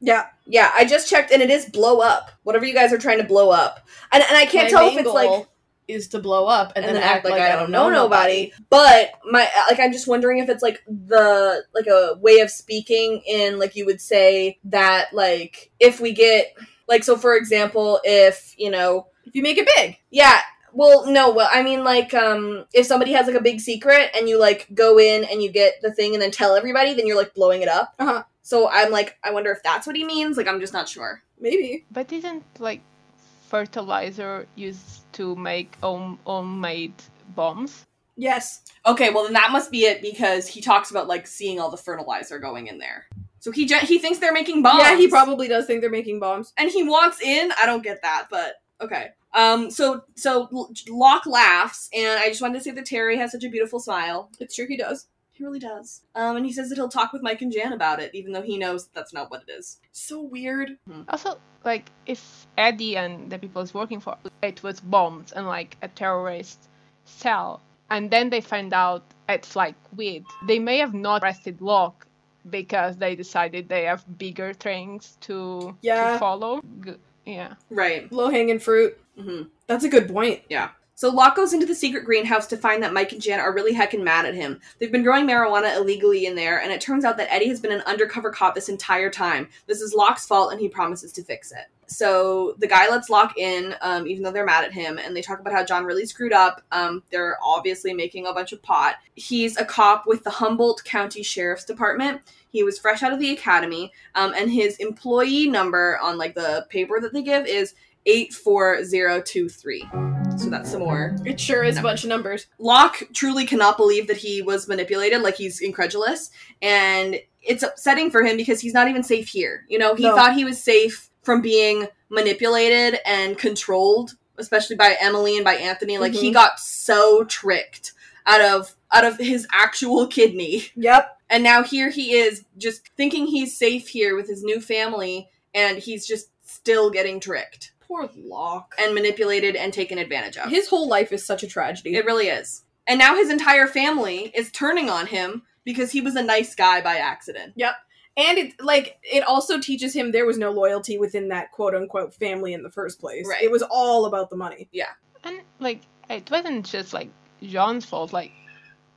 Speaker 3: Yeah,
Speaker 2: Yeah, I just checked, and it is blow up. Whatever you guys are trying to blow up. And, and I can't
Speaker 3: My
Speaker 2: tell if
Speaker 3: main
Speaker 2: it's
Speaker 3: goal
Speaker 2: like.
Speaker 3: is to blow up and,
Speaker 2: and, then, act like, I don't know nobody. But my like I'm just wondering if it's like the like a way of speaking in like you would say that like if we get like so for example if you know
Speaker 3: If you make it big,
Speaker 2: yeah well no well I mean like um if somebody has like a big secret and you like go in and you get the thing and then tell everybody then you're like blowing it up.
Speaker 3: Uh-huh.
Speaker 2: So I'm like I wonder if that's what he means like I'm just not sure.
Speaker 3: maybe.
Speaker 4: But isn't like fertilizer used to make home homemade bombs?
Speaker 3: Yes.
Speaker 2: Okay, well then that must be it because he talks about like seeing all the fertilizer going in there. So he ju- he thinks they're making bombs.
Speaker 3: Yeah, he probably does think they're making bombs.
Speaker 2: and he wants in. I don't get that, but okay. Um, so so L- Locke laughs, and I just wanted to say that Terry has such a beautiful smile.
Speaker 3: It's true, he does.
Speaker 2: He really does. Um, and he says that he'll talk with Mike and Jan about it, even though he knows that's not what it is. Hmm.
Speaker 3: So weird.
Speaker 4: Also, like if Eddie and the people he's working for it was bombs and like a terrorist cell, and then they find out it's like weed, they may have not arrested Locke because they decided they have bigger things to
Speaker 3: Yeah.
Speaker 4: to follow. G- yeah.
Speaker 2: Right.
Speaker 3: Low hanging fruit.
Speaker 2: Mm-hmm.
Speaker 3: That's a good point.
Speaker 2: Yeah. So Locke goes into the secret greenhouse to find that Mike and Jan are really heckin' mad at him. They've been growing marijuana illegally in there, and it turns out that Eddie has been an undercover cop this entire time. This is Locke's fault, and he promises to fix it. So the guy lets Locke in, um, even though they're mad at him, and they talk about how John really screwed up. Um, they're obviously making a bunch of pot. He's a cop with the Humboldt County Sheriff's Department. He was fresh out of the academy, um, and his employee number on like the paper that they give is eight four zero two three. So that's some more.
Speaker 3: It sure is a bunch of numbers.
Speaker 2: Locke truly cannot believe that he was manipulated, like he's incredulous. And it's upsetting for him because he's not even safe here. You know, he
Speaker 3: No.
Speaker 2: thought he was safe from being manipulated and controlled, especially by Emily and by Anthony. Like he
Speaker 3: Mhm.
Speaker 2: got so tricked out of out of his actual kidney.
Speaker 3: Yep.
Speaker 2: And now here he is just thinking he's safe here with his new family and he's just still getting tricked
Speaker 3: Poor Locke.
Speaker 2: and manipulated and taken advantage of.
Speaker 3: His whole life is such a tragedy.
Speaker 2: It really is. And now his entire family is turning on him because he was a nice guy by accident.
Speaker 3: Yep. And it like it also teaches him there was no loyalty within that quote unquote family in the first place.
Speaker 2: Right.
Speaker 3: It was all about the money.
Speaker 2: Yeah.
Speaker 4: And like it wasn't just like John's fault. Like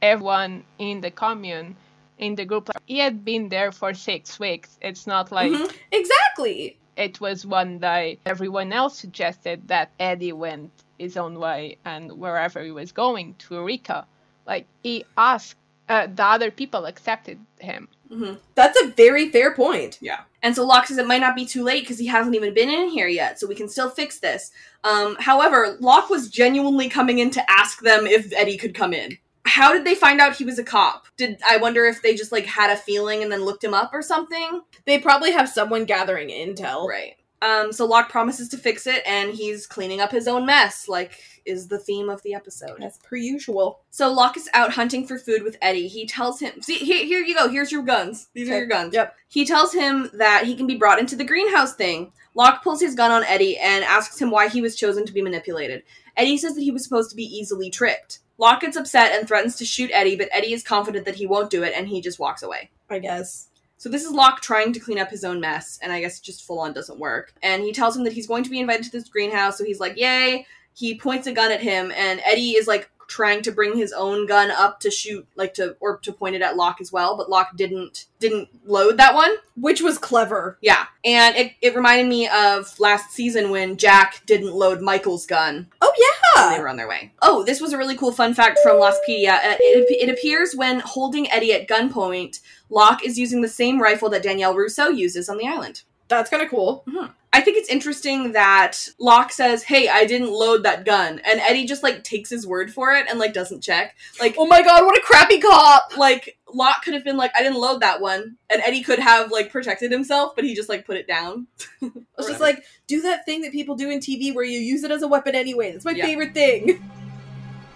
Speaker 4: everyone in the commune, in the group, like, he had been there for six weeks. It's not like
Speaker 3: Mhm. exactly.
Speaker 4: It was one day. Everyone else suggested that Eddie went his own way and wherever he was going to Eureka. Like he asked, uh, the other people accepted him.
Speaker 2: Mm-hmm.
Speaker 3: That's a very fair point.
Speaker 2: Yeah. And so Locke says it might not be too late because he hasn't even been in here yet, so we can still fix this. Um, however, Locke was genuinely coming in to ask them if Eddie could come in. How did they find out he was a cop? Did I wonder if they just like had a feeling and then looked him up or something?
Speaker 3: They probably have someone gathering intel.
Speaker 2: Right. Um, so Locke promises to fix it, and he's cleaning up his own mess, like is the theme of the episode.
Speaker 3: As per usual.
Speaker 2: So Locke is out hunting for food with Eddie. He tells him, "See, here, here you go. Here's your guns. These are
Speaker 3: Okay.
Speaker 2: your guns."
Speaker 3: Yep.
Speaker 2: He tells him that he can be brought into the greenhouse thing. Locke pulls his gun on Eddie and asks him why he was chosen to be manipulated. Eddie says that he was supposed to be easily tricked. Locke gets upset and threatens to shoot Eddie, but Eddie is confident that he won't do it, and he just walks away.
Speaker 3: I guess.
Speaker 2: So this is Locke trying to clean up his own mess, and I guess it just full on doesn't work. And he tells him that he's going to be invited to this greenhouse, so he's like, "Yay!" He points a gun at him, and Eddie is like trying to bring his own gun up to shoot, like to or to point it at Locke as well, but Locke didn't didn't load that one.
Speaker 3: Which was clever.
Speaker 2: Yeah, and it, it reminded me of last season when Jack didn't load Michael's gun.
Speaker 3: Oh yeah.
Speaker 2: When they were on their way. Oh, this was a really cool fun fact from Lostpedia. Uh, It, it appears when holding Eddie at gunpoint, Locke is using the same rifle that Danielle Russo uses on the island.
Speaker 3: That's kind of cool.
Speaker 2: I think it's interesting that Locke says, "Hey, I didn't load that gun," and Eddie just like takes his word for it and like doesn't check. Like,
Speaker 3: Oh my god, what a crappy cop!
Speaker 2: Like Locke could have been like, "I didn't load that one," and Eddie could have like protected himself, but he just like put it down.
Speaker 3: It's just like do that thing that people do in TV where you use it as a weapon anyway. That's my
Speaker 2: Yeah.
Speaker 3: favorite thing.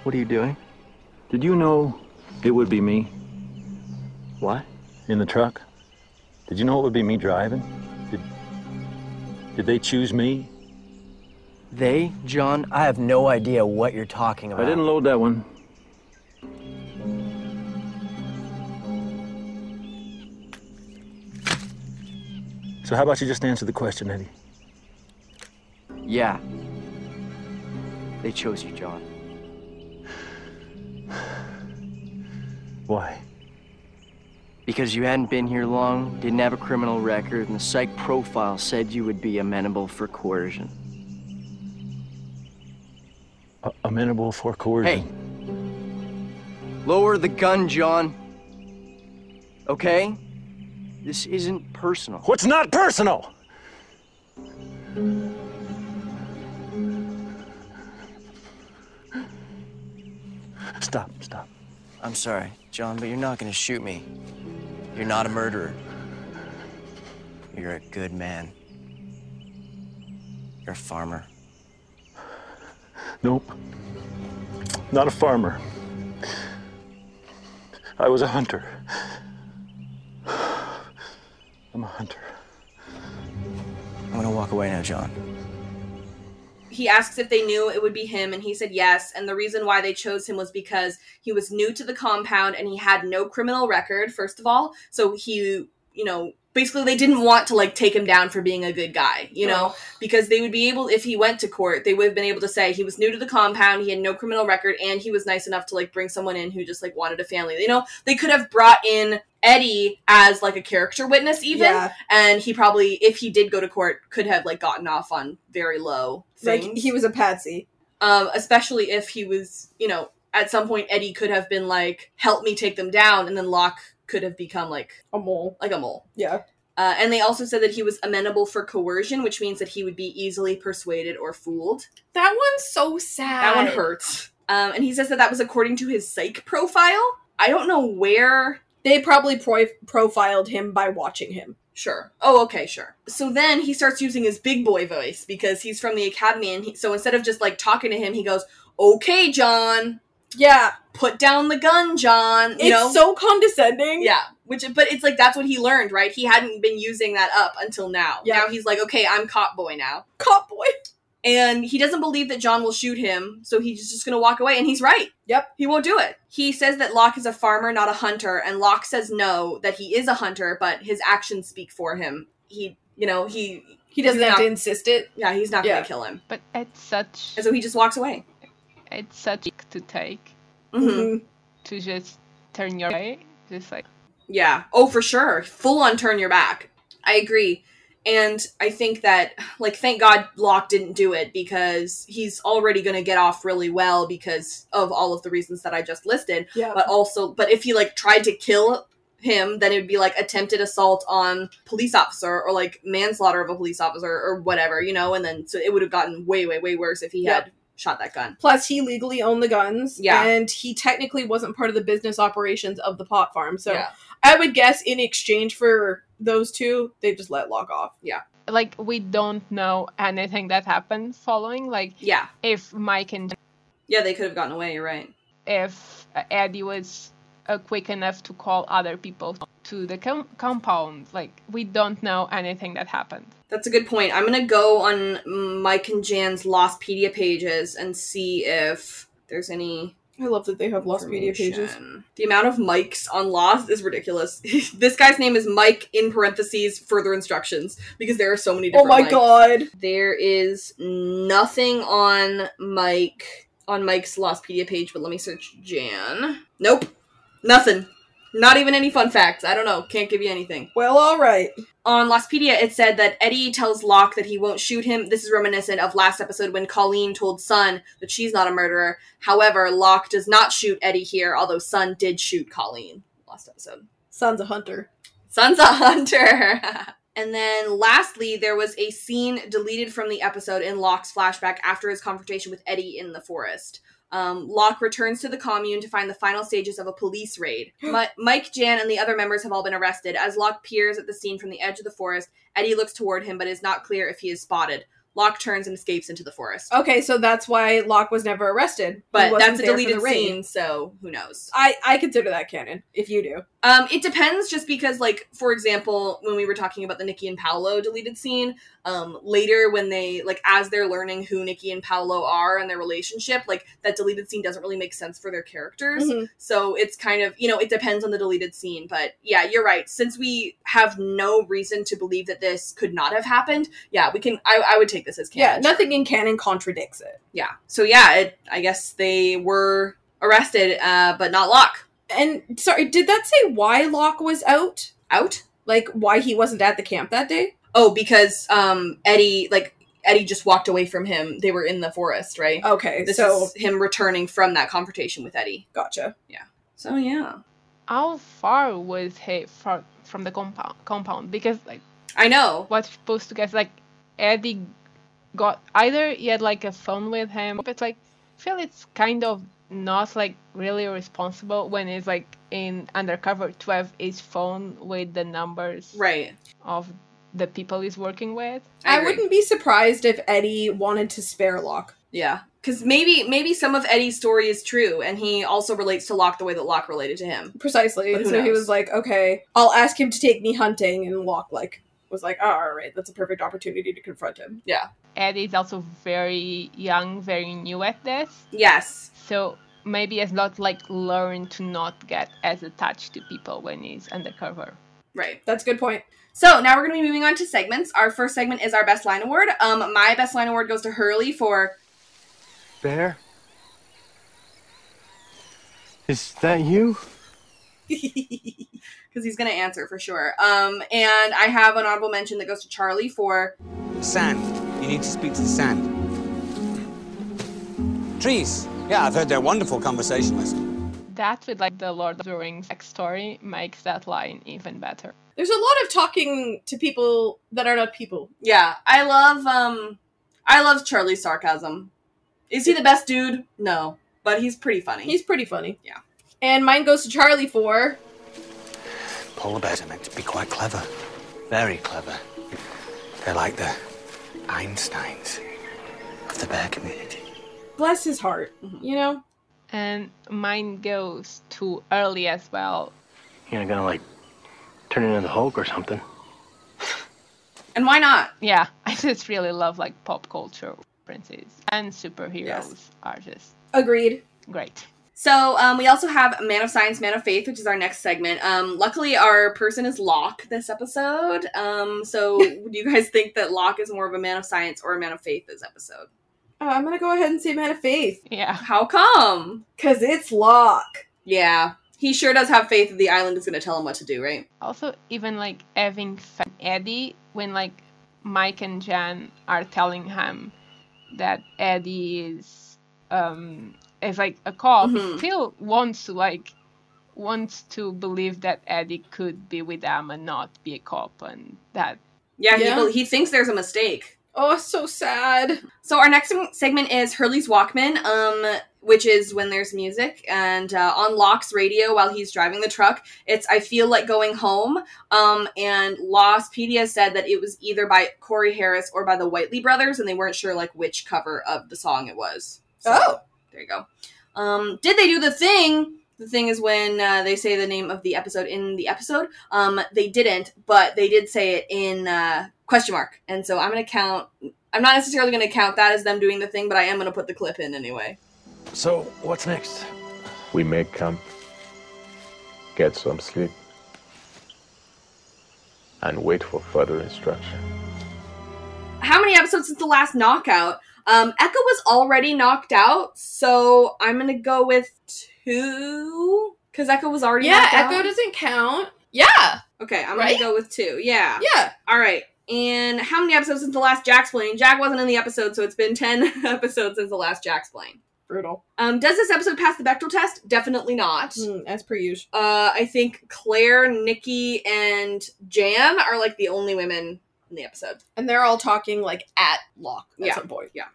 Speaker 18: What are you doing?
Speaker 10: Did you know it would be me
Speaker 18: What?
Speaker 10: in the truck? Did you know it would be me driving? Did, did they choose me?
Speaker 7: They, John, I have no idea what you're talking about.
Speaker 18: I didn't load that one.
Speaker 10: So how about you just answer the question, Eddie?
Speaker 7: Yeah. They chose you, John.
Speaker 10: Why?
Speaker 7: Because you hadn't been here long, didn't have a criminal record, and the psych profile said you would be amenable for coercion.
Speaker 10: A- amenable for coercion.
Speaker 7: Hey! Lower the gun, John. Okay? This isn't personal.
Speaker 10: What's not personal? Stop, stop.
Speaker 7: I'm sorry, John, but you're not gonna shoot me. You're not a murderer. You're a good man. You're a farmer.
Speaker 10: Nope. Not a farmer. I was a hunter. I'm a hunter.
Speaker 7: I'm gonna walk away now, John.
Speaker 2: he asks if they knew it would be him and he said yes and the reason why they chose him was because he was new to the compound and he had no criminal record first of all so he you know basically they didn't want to like take him down for being a good guy you know
Speaker 3: Oh.
Speaker 2: because they would be able if he went to court they would have been able to say he was new to the compound he had no criminal record and he was nice enough to like bring someone in who just like wanted a family you know they could have brought in eddie as like a character witness even
Speaker 3: Yeah.
Speaker 2: and he probably if he did go to court could have like gotten off on very low
Speaker 3: Like
Speaker 2: things
Speaker 3: he was a patsy.
Speaker 2: um, especially if he was, you know, at some point Eddie could have been like, "Help me take them down," and then Locke could have become like
Speaker 3: a mole,
Speaker 2: like a mole.
Speaker 3: Yeah.
Speaker 2: Uh, and they also said that he was amenable for coercion, which means that he would be easily persuaded or fooled.
Speaker 3: That one's so sad.
Speaker 2: That one hurts. Um, and he says that that was according to his psych profile. I don't know where
Speaker 12: They probably pro- profiled him by watching him.
Speaker 2: Sure.
Speaker 12: Oh, okay, sure. So then he starts using his big boy voice because he's from the academy, and he, so instead of just like talking to him, he goes,
Speaker 2: Okay, John.
Speaker 12: "Yeah,
Speaker 2: Put down the gun, John. You
Speaker 12: it's
Speaker 2: know?
Speaker 12: so condescending."
Speaker 2: Yeah, which but it's like that's what he learned, right? He hadn't been using that up until now.
Speaker 12: Yeah.
Speaker 2: Now he's like, okay, I'm cop boy now,
Speaker 12: cop boy.
Speaker 2: and he doesn't believe that John will shoot him, so he's just gonna walk away, and he's right.
Speaker 12: Yep.
Speaker 2: He won't do it. He says that Locke is a farmer, not a hunter, and Locke says no, that he is a hunter, but his actions speak for him. He, you know, he
Speaker 12: He doesn't
Speaker 2: he's
Speaker 12: have to
Speaker 2: not-
Speaker 12: insist it.
Speaker 2: Yeah, he's not
Speaker 12: Yeah.
Speaker 2: gonna kill him,
Speaker 4: But it's such
Speaker 2: and so he just walks away.
Speaker 4: it's such to take
Speaker 2: Mhm.
Speaker 12: Mhm.
Speaker 4: to just turn your way. Just like
Speaker 2: Yeah. Oh, for sure. Full on turn your back. I agree. And I think that, like, thank God Locke didn't do it because he's already going to get off really well because of all of the reasons that I just listed.
Speaker 12: Yeah.
Speaker 2: But also, but if he, like, tried to kill him, then it would be, like, attempted assault on police officer or, like, manslaughter of a police officer or whatever, you know? And then, so it would have gotten way, way, way worse if he
Speaker 12: Yep.
Speaker 2: had shot that gun.
Speaker 12: Plus, he legally owned the guns.
Speaker 2: Yeah.
Speaker 12: And he technically wasn't part of the business operations of the pot farm. So
Speaker 2: yeah.
Speaker 12: I would guess in exchange for those two, they just let Locke off.
Speaker 4: like we don't know anything that happened following. Like
Speaker 2: Yeah.
Speaker 4: if Mike and
Speaker 2: Yeah, they could have gotten away. You're right.
Speaker 4: if Eddie was uh, quick enough to call other people to the com- compound. Like we don't know anything that happened.
Speaker 2: That's a good point. I'm gonna go on Mike and Jan's Lostpedia pages and see if there's any
Speaker 12: I love that they have lost media pages.
Speaker 2: information. The amount of Mikes on Lost is ridiculous. this guy's name is Mike in parentheses further instructions because there are so many.
Speaker 12: Oh
Speaker 2: Different
Speaker 12: my
Speaker 2: Mikes.
Speaker 12: god.
Speaker 2: There is nothing on Mike on Mike's Lostpedia page, but let me search Jan. Nope, nothing. Not even any fun facts. I don't know. Can't give you anything.
Speaker 12: Well, all right.
Speaker 2: on Lostpedia, it said that Eddie tells Locke that he won't shoot him. This is reminiscent of last episode when Colleen told Sun that she's not a murderer. However, Locke does not shoot Eddie here, although Sun did shoot Colleen last episode.
Speaker 12: Son's a hunter.
Speaker 2: Sun's a hunter. and then lastly, there was a scene deleted from the episode in Locke's flashback after his confrontation with Eddie in the forest. Um, Locke returns to the commune to find the final stages of a police raid. Mi- Mike, Jan, and the other members have all been arrested. As Locke peers at the scene from the edge of the forest, Eddie looks toward him but is not clear if he is spotted. Locke turns and escapes into the forest.
Speaker 12: Okay, so that's why Locke was never arrested. He
Speaker 2: But
Speaker 12: wasn't
Speaker 2: that's a
Speaker 12: there for
Speaker 2: deleted
Speaker 12: the raid.
Speaker 2: scene, so who knows?
Speaker 12: I I consider that canon. If you do,
Speaker 2: Um, it depends, just because, like, for example, when we were talking about the Nikki and Paolo deleted scene, um, later when they, like, as they're learning who Nikki and Paolo are and their relationship, like, that deleted scene doesn't really make sense for their characters.
Speaker 12: Mhm.
Speaker 2: So it's kind of, you know, it depends on the deleted scene. But yeah, you're right. Since we have no reason to believe that this could not have happened, yeah, we can, I, I would take this as
Speaker 12: yeah,
Speaker 2: canon.
Speaker 12: nothing in canon contradicts it.
Speaker 2: yeah. So yeah, it, I guess they were arrested, uh, but not Locke.
Speaker 12: And sorry, did that say why Locke was out?
Speaker 2: Out?
Speaker 12: Like why he wasn't at the camp that day?
Speaker 2: Oh, because um Eddie like Eddie just walked away from him. They were in the forest, right?
Speaker 12: Okay,
Speaker 2: this
Speaker 12: so
Speaker 2: is him returning from that confrontation with Eddie.
Speaker 12: gotcha.
Speaker 2: So yeah.
Speaker 4: How far was he from from the compound? Compound because like
Speaker 2: I know.
Speaker 4: what's supposed to guess like Eddie got either he had like a phone with him, but like I feel it's kind of not like really responsible when it's like in undercover to have his phone with the numbers
Speaker 2: Right.
Speaker 4: of the people he's working with.
Speaker 12: I,
Speaker 2: agree.
Speaker 12: wouldn't be surprised if Eddie wanted to spare Locke.
Speaker 2: Yeah. Cause maybe maybe some of Eddie's story is true and he also relates to Locke the way that Locke related to him.
Speaker 12: Precisely.
Speaker 2: But who
Speaker 12: So he
Speaker 2: knows?
Speaker 12: was like, okay, I'll ask him to take me hunting, and Locke like was like, oh, all right, that's a perfect opportunity to confront him.
Speaker 4: Eddie is also very young, very new at this,
Speaker 2: Yes.
Speaker 4: so maybe has not like learned to not get as attached to people when he's undercover.
Speaker 2: Right.
Speaker 12: That's a good point.
Speaker 2: So now we're gonna be moving on to segments. Our first segment is our best line award. Um my best line award goes to Hurley for
Speaker 6: Bear? Is that you?
Speaker 2: because he's gonna answer for sure. Um and I have an honorable mention that goes to Charlie for
Speaker 9: Sand. You need to speak to the sand. Trees. Yeah, I've heard they're wonderful conversationalists.
Speaker 4: That with like the Lord of the Rings story makes that line even better.
Speaker 12: There's a lot of talking to people that are not people.
Speaker 2: Yeah, I love um I love Charlie's sarcasm. Is he the best dude? No, but he's pretty funny.
Speaker 12: He's pretty funny.
Speaker 2: Yeah.
Speaker 12: And mine goes to Charlie for
Speaker 9: polar bears are meant to be quite clever. Very clever. They're like the Einsteins of the bear community.
Speaker 2: Bless his heart, you know?
Speaker 4: And mine goes too early as well.
Speaker 19: You're not gonna like turn into the Hulk or something.
Speaker 2: And why not?
Speaker 4: Yeah, I just really love like pop culture references and superheroes are just
Speaker 2: Agreed.
Speaker 4: great.
Speaker 2: So um, we also have Man of Science, Man of Faith, which is our next segment. Um, luckily, our person is Locke this episode. Um, so do you guys think that Locke is more of a Man of Science or a Man of Faith this episode?
Speaker 3: Oh, I'm gonna go ahead and say Man of Faith.
Speaker 4: Yeah.
Speaker 2: How come?
Speaker 3: Cause it's Locke.
Speaker 2: Yeah, he sure does have faith that the island is going to tell him what to do, right?
Speaker 4: Also, even like having Fa- Eddie when like Mike and Jan are telling him that Eddie is um is like a cop, he
Speaker 2: Mhm.
Speaker 4: still wants to like wants to believe that Eddie could be with them and not be a cop and that
Speaker 2: Yeah,
Speaker 4: Yeah.
Speaker 2: He, bel- he thinks there's a mistake. Oh, so sad. So our next seg- segment is Hurley's Walkman, um, which is when there's music, and uh, on Locke's radio while he's driving the truck, it's "I Feel Like Going Home," um, and Lostpedia said that it was either by Corey Harris or by the Whiteley Brothers, and they weren't sure like which cover of the song it was. oh, there you go. Um, did they do the thing? The thing is when uh, they say the name of the episode in the episode. Um, they didn't, but they did say it in uh, question mark. And so I'm gonna count. I'm not necessarily gonna count that as them doing the thing, but I am gonna put the clip in anyway.
Speaker 20: So, what's next?
Speaker 10: We may come, get some sleep, and wait for further instruction.
Speaker 2: How many episodes since the last knockout? Um, Echo was already knocked out, so I'm gonna go with two because Echo was already
Speaker 3: Yeah,
Speaker 2: knocked out.
Speaker 3: Echo doesn't count. Yeah.
Speaker 2: Okay, I'm
Speaker 3: Right?
Speaker 2: gonna go with two. Yeah.
Speaker 3: Yeah.
Speaker 2: All right. And how many episodes since the last Jack's Plane? Jack wasn't in the episode, so it's been ten episodes since the last Jack's Plane.
Speaker 3: Brutal. Hmm.
Speaker 2: Um, does this episode pass the Bechtel test? Definitely not.
Speaker 3: as per usual.
Speaker 2: Uh, I think Claire, Nikki, and Jan are like the only women in the episode.
Speaker 3: And they're all talking like at Locke at
Speaker 2: Yeah.
Speaker 3: some point.
Speaker 2: Yeah.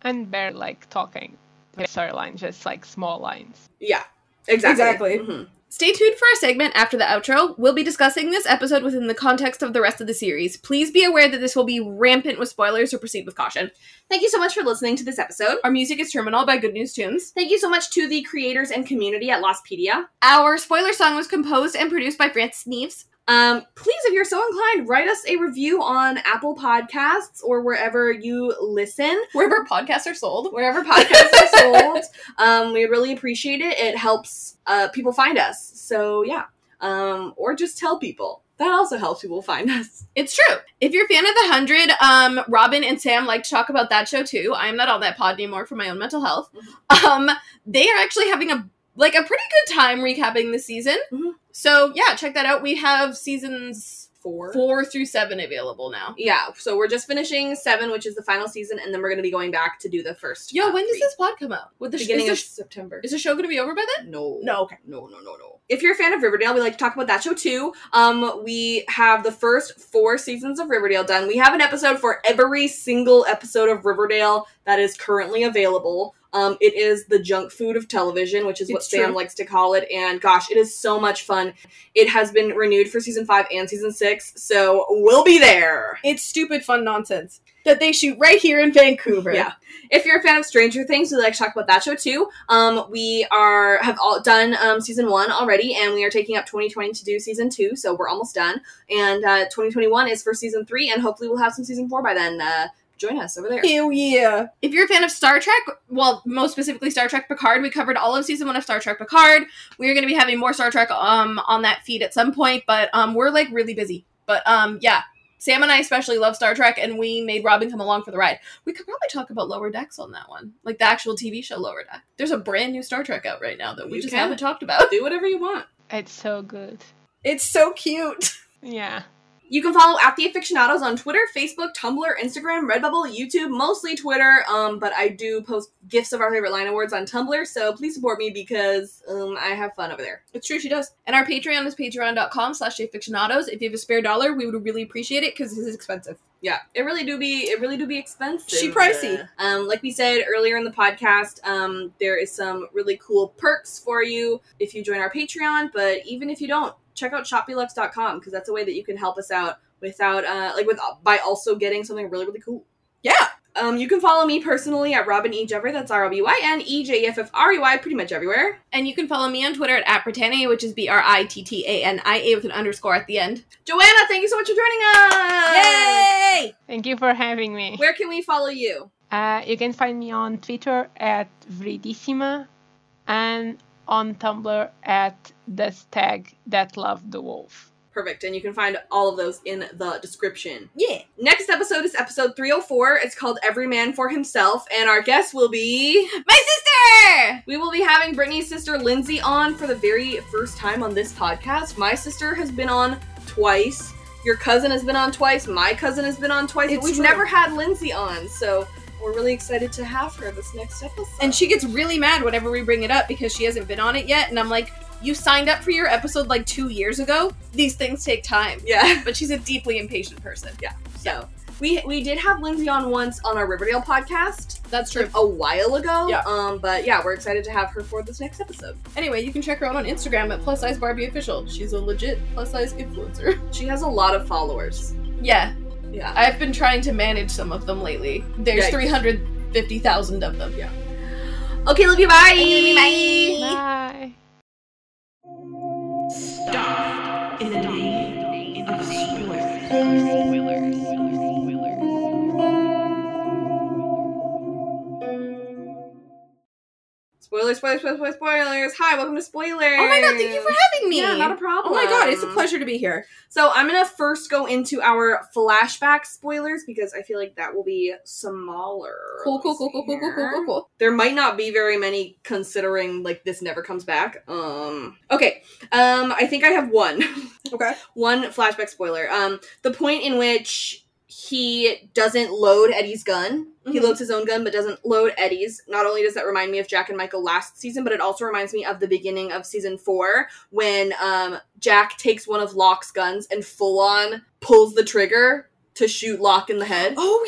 Speaker 4: and they're like talking the storyline, just like small lines.
Speaker 2: Yeah.
Speaker 3: Exactly.
Speaker 2: Mm-hmm.
Speaker 3: Stay tuned for our segment after the outro. We'll be discussing this episode within the context of the rest of the series. Please be aware that this will be rampant with spoilers, so proceed with caution.
Speaker 2: Thank you so much for listening to this episode.
Speaker 3: Our music is Terminal by Good News Tunes.
Speaker 2: Thank you so much to the creators and community at Lostpedia.
Speaker 3: Our spoiler song was composed and produced by Francis Neves.
Speaker 2: Um, please, if you're so inclined, write us a review on Apple Podcasts or wherever you listen.
Speaker 3: Wherever podcasts are sold.
Speaker 2: Wherever podcasts are sold, um, we really appreciate it. It helps uh, people find us. So yeah, um, or just tell people. That also helps people find us.
Speaker 3: It's true. If you're a fan of The Hundred, um, Robin and Sam like to talk about that show too. I'm not on that pod anymore for my own mental health.
Speaker 2: Mm-hmm.
Speaker 3: Um, they are actually having a like a pretty good time recapping the season.
Speaker 2: Mm-hmm.
Speaker 3: So yeah, check that out. We have seasons
Speaker 2: Four.
Speaker 3: four through seven available now.
Speaker 2: Yeah, so we're just finishing seven, which is the final season, and then we're going to be going back to do the first.
Speaker 3: Yo, when does this pod come out? With the sh-
Speaker 2: beginning of
Speaker 3: is, the
Speaker 2: September?
Speaker 3: sh- is the show gonna be over by then?
Speaker 2: No.
Speaker 3: No, okay.
Speaker 2: No, no, no, no. If you're a fan of Riverdale, we like to talk about that show too. Um, we have the first four seasons of Riverdale done. We have an episode for every single episode of Riverdale that is currently available. Um, it is the junk food of television, which is what
Speaker 3: It's
Speaker 2: Sam
Speaker 3: true.
Speaker 2: likes to call it. And gosh, it is so much fun. It has been renewed for season five and season six, so we'll be there.
Speaker 3: It's stupid fun nonsense that they shoot right here in Vancouver.
Speaker 2: Yeah. If you're a fan of Stranger Things, we like to talk about that show too. Um, we are have all done um, season one already, and we are taking up 2020 to do season two, so we're almost done. And uh, 2021 is for season three, and hopefully we'll have some season four by then. Uh, join us over there.
Speaker 3: Hell yeah. If you're a fan of Star Trek, well, most specifically Star Trek Picard, we covered all of season one of Star Trek Picard. We're going to be having more Star Trek um, on that feed at some point, but um, we're like really busy. But um, yeah, Sam and I especially love Star Trek, and we made Robin come along for the ride. We could probably talk about Lower Decks on that one, like the actual TV show Lower Deck. There's a brand new Star Trek out right now that we
Speaker 2: You
Speaker 3: just
Speaker 2: can.
Speaker 3: haven't talked about.
Speaker 2: Do whatever you want.
Speaker 4: It's so good.
Speaker 3: It's so cute.
Speaker 4: Yeah.
Speaker 2: You can follow at the aficionados on Twitter, Facebook, Tumblr, Instagram, Redbubble, YouTube, mostly Twitter. Um, but I do post gifs of our favorite line awards on Tumblr, so please support me because um, I have fun over there.
Speaker 3: It's true, she does. And our Patreon is patreon.com slash aficionados. If you have a spare dollar, we would really appreciate it because this is expensive.
Speaker 2: Yeah, it really do be it really do be expensive.
Speaker 3: She pricey.
Speaker 2: Um, like we said earlier in the podcast, um, there is some really cool perks for you if you join our Patreon. But even if you don't, check out shopbelux.com because that's a way that you can help us out without uh like with by also getting something really really cool.
Speaker 12: Yeah.
Speaker 2: Um, you can follow me personally at Robin E. Jeffrey. That's R O B Y N E J E F F R E Y, pretty much everywhere.
Speaker 12: And you can follow me on Twitter at, at Britannia, which is B R I T T A N I A with an underscore at the end.
Speaker 2: Joanna, thank you so much for joining us!
Speaker 12: Yay!
Speaker 4: Thank you for having me.
Speaker 2: Where can we follow you?
Speaker 4: Uh, you can find me on Twitter at Vridissima and on Tumblr at this tag that loved the wolf.
Speaker 2: Perfect. And you can find all of those in the description.
Speaker 12: Yeah.
Speaker 2: Next episode is episode 304. It's called Every Man for Himself, and our guest will be
Speaker 12: my sister!
Speaker 2: We will be having Brittany's sister Lindsay on for the very first time on this podcast. My sister has been on twice. Your cousin has been on twice. My cousin has been on twice.
Speaker 12: It's
Speaker 2: but we've
Speaker 12: true.
Speaker 2: never had Lindsay on, so we're really excited to have her this next episode.
Speaker 12: And she gets really mad whenever we bring it up because she hasn't been on it yet. And I'm like, you signed up for your episode like two years ago. These things take time.
Speaker 2: Yeah.
Speaker 12: But she's a deeply impatient person.
Speaker 2: Yeah. So we we did have Lindsay on once on our Riverdale podcast.
Speaker 12: That's true.
Speaker 2: like, a while ago.
Speaker 12: Yeah.
Speaker 2: Um, but yeah, we're excited to have her for this next episode.
Speaker 12: Anyway, you can check her out on Instagram at plus size Barbie official. She's a legit plus size influencer.
Speaker 2: She has a lot of followers.
Speaker 12: Yeah.
Speaker 2: Yeah.
Speaker 12: I've been trying to manage some of them lately. There's
Speaker 2: Yikes.
Speaker 12: 350,000 of them.
Speaker 2: Yeah. Okay, love you. Bye.
Speaker 5: Bye.
Speaker 4: Bye.
Speaker 21: in the name of spoilers.
Speaker 2: Spoilers, spoilers, spoilers, spoilers, spoilers. Hi, welcome to spoilers.
Speaker 12: Oh my god, thank you for having me.
Speaker 2: Yeah, not a problem.
Speaker 12: Oh my god, it's a pleasure to be here.
Speaker 2: So I'm gonna first go into our flashback spoilers because I feel like that will be smaller.
Speaker 12: Cool, cool, cool, cool, cool, cool, cool, cool, cool.
Speaker 2: There might not be very many considering like this never comes back. Um okay. Um I think I have one.
Speaker 12: Okay.
Speaker 2: one flashback spoiler. Um the point in which he doesn't load Eddie's gun. He
Speaker 12: Mhm.
Speaker 2: loads his own gun but doesn't load Eddie's. Not only does that remind me of Jack and Michael last season, but it also reminds me of the beginning of season 4 when um, Jack takes one of Locke's guns and full on pulls the trigger to shoot Locke in the head.
Speaker 12: Oh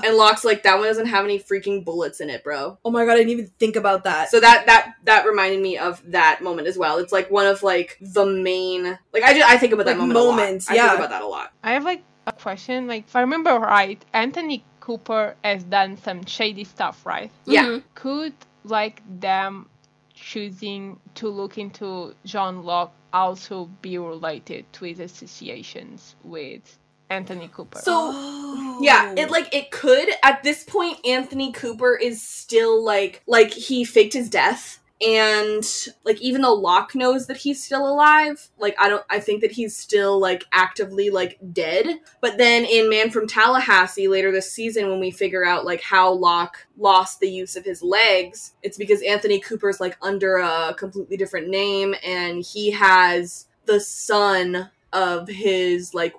Speaker 12: yeah.
Speaker 2: And Locke's like, that one doesn't have any freaking bullets in it, bro.
Speaker 12: Oh my god, I didn't even think about that.
Speaker 2: Uh, So that that that reminded me of that moment as well. It's like one of like the main like I just, I think about that
Speaker 12: Like,
Speaker 2: moment a lot.
Speaker 12: moments,
Speaker 2: I
Speaker 12: yeah.
Speaker 2: think about that a lot.
Speaker 4: I have like a question. Like, if I remember right, Anthony Cooper has done some shady stuff, right?
Speaker 2: Yeah.
Speaker 4: Mm-hmm. Could like them choosing to look into John Locke also be related to his associations with Anthony Cooper?
Speaker 2: So
Speaker 12: uh,
Speaker 2: yeah, it like it could at this point Anthony Cooper is still like like he faked his death and like even though Locke knows that he's still alive, like I don't I think that he's still like actively like dead. But then in Man from Tallahassee later this season when we figure out like how Locke lost the use of his legs, it's because Anthony Cooper's like under a completely different name and he has the son of his like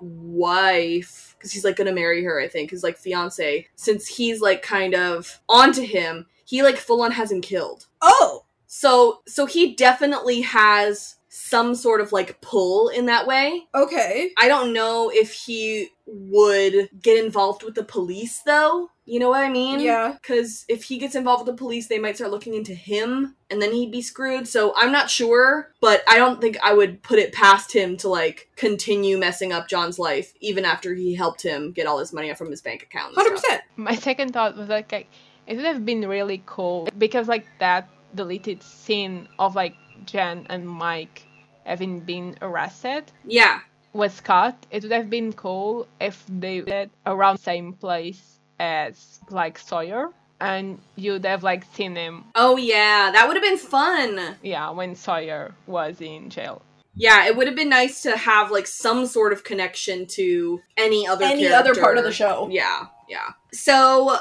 Speaker 2: wife because he's like gonna marry her i think his like fiance since he's like kind of onto him he like full on has him killed
Speaker 12: oh.
Speaker 2: so so he definitely has some sort of like pull in that way
Speaker 12: Okay.
Speaker 2: i don't know if he would get involved with the police though you know what i mean
Speaker 12: Yeah.
Speaker 2: because if he gets involved with the police they might start looking into him and then he'd be screwed so i'm not sure but i don't think i would put it past him to like continue messing up john's life even after he helped him get all his money from his bank account and
Speaker 12: Hundred
Speaker 2: stuff.
Speaker 12: percent.
Speaker 4: my second thought was like, like it would have been really cool because like that deleted scene of like Jen and Mike having been arrested
Speaker 2: yeah
Speaker 4: was cut. It would have been cool if they did around same place as like Sawyer and you'd have like seen him
Speaker 2: oh yeah that would have been fun
Speaker 4: yeah when Sawyer was in jail.
Speaker 2: yeah it would have been nice to have like some sort of connection to any other
Speaker 12: Any
Speaker 2: character.
Speaker 12: other part of the show.
Speaker 2: yeah yeah so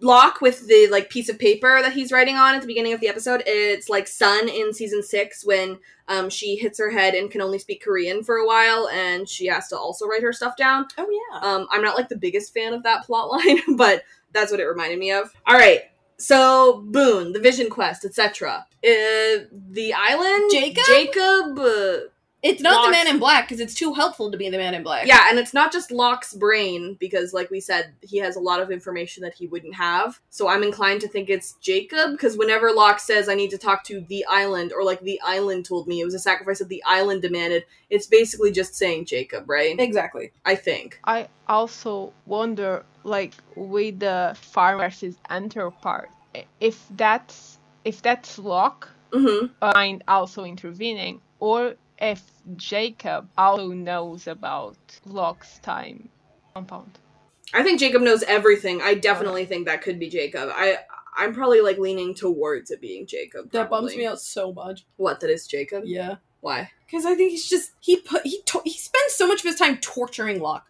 Speaker 2: Locke with the like piece of paper that he's writing on at the beginning of the episode. It's like Sun in season six when um, she hits her head and can only speak Korean for a while, and she has to also write her stuff down.
Speaker 12: Oh yeah.
Speaker 2: Um, I'm not like the biggest fan of that plot line, but that's what it reminded me of. All right, so Boone, the Vision Quest, etc. Uh, the island,
Speaker 12: Jacob?
Speaker 2: Jacob. uh,
Speaker 12: It's not the
Speaker 2: Locke's-
Speaker 12: man in black because it's too helpful to be the man in black.
Speaker 2: Yeah, and it's not just Locke's brain, because, like we said, he has a lot of information that he wouldn't have. So I'm inclined to think it's Jacob, because whenever Locke says, I need to talk to the island, or like the island told me, it was a sacrifice that the island demanded, it's basically just saying Jacob, right?
Speaker 12: Exactly.
Speaker 2: I think.
Speaker 4: I also wonder, like with the farm versus hunter part, i- if that's if that's Locke
Speaker 2: Mm-hmm.
Speaker 4: mind also intervening, or if Jacob also knows about Locke's time compound.
Speaker 2: I think Jacob knows everything. I definitely think that could be Jacob. I I'm probably like leaning towards it being Jacob.
Speaker 12: That bums
Speaker 2: probably.
Speaker 12: me out so much.
Speaker 2: What? That is Jacob.
Speaker 12: Yeah.
Speaker 2: Why?
Speaker 12: Because I think he's just he put he to- he spends so much of his time torturing Locke.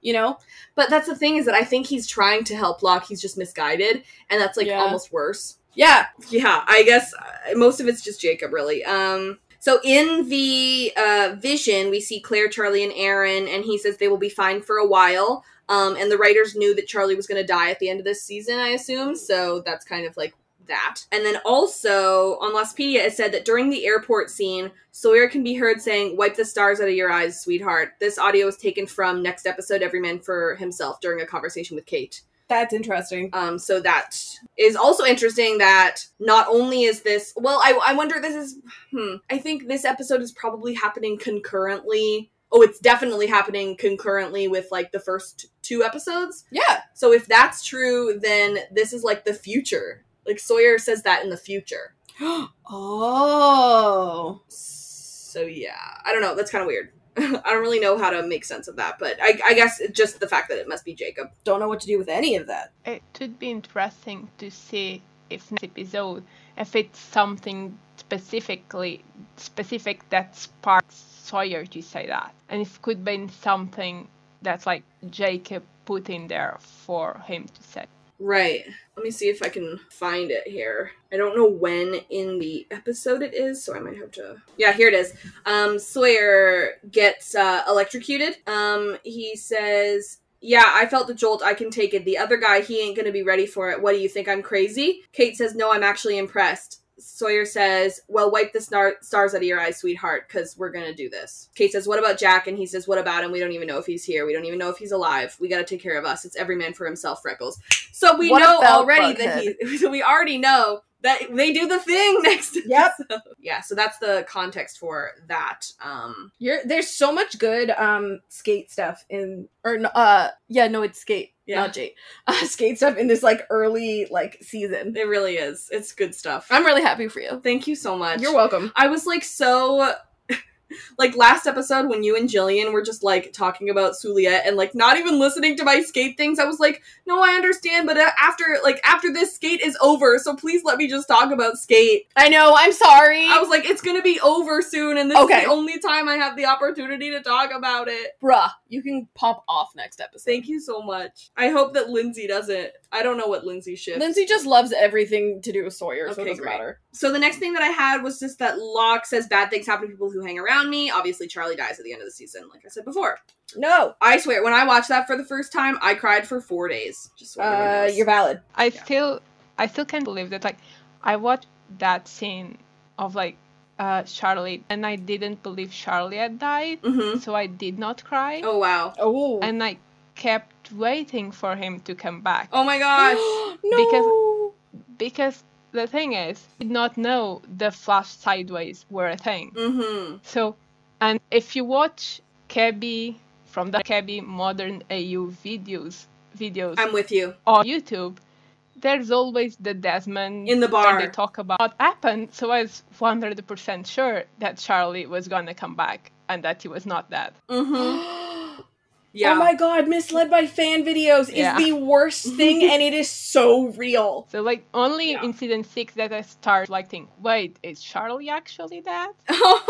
Speaker 12: You know,
Speaker 2: Mm. but that's the thing is that I think he's trying to help Locke. He's just misguided, and that's like almost worse.
Speaker 12: Yeah.
Speaker 2: Yeah. I guess uh, most of it's just Jacob, really. Um. So in the uh, vision, we see Claire, Charlie, and Aaron, and he says they will be fine for a while. Um, and the writers knew that Charlie was going to die at the end of this season, I assume. So that's kind of like that. And then also on Lostpedia, it said that during the airport scene, Sawyer can be heard saying, Wipe the stars out of your eyes, sweetheart. This audio is taken from next episode, Every Man for Himself, during a conversation with Kate.
Speaker 12: That's interesting.
Speaker 2: Um, so that is also interesting that not only is this, well, I, I wonder this is, hmm, I think this episode is probably happening concurrently. Oh, it's definitely happening concurrently with like the first two episodes.
Speaker 12: Yeah.
Speaker 2: So if that's true, then this is like the future. Like Sawyer says that in the future.
Speaker 12: oh.
Speaker 2: So yeah, I don't know. That's kind of weird. I don't really know how to make sense of that, but I, I guess it's just the fact that it must be Jacob.
Speaker 12: Don't know what to do with any of that.
Speaker 4: It would be interesting to see if next episode if it's something specifically specific that sparks Sawyer to say that, and if it could be something that's like Jacob put in there for him to say.
Speaker 2: Right. Let me see if I can find it here. I don't know when in the episode it is, so I might have to. Yeah, here it is. Um, Sawyer gets uh, electrocuted. Um, he says, "Yeah, I felt the jolt. I can take it. The other guy, he ain't gonna be ready for it. What do you think? I'm crazy." Kate says, "No, I'm actually impressed." Sawyer says, "Well, wipe the snar- stars out of your eyes, sweetheart, because we're gonna do this." Kate says, "What about Jack?" And he says, "What about him? We don't even know if he's here. We don't even know if he's alive. We gotta take care of us. It's every man for himself." Freckles. So we
Speaker 17: What
Speaker 2: know
Speaker 17: about
Speaker 2: already that he. So we already know that they do the thing next. Yep. Yeah. So that's the context for that. Um.
Speaker 12: You're, there's so much good um skate stuff in or n- uh yeah no it's skate not Jade uh, skate stuff in this like early like season.
Speaker 2: It really is. It's good stuff.
Speaker 12: I'm really happy for you.
Speaker 2: Thank you so much.
Speaker 12: You're welcome.
Speaker 2: I was like so. Like last episode, when you and Jillian were just like talking about Suliet and like not even listening to my skate things, I was like, "No, I understand, but a- after like after this skate is over, so please let me just talk about skate."
Speaker 12: I know. I'm sorry.
Speaker 2: I was like, "It's gonna be over soon, and this is
Speaker 12: Okay.
Speaker 2: the only time I have the opportunity to talk about it."
Speaker 12: Bruh, you can pop off next episode.
Speaker 2: Thank you so much. I hope that Lindsay doesn't. I don't know what Lindsay shifts.
Speaker 12: Lindsay just loves everything to do with Sawyer, so it
Speaker 2: Okay,
Speaker 12: doesn't
Speaker 2: great.
Speaker 12: matter.
Speaker 2: So the next thing that I had was just that Locke says bad things happen to people who hang around me. Obviously, Charlie dies at the end of the season, like I said before.
Speaker 12: No,
Speaker 2: I swear, when I watched that for the first time, I cried for four days. Just so everyone
Speaker 5: Uh,
Speaker 2: knows.
Speaker 12: valid.
Speaker 4: I still, I still can't believe that. Like, I watched that scene of like uh Charlie, and I didn't believe Charlie had died, so I did not cry.
Speaker 2: Mm-hmm. Oh wow!
Speaker 12: Oh,
Speaker 4: and I kept waiting for him to come back.
Speaker 2: Oh my gosh!
Speaker 4: no. Because, because the thing is, I did not know the flash sideways were a thing.
Speaker 2: Mm-hmm.
Speaker 4: So, and if you watch Cabby from the Cabby Modern AU videos, videos,
Speaker 2: I'm with you.
Speaker 4: on YouTube. There's always the Desmond
Speaker 2: In the
Speaker 4: where
Speaker 2: bar.
Speaker 4: They talk about what happened, so I was 100% sure that Charlie was gonna come back and that he was not dead.
Speaker 3: Oh,
Speaker 2: Mm-hmm. yeah.
Speaker 12: Oh my god, misled by fan videos is
Speaker 4: Yeah.
Speaker 12: the worst thing, and it is so real.
Speaker 4: So like only in season six that I start like think, wait, is Charlie actually dead?
Speaker 2: Oh,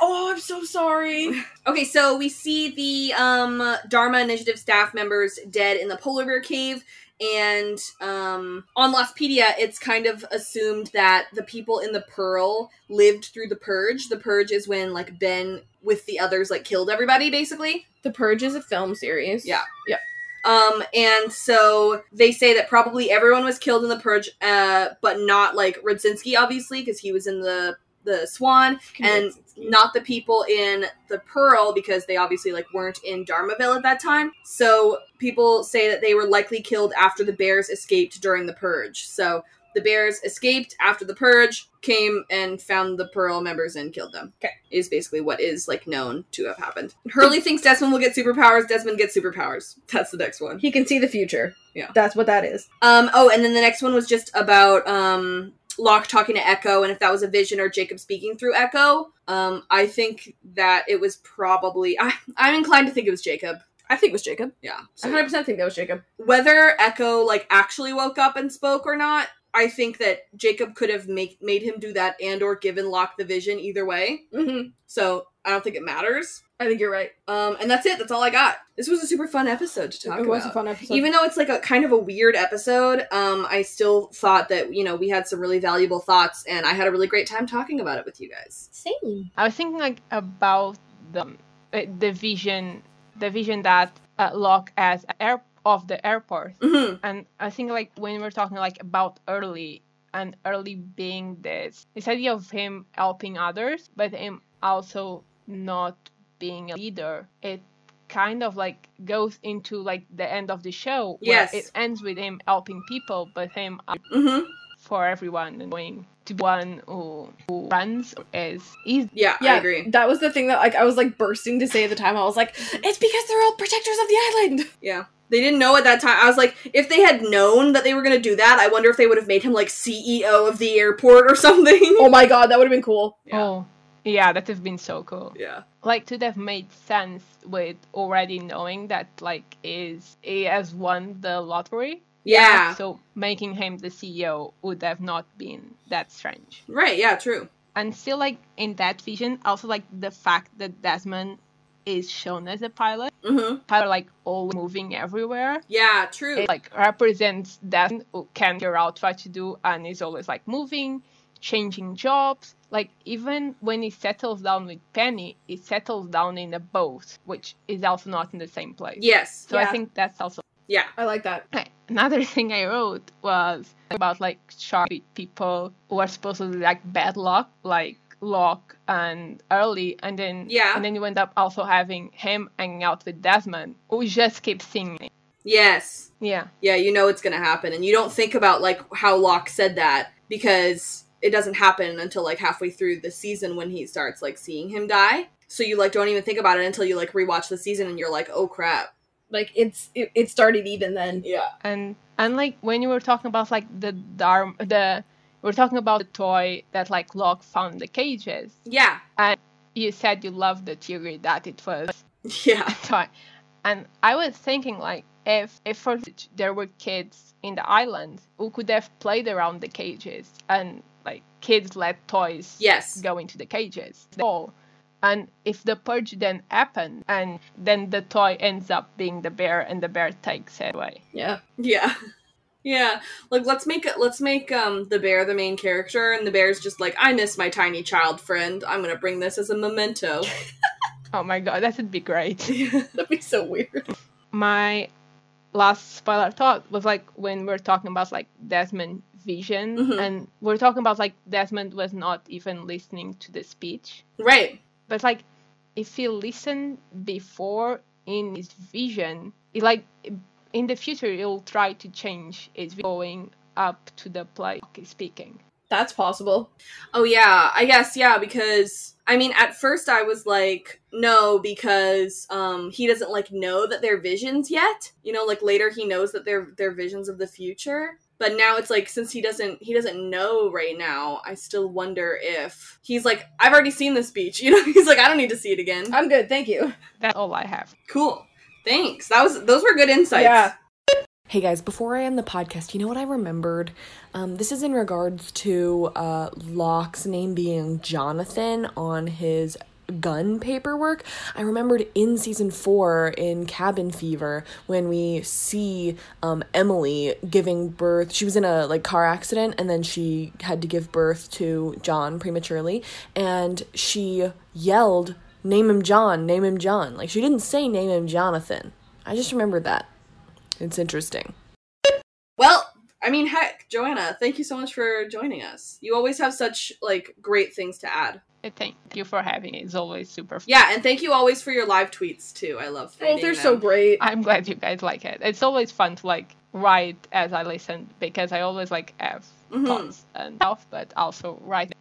Speaker 12: oh, I'm so sorry.
Speaker 2: okay, so we see the um, Dharma Initiative staff members dead in the polar bear cave, and um, on Lostpedia, it's kind of assumed that the people in the Pearl lived through the Purge. The Purge is when like Ben with the others like killed everybody, basically.
Speaker 12: The Purge is a film series.
Speaker 2: Yeah.
Speaker 12: Yeah.
Speaker 2: Um, and so they say that probably everyone was killed in the purge, uh, but not like Radzinski, obviously, because he was in the the Swan and not the people in the Pearl because they obviously like weren't in Dharmaville at that time. So people say that they were likely killed after the bears escaped during the purge. So the bears escaped after the purge, came and found the Pearl members and killed them. Okay. Is basically what is like known to have happened. Hurley thinks Desmond will get superpowers, Desmond gets superpowers. That's the next one.
Speaker 3: He can see the future.
Speaker 2: Yeah.
Speaker 3: That's what that is.
Speaker 2: Um oh and then the next one was just about um Locke talking to Echo and if that was a vision or Jacob speaking through Echo. Um I think that it was probably I I'm inclined to think it was Jacob.
Speaker 3: I think it was Jacob.
Speaker 2: Yeah.
Speaker 3: I
Speaker 2: So
Speaker 3: 100% think that was Jacob.
Speaker 2: whether Echo like actually woke up and spoke or not, I think that Jacob could have make, made him do that and or given Locke the vision either way.
Speaker 3: Mm-hmm.
Speaker 2: So I don't think it matters.
Speaker 3: I think you're right.
Speaker 2: Um, and that's it. That's all I got. This was a super fun episode to talk
Speaker 3: it
Speaker 2: about.
Speaker 3: was a fun episode.
Speaker 2: Even though it's like a kind of a weird episode, um, I still thought that you know we had some really valuable thoughts, and I had a really great time talking about it with you guys.
Speaker 22: Same.
Speaker 4: I was thinking like about the uh, the vision, the vision that uh, Locke as air of the airport,
Speaker 2: Mhm.
Speaker 4: and I think like when we're talking like about early and early being this this idea of him helping others, but him also not being a leader, it kind of like goes into like the end of the show where
Speaker 2: Yes.
Speaker 4: it ends with him helping people but him uh,
Speaker 2: Mm-hmm.
Speaker 4: for everyone and going to be one who, who runs is is
Speaker 2: Yeah,
Speaker 3: Yeah,
Speaker 2: I agree.
Speaker 3: that was the thing that like I was like bursting to say at the time. I was like, it's because they're all protectors of the island.
Speaker 2: Yeah. They didn't know at that time. I was like, if they had known that they were going to do that, I wonder if they would have made him like CEO of the airport or something.
Speaker 3: Oh my god, that would have been cool.
Speaker 4: Oh, yeah, that has been so cool.
Speaker 2: Yeah.
Speaker 4: Like, to have made sense with already knowing that, like, is he has won the lottery.
Speaker 2: Yeah.
Speaker 4: So making him the CEO would have not been that strange.
Speaker 2: Right, yeah, true.
Speaker 4: And still, like, in that vision, also, like, the fact that Desmond is shown as a pilot,
Speaker 2: Mm-hmm.
Speaker 4: pilot, like, all moving everywhere.
Speaker 2: Yeah, true.
Speaker 4: It, like, represents Desmond who can figure out what to do and is always, like, moving, changing jobs. Like even when he settles down with Penny, he settles down in a boat, which is also not in the same place.
Speaker 2: Yes.
Speaker 4: So
Speaker 3: Yeah.
Speaker 4: I think that's also
Speaker 2: yeah.
Speaker 3: I like that.
Speaker 4: another thing I wrote was about like sharpie people who are supposed to be like bad luck, like Locke and Early, and then
Speaker 2: Yeah.
Speaker 4: and then you end up also having him hanging out with Desmond, who just keeps singing.
Speaker 2: Yes.
Speaker 4: Yeah.
Speaker 2: Yeah, you know it's going to happen. And you don't think about like how Locke said that because it doesn't happen until like halfway through the season when he starts like seeing him die. So you like don't even think about it until you like rewatch the season and you're like, oh crap.
Speaker 3: Like it's it, it started even then.
Speaker 2: Yeah.
Speaker 4: and and like when you were talking about like the darm the we we're talking about the toy that like Locke found in the cages
Speaker 2: Yeah.
Speaker 4: and you said you loved the theory that it was
Speaker 2: Yeah.
Speaker 4: a toy and I was thinking like if if for there were kids in the island who could have played around the cages and like kids let toys
Speaker 2: Yes.
Speaker 4: go into the cages oh and if the purge then happened and then the toy ends up being the bear and the bear takes it away
Speaker 3: Yeah.
Speaker 2: Yeah. Yeah. Like let's make it let's make um the bear the main character and the bear's just like, I miss my tiny child friend. I'm gonna bring this as a memento.
Speaker 4: Oh my god, that would be great.
Speaker 3: That'd be so weird.
Speaker 4: my last spoiler thought was like when we're talking about like Desmond vision
Speaker 2: Mhm.
Speaker 4: and we're talking about like Desmond was not even listening to the speech.
Speaker 2: right.
Speaker 4: But like if he listened before in his vision, he, like in the future he'll try to change his vi- going up to the play speaking.
Speaker 3: That's possible.
Speaker 2: Oh yeah, I guess yeah because I mean at first I was like no because um he doesn't like know that they're visions yet. You know, like later he knows that they're they're visions of the future. But now it's like since he doesn't he doesn't know right now, I still wonder if he's like I've already seen this speech. You know, he's like I don't need to see it again.
Speaker 3: I'm good, thank you.
Speaker 4: That's all I have.
Speaker 2: Cool. Thanks. That was those were good insights.
Speaker 3: Yeah.
Speaker 1: Hey guys, before I end the podcast, you know what I remembered? Um, this is in regards to uh, Locke's name being Jonathan on his gun paperwork. I remembered in season four in Cabin Fever when we see um, Emily giving birth. She was in a like car accident and then she had to give birth to John prematurely, and she yelled, "Name him John, name him John." Like she didn't say, "Name him Jonathan." I just remembered that. It's interesting.
Speaker 2: Well, I I mean, heck, Joanna, thank you so much for joining us. You always have such like great things to add.
Speaker 4: Thank you for having me. It's always super fun.
Speaker 2: Yeah, and thank you always for your live tweets too. I love.
Speaker 4: Oh,
Speaker 2: reading them.
Speaker 4: great. I'm glad you guys like it. It's always fun to like write as I listen because I always like have
Speaker 2: Mhm.
Speaker 4: thoughts and stuff, but also write.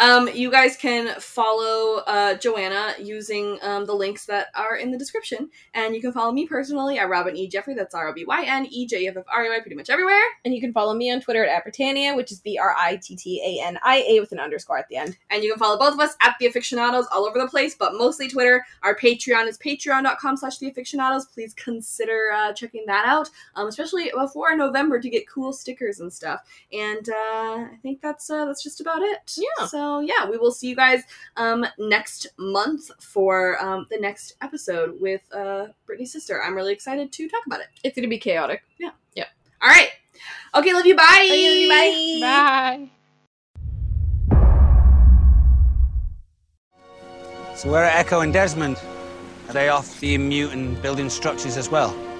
Speaker 2: Um, you guys can follow uh, Joanna using um, the links that are in the description, and you can follow me personally at Robin E Jeffrey. That's R O B Y N E J F F R E Y, pretty much everywhere.
Speaker 5: And you can follow me on Twitter at Britannia, which is B R I T T A N I A with an underscore at the end.
Speaker 2: And you can follow both of us at The Aficionados all over the place, but mostly Twitter. Our Patreon is patreon.com slash The Aficionados. Please consider uh, checking that out, um, especially before November to get cool stickers and stuff. And uh, I think that's uh, that's just about it. Yeah. So, yeah, we will see you guys um, next month for um, the next episode with uh, Brittany's sister. I'm really excited to talk about it.
Speaker 5: It's going to be chaotic.
Speaker 2: Yeah. Yeah. All right. Okay, love you. Bye.
Speaker 5: Okay, love you, bye.
Speaker 4: Bye.
Speaker 9: So where are Echo and Desmond? Are they off the mutant building structures as well?